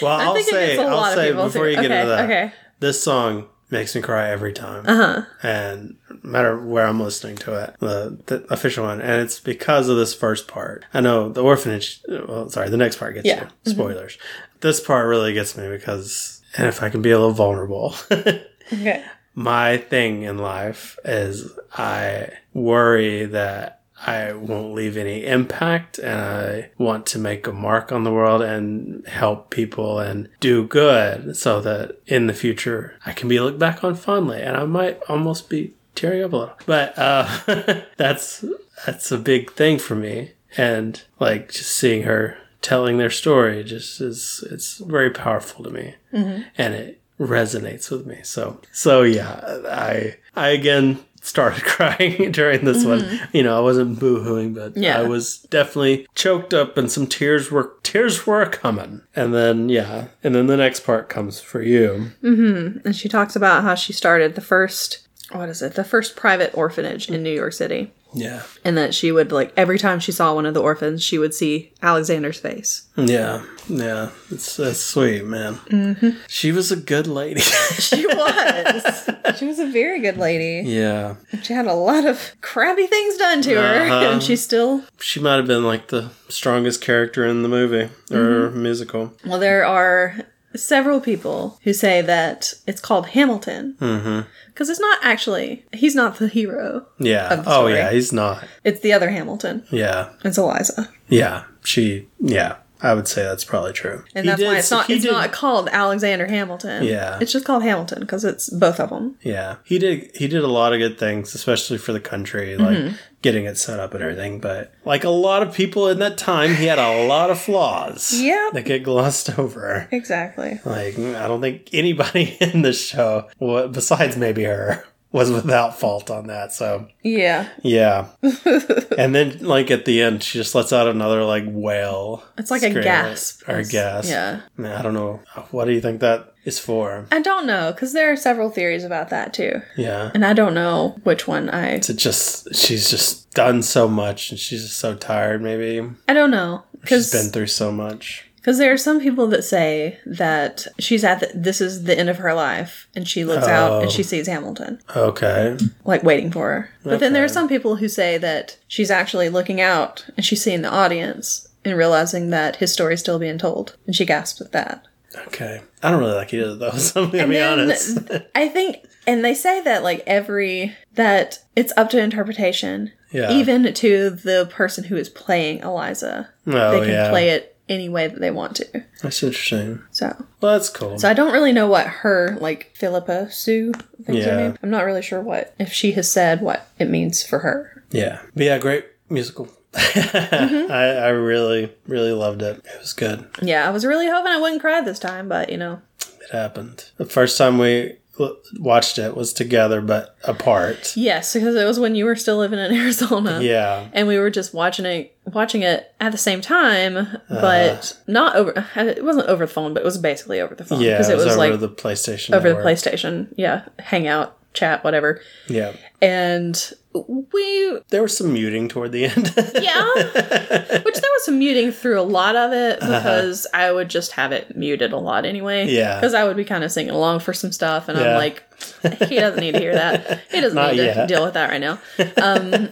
Well, I I'll think it say, gets a I'll lot of say people before too. you get Okay, into that, okay. this song makes me cry every time. Uh-huh. And no matter where I'm listening to it, the, the official one. And it's because of this first part. I know the orphanage, well, sorry, the next part gets Yeah. Mm-hmm. you. Spoilers. This part really gets me because, and if I can be a little vulnerable, Okay. my thing in life is I worry that I won't leave any impact and I want to make a mark on the world and help people and do good so that in the future I can be looked back on fondly and I might almost be tearing up a little. But uh, that's that's a big thing for me and like just seeing her telling their story just is it's very powerful to me and it resonates with me. So so yeah, I I again started crying during this one. You know, I wasn't boo-hooing, but Yeah. I was definitely choked up and some tears were tears were coming. And then yeah, and then the next part comes for you. And she talks about how she started the first, what is it, the first private orphanage in New York City. Yeah. And that she would, like, every time she saw one of the orphans, she would see Alexander's face. Yeah. Yeah. It's that's sweet, man. She was a good lady. She was. she was a very good lady. yeah. She had a lot of crappy things done to her, Uh-huh. and she still. She might have been like the strongest character in the movie or musical. Well, there are several people who say that it's called Hamilton because Mm-hmm. it's not actually. He's not the hero. Yeah. the Oh story. yeah, he's not. It's the other Hamilton. Yeah. It's Eliza, Yeah, she. Yeah, I would say that's probably true. and He that's did- why it's not. he It's did- not called Alexander Hamilton. Yeah. it's just called Hamilton because it's both of them. Yeah, he did. He did a lot of good things, especially for the country, like Mm-hmm. getting it set up and everything. But like a lot of people in that time, he had a lot of flaws. Yep. that get glossed over. Exactly. Like I don't think anybody in the show, wa- besides maybe her, was without fault on that. So Yeah, yeah, and then like at the end, she just lets out another like wail. it's like a scream gasp. Or gasp. Yeah. Man, I don't know. What do you think that is for? I don't know because there are several theories about that too, Yeah. and I don't know which one I. To just, she's just done so much and she's just so tired, maybe. I don't know She's because been through so much. Because there are some people that say that she's at the, this is the end of her life, and she looks out and she Oh. sees Hamilton, Okay. like waiting for her. But then there are Okay. some people who say that she's actually looking out and she's seeing the audience and realizing that his story's still being told, and she gasps at that. Okay. I don't really like either of those, I'm going to And be then honest. I think, and they say that like every that it's up to interpretation, Yeah. even to the person who is playing Eliza. Oh, they can yeah. play it any way that they want to. That's interesting. So Well, that's cool. So I don't really know what her like Philippa Sue. I think is her Yeah. name. I'm not really sure what if she has said what it means for her. yeah. But yeah, great musical. Mm-hmm. I, I really, really loved it. It was good. Yeah, I was really hoping I wouldn't cry this time, but you know, It happened. The first time we l- watched it was together, but apart. yes, because it was when you were still living in Arizona. Yeah. And we were just watching it, watching it at the same time, Uh-huh. but not over. It wasn't over the phone, but it was basically over the phone Yeah. because it was, over like the PlayStation. over the Network. PlayStation. Yeah, hangout, chat, whatever. Yeah. And we There was some muting toward the end. Yeah. Which there was some muting through a lot of it Uh-huh. because I would just have it muted a lot anyway. Yeah. Because I would be kind of singing along for some stuff and I'm Yeah. like, he doesn't need to hear that. He doesn't Not need to yet. deal with that right now.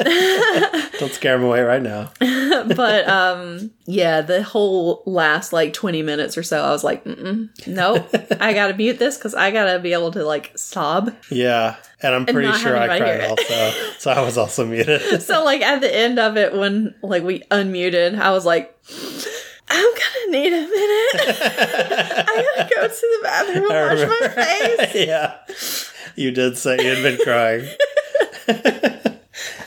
Don't scare him away right now. But um yeah, the whole last like 20 minutes or so, I was like, Mm-mm, nope, I gotta mute this because I gotta be able to like sob. Yeah. And I'm pretty not sure I having anybody cried hear also. So I was also muted. So like at the end of it, when like we unmuted, I was like, I'm gonna need a minute. I gotta go to the bathroom I and wash my remember. face. yeah. You did say you had been crying.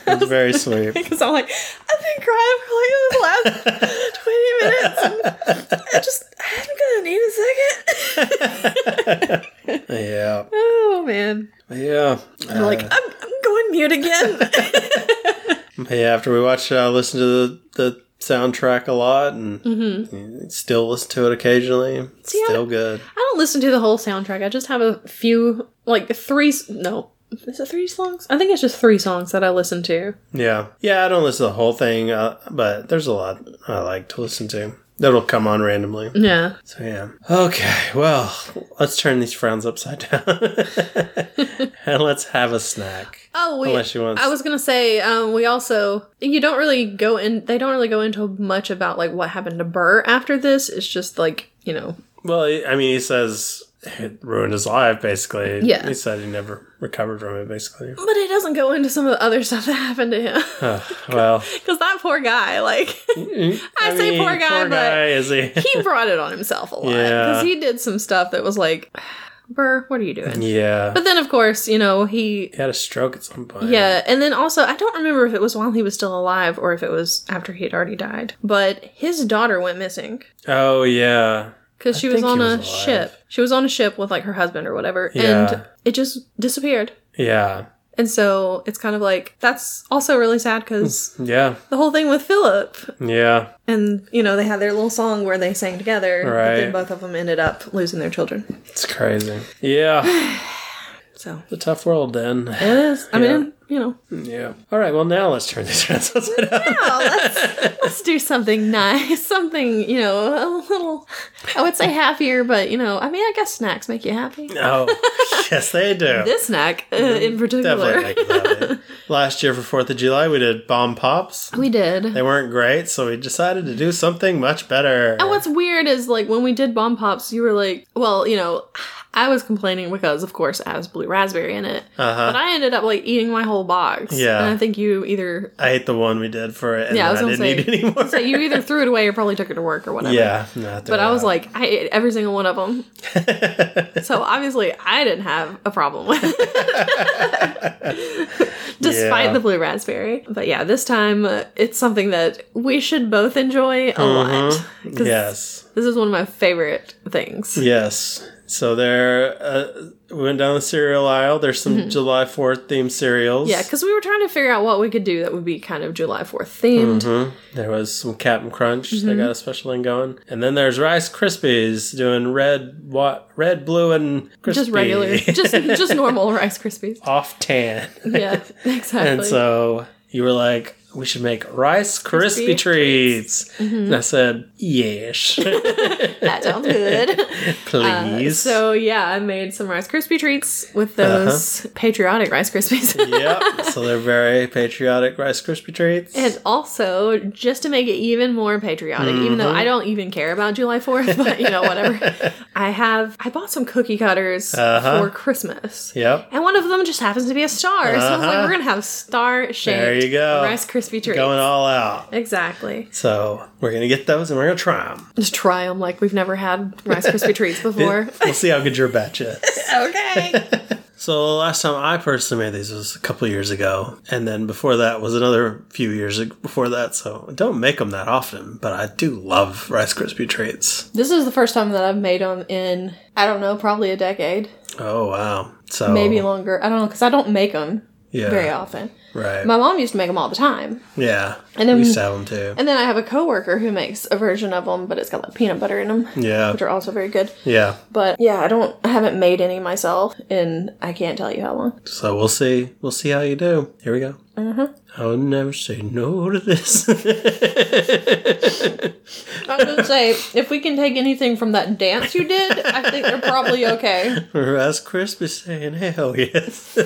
It was very sweet. because I'm like, I've been crying for like the last 20 minutes. and I just, I'm gonna need a second. Yeah. Oh man. Yeah. I'm like, Uh. I'm, I'm going mute again. Yeah, after we watched it, I listened to the, the soundtrack a lot and still listen to it occasionally. It's Mm-hmm. See, I- still good. I don't listen to the whole soundtrack. I just have a few, like three, s- no, is it three songs? I think it's just three songs that I listen to. Yeah. Yeah, I don't listen to the whole thing, uh, but there's a lot I like to listen to. That'll come on randomly. Yeah. So yeah. Okay, well, let's turn these frowns upside down. and let's have a snack. Oh, we, Unless she wants- I was gonna say um, we also you don't really go in. They don't really go into much about like what happened to Burr after this. It's just like you know. Well, I mean, he says it ruined his life, basically. Yeah. He said he never recovered from it, basically. But it doesn't go into some of the other stuff that happened to him Huh, well, because that poor guy, like I, say poor guy, but is he? he brought it on himself a lot Yeah. because he did some stuff that was like, Burr, what are you doing? yeah. But then of course you know he. he had a stroke at some point. Yeah, and then also I don't remember if it was while he was still alive or if it was after he had already died. But his daughter went missing. Oh, yeah. because she I was think on she a was alive. ship. She was on a ship with like her husband or whatever, Yeah. and it just disappeared. Yeah. And so it's kind of like that's also really sad because Yeah. the whole thing with Philip Yeah. and you know they had their little song where they sang together, but then Right. both of them ended up losing their children. It's crazy. Yeah. So It's a tough world then. it is. I mean, you know, Yeah. All right. Well, now let's turn these around upside down. oh, let's let's do something nice, something you know, a little. I would say happier, but you know, I mean, I guess snacks make you happy. Oh, yes, they do. This snack uh, in particular, Mm-hmm. Definitely make it happy. Last year for Fourth of July, we did bomb pops. we did. They weren't great, so we decided to do something much better. And what's weird is like when we did bomb pops, you were like, well, you know, I was complaining because of course I was blue raspberry in it, Uh huh. but I ended up like eating my whole box. Yeah. and I think you either I ate the one we did for it, and Yeah, I was then I, gonna didn't say- eat anymore. so you either threw it away or probably took it to work or whatever. yeah, not But I was like, I ate every single one of them, so obviously I didn't have a problem with it, despite Yeah. the blue raspberry. But yeah, this time uh, it's something that we should both enjoy a lot. 'Cause Mm-hmm. yes, this is one of my favorite things. yes. So there, uh, we went down the cereal aisle. There's some July Fourth themed cereals. Mm-hmm. Yeah, because we were trying to figure out what we could do that would be kind of July 4th themed. Mhm. There was some Captain Crunch. They Mm-hmm. got a special thing going, and then there's Rice Krispies doing red, what, red, blue, and crispy. Just regular, just just normal Rice Krispies. off tan. Yeah, exactly. And so you were like, we should make Rice Krispie Crispy treats. Mm-hmm. And I said, yes, that sounds good. please. Uh, so yeah, I made some Rice Krispie treats with Uh-huh. those patriotic Rice Krispies. yep. So they're very patriotic Rice Krispie treats. And also, just to make it even more patriotic, even Mm-hmm. though I don't even care about July 4th, but you know, whatever. I have, I bought some cookie cutters Uh-huh. for Christmas. yep. And one of them just happens to be a star. So I was like, Uh-huh. we're going to have star shaped There you go. Rice Krispie treats. Going all out. Exactly. So we're going to get those and we're going to try them. Just try them like we've never had Rice Krispie treats before. We'll see how good your batch is. okay. So the last time I personally made these was a couple years ago, and then before that was another few years ag- before that. So I don't make them that often, but I do love Rice Krispie treats. This is the first time that I've made them in, I don't know, probably a decade, Oh wow! So maybe longer. I don't know, because I don't make them yeah, very often. right? My mom used to make them all the time. yeah, And then- we used to have them too. And then I have a coworker who makes a version of them, but it's got like peanut butter in them, yeah, which are also very good. yeah. But yeah, I don't, I haven't made any myself in, I can't tell you how long. So we'll see. We'll see how you do. Here we go. Uh-huh. I'll never say no to this. I was gonna say, if we can take anything from that dance you did, I think they're probably okay. Rice Krispie saying hell yes.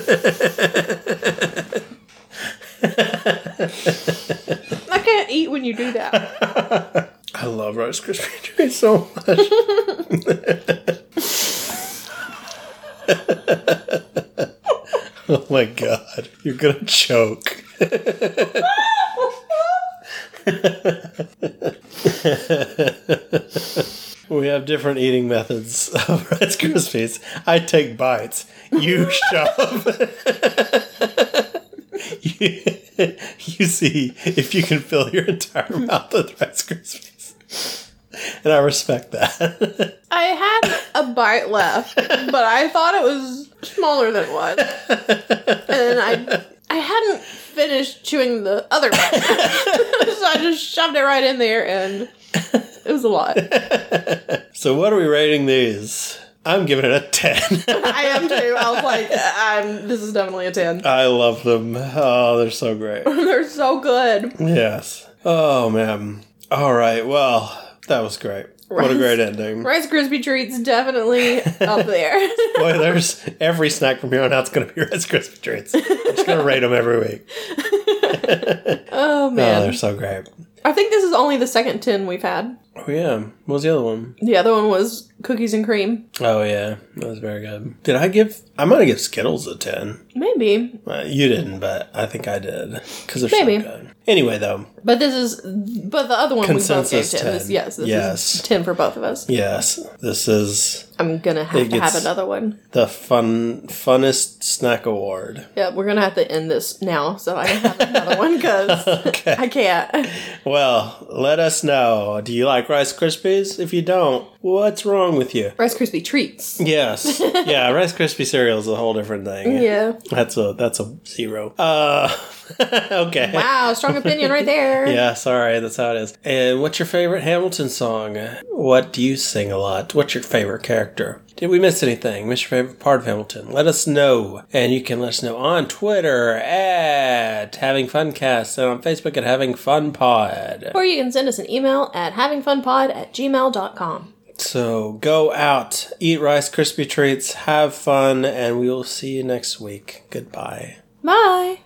I can't eat when you do that. I love Rice Krispie treats so much. oh my god, you're gonna choke. we have different eating methods of Rice Krispies. I take bites. You shove. you, you see if you can fill your entire mouth with Rice Krispies. And I respect that. I had a bite left, but I thought it was smaller than it was. And I I hadn't finished chewing the other one. so I just shoved it right in there and it was a lot. So what are we rating these? I'm giving it a 10. I am too. I was like, I'm this is definitely a 10. I love them. Oh, they're so great. They're so good. Yes. Oh man. All right. Well, That was great. What a great ending. Rice Krispie treats definitely up there. Boy, there's every snack from here on out's going to be Rice Krispie treats. I'm just going to rate them every week. oh Oh, man, they're so great. I think this is only the second tin we've had. Oh yeah. What was the other one? The other one was cookies and cream. Oh yeah, that was very good. Did I give? I'm gonna give Skittles a ten. Maybe, Uh, you didn't, but I think I did because they're Maybe. so good. Anyway, though, but this is but the other one we both Consensus gave ten. This, 10. yes, this Yes. is ten for both of us. yes, this is I'm gonna have It to have gets- another one. the fun funnest snack award. Yeah, we're gonna have to end this now so I can have another one because I can't. Well, let us know. Do you like Rice Krispies? If you don't, what's wrong with you? Rice Krispie treats. Yes, yeah, Rice Krispie cereal is a whole different thing. Yeah. That's a that's a zero. Uh, okay. Wow, strong opinion right there. Yeah, sorry, that's how it is. And what's your favorite Hamilton song? What do you sing a lot? What's your favorite character? Did we miss anything? Miss your favorite part of Hamilton? Let us know. And you can let us know on Twitter at Having Funcast and on Facebook at Having Fun Pod. Or you can send us an email at havingfunpod at gmail.com. So go out, eat Rice Krispie treats, have fun, and we will see you next week. Goodbye. Bye.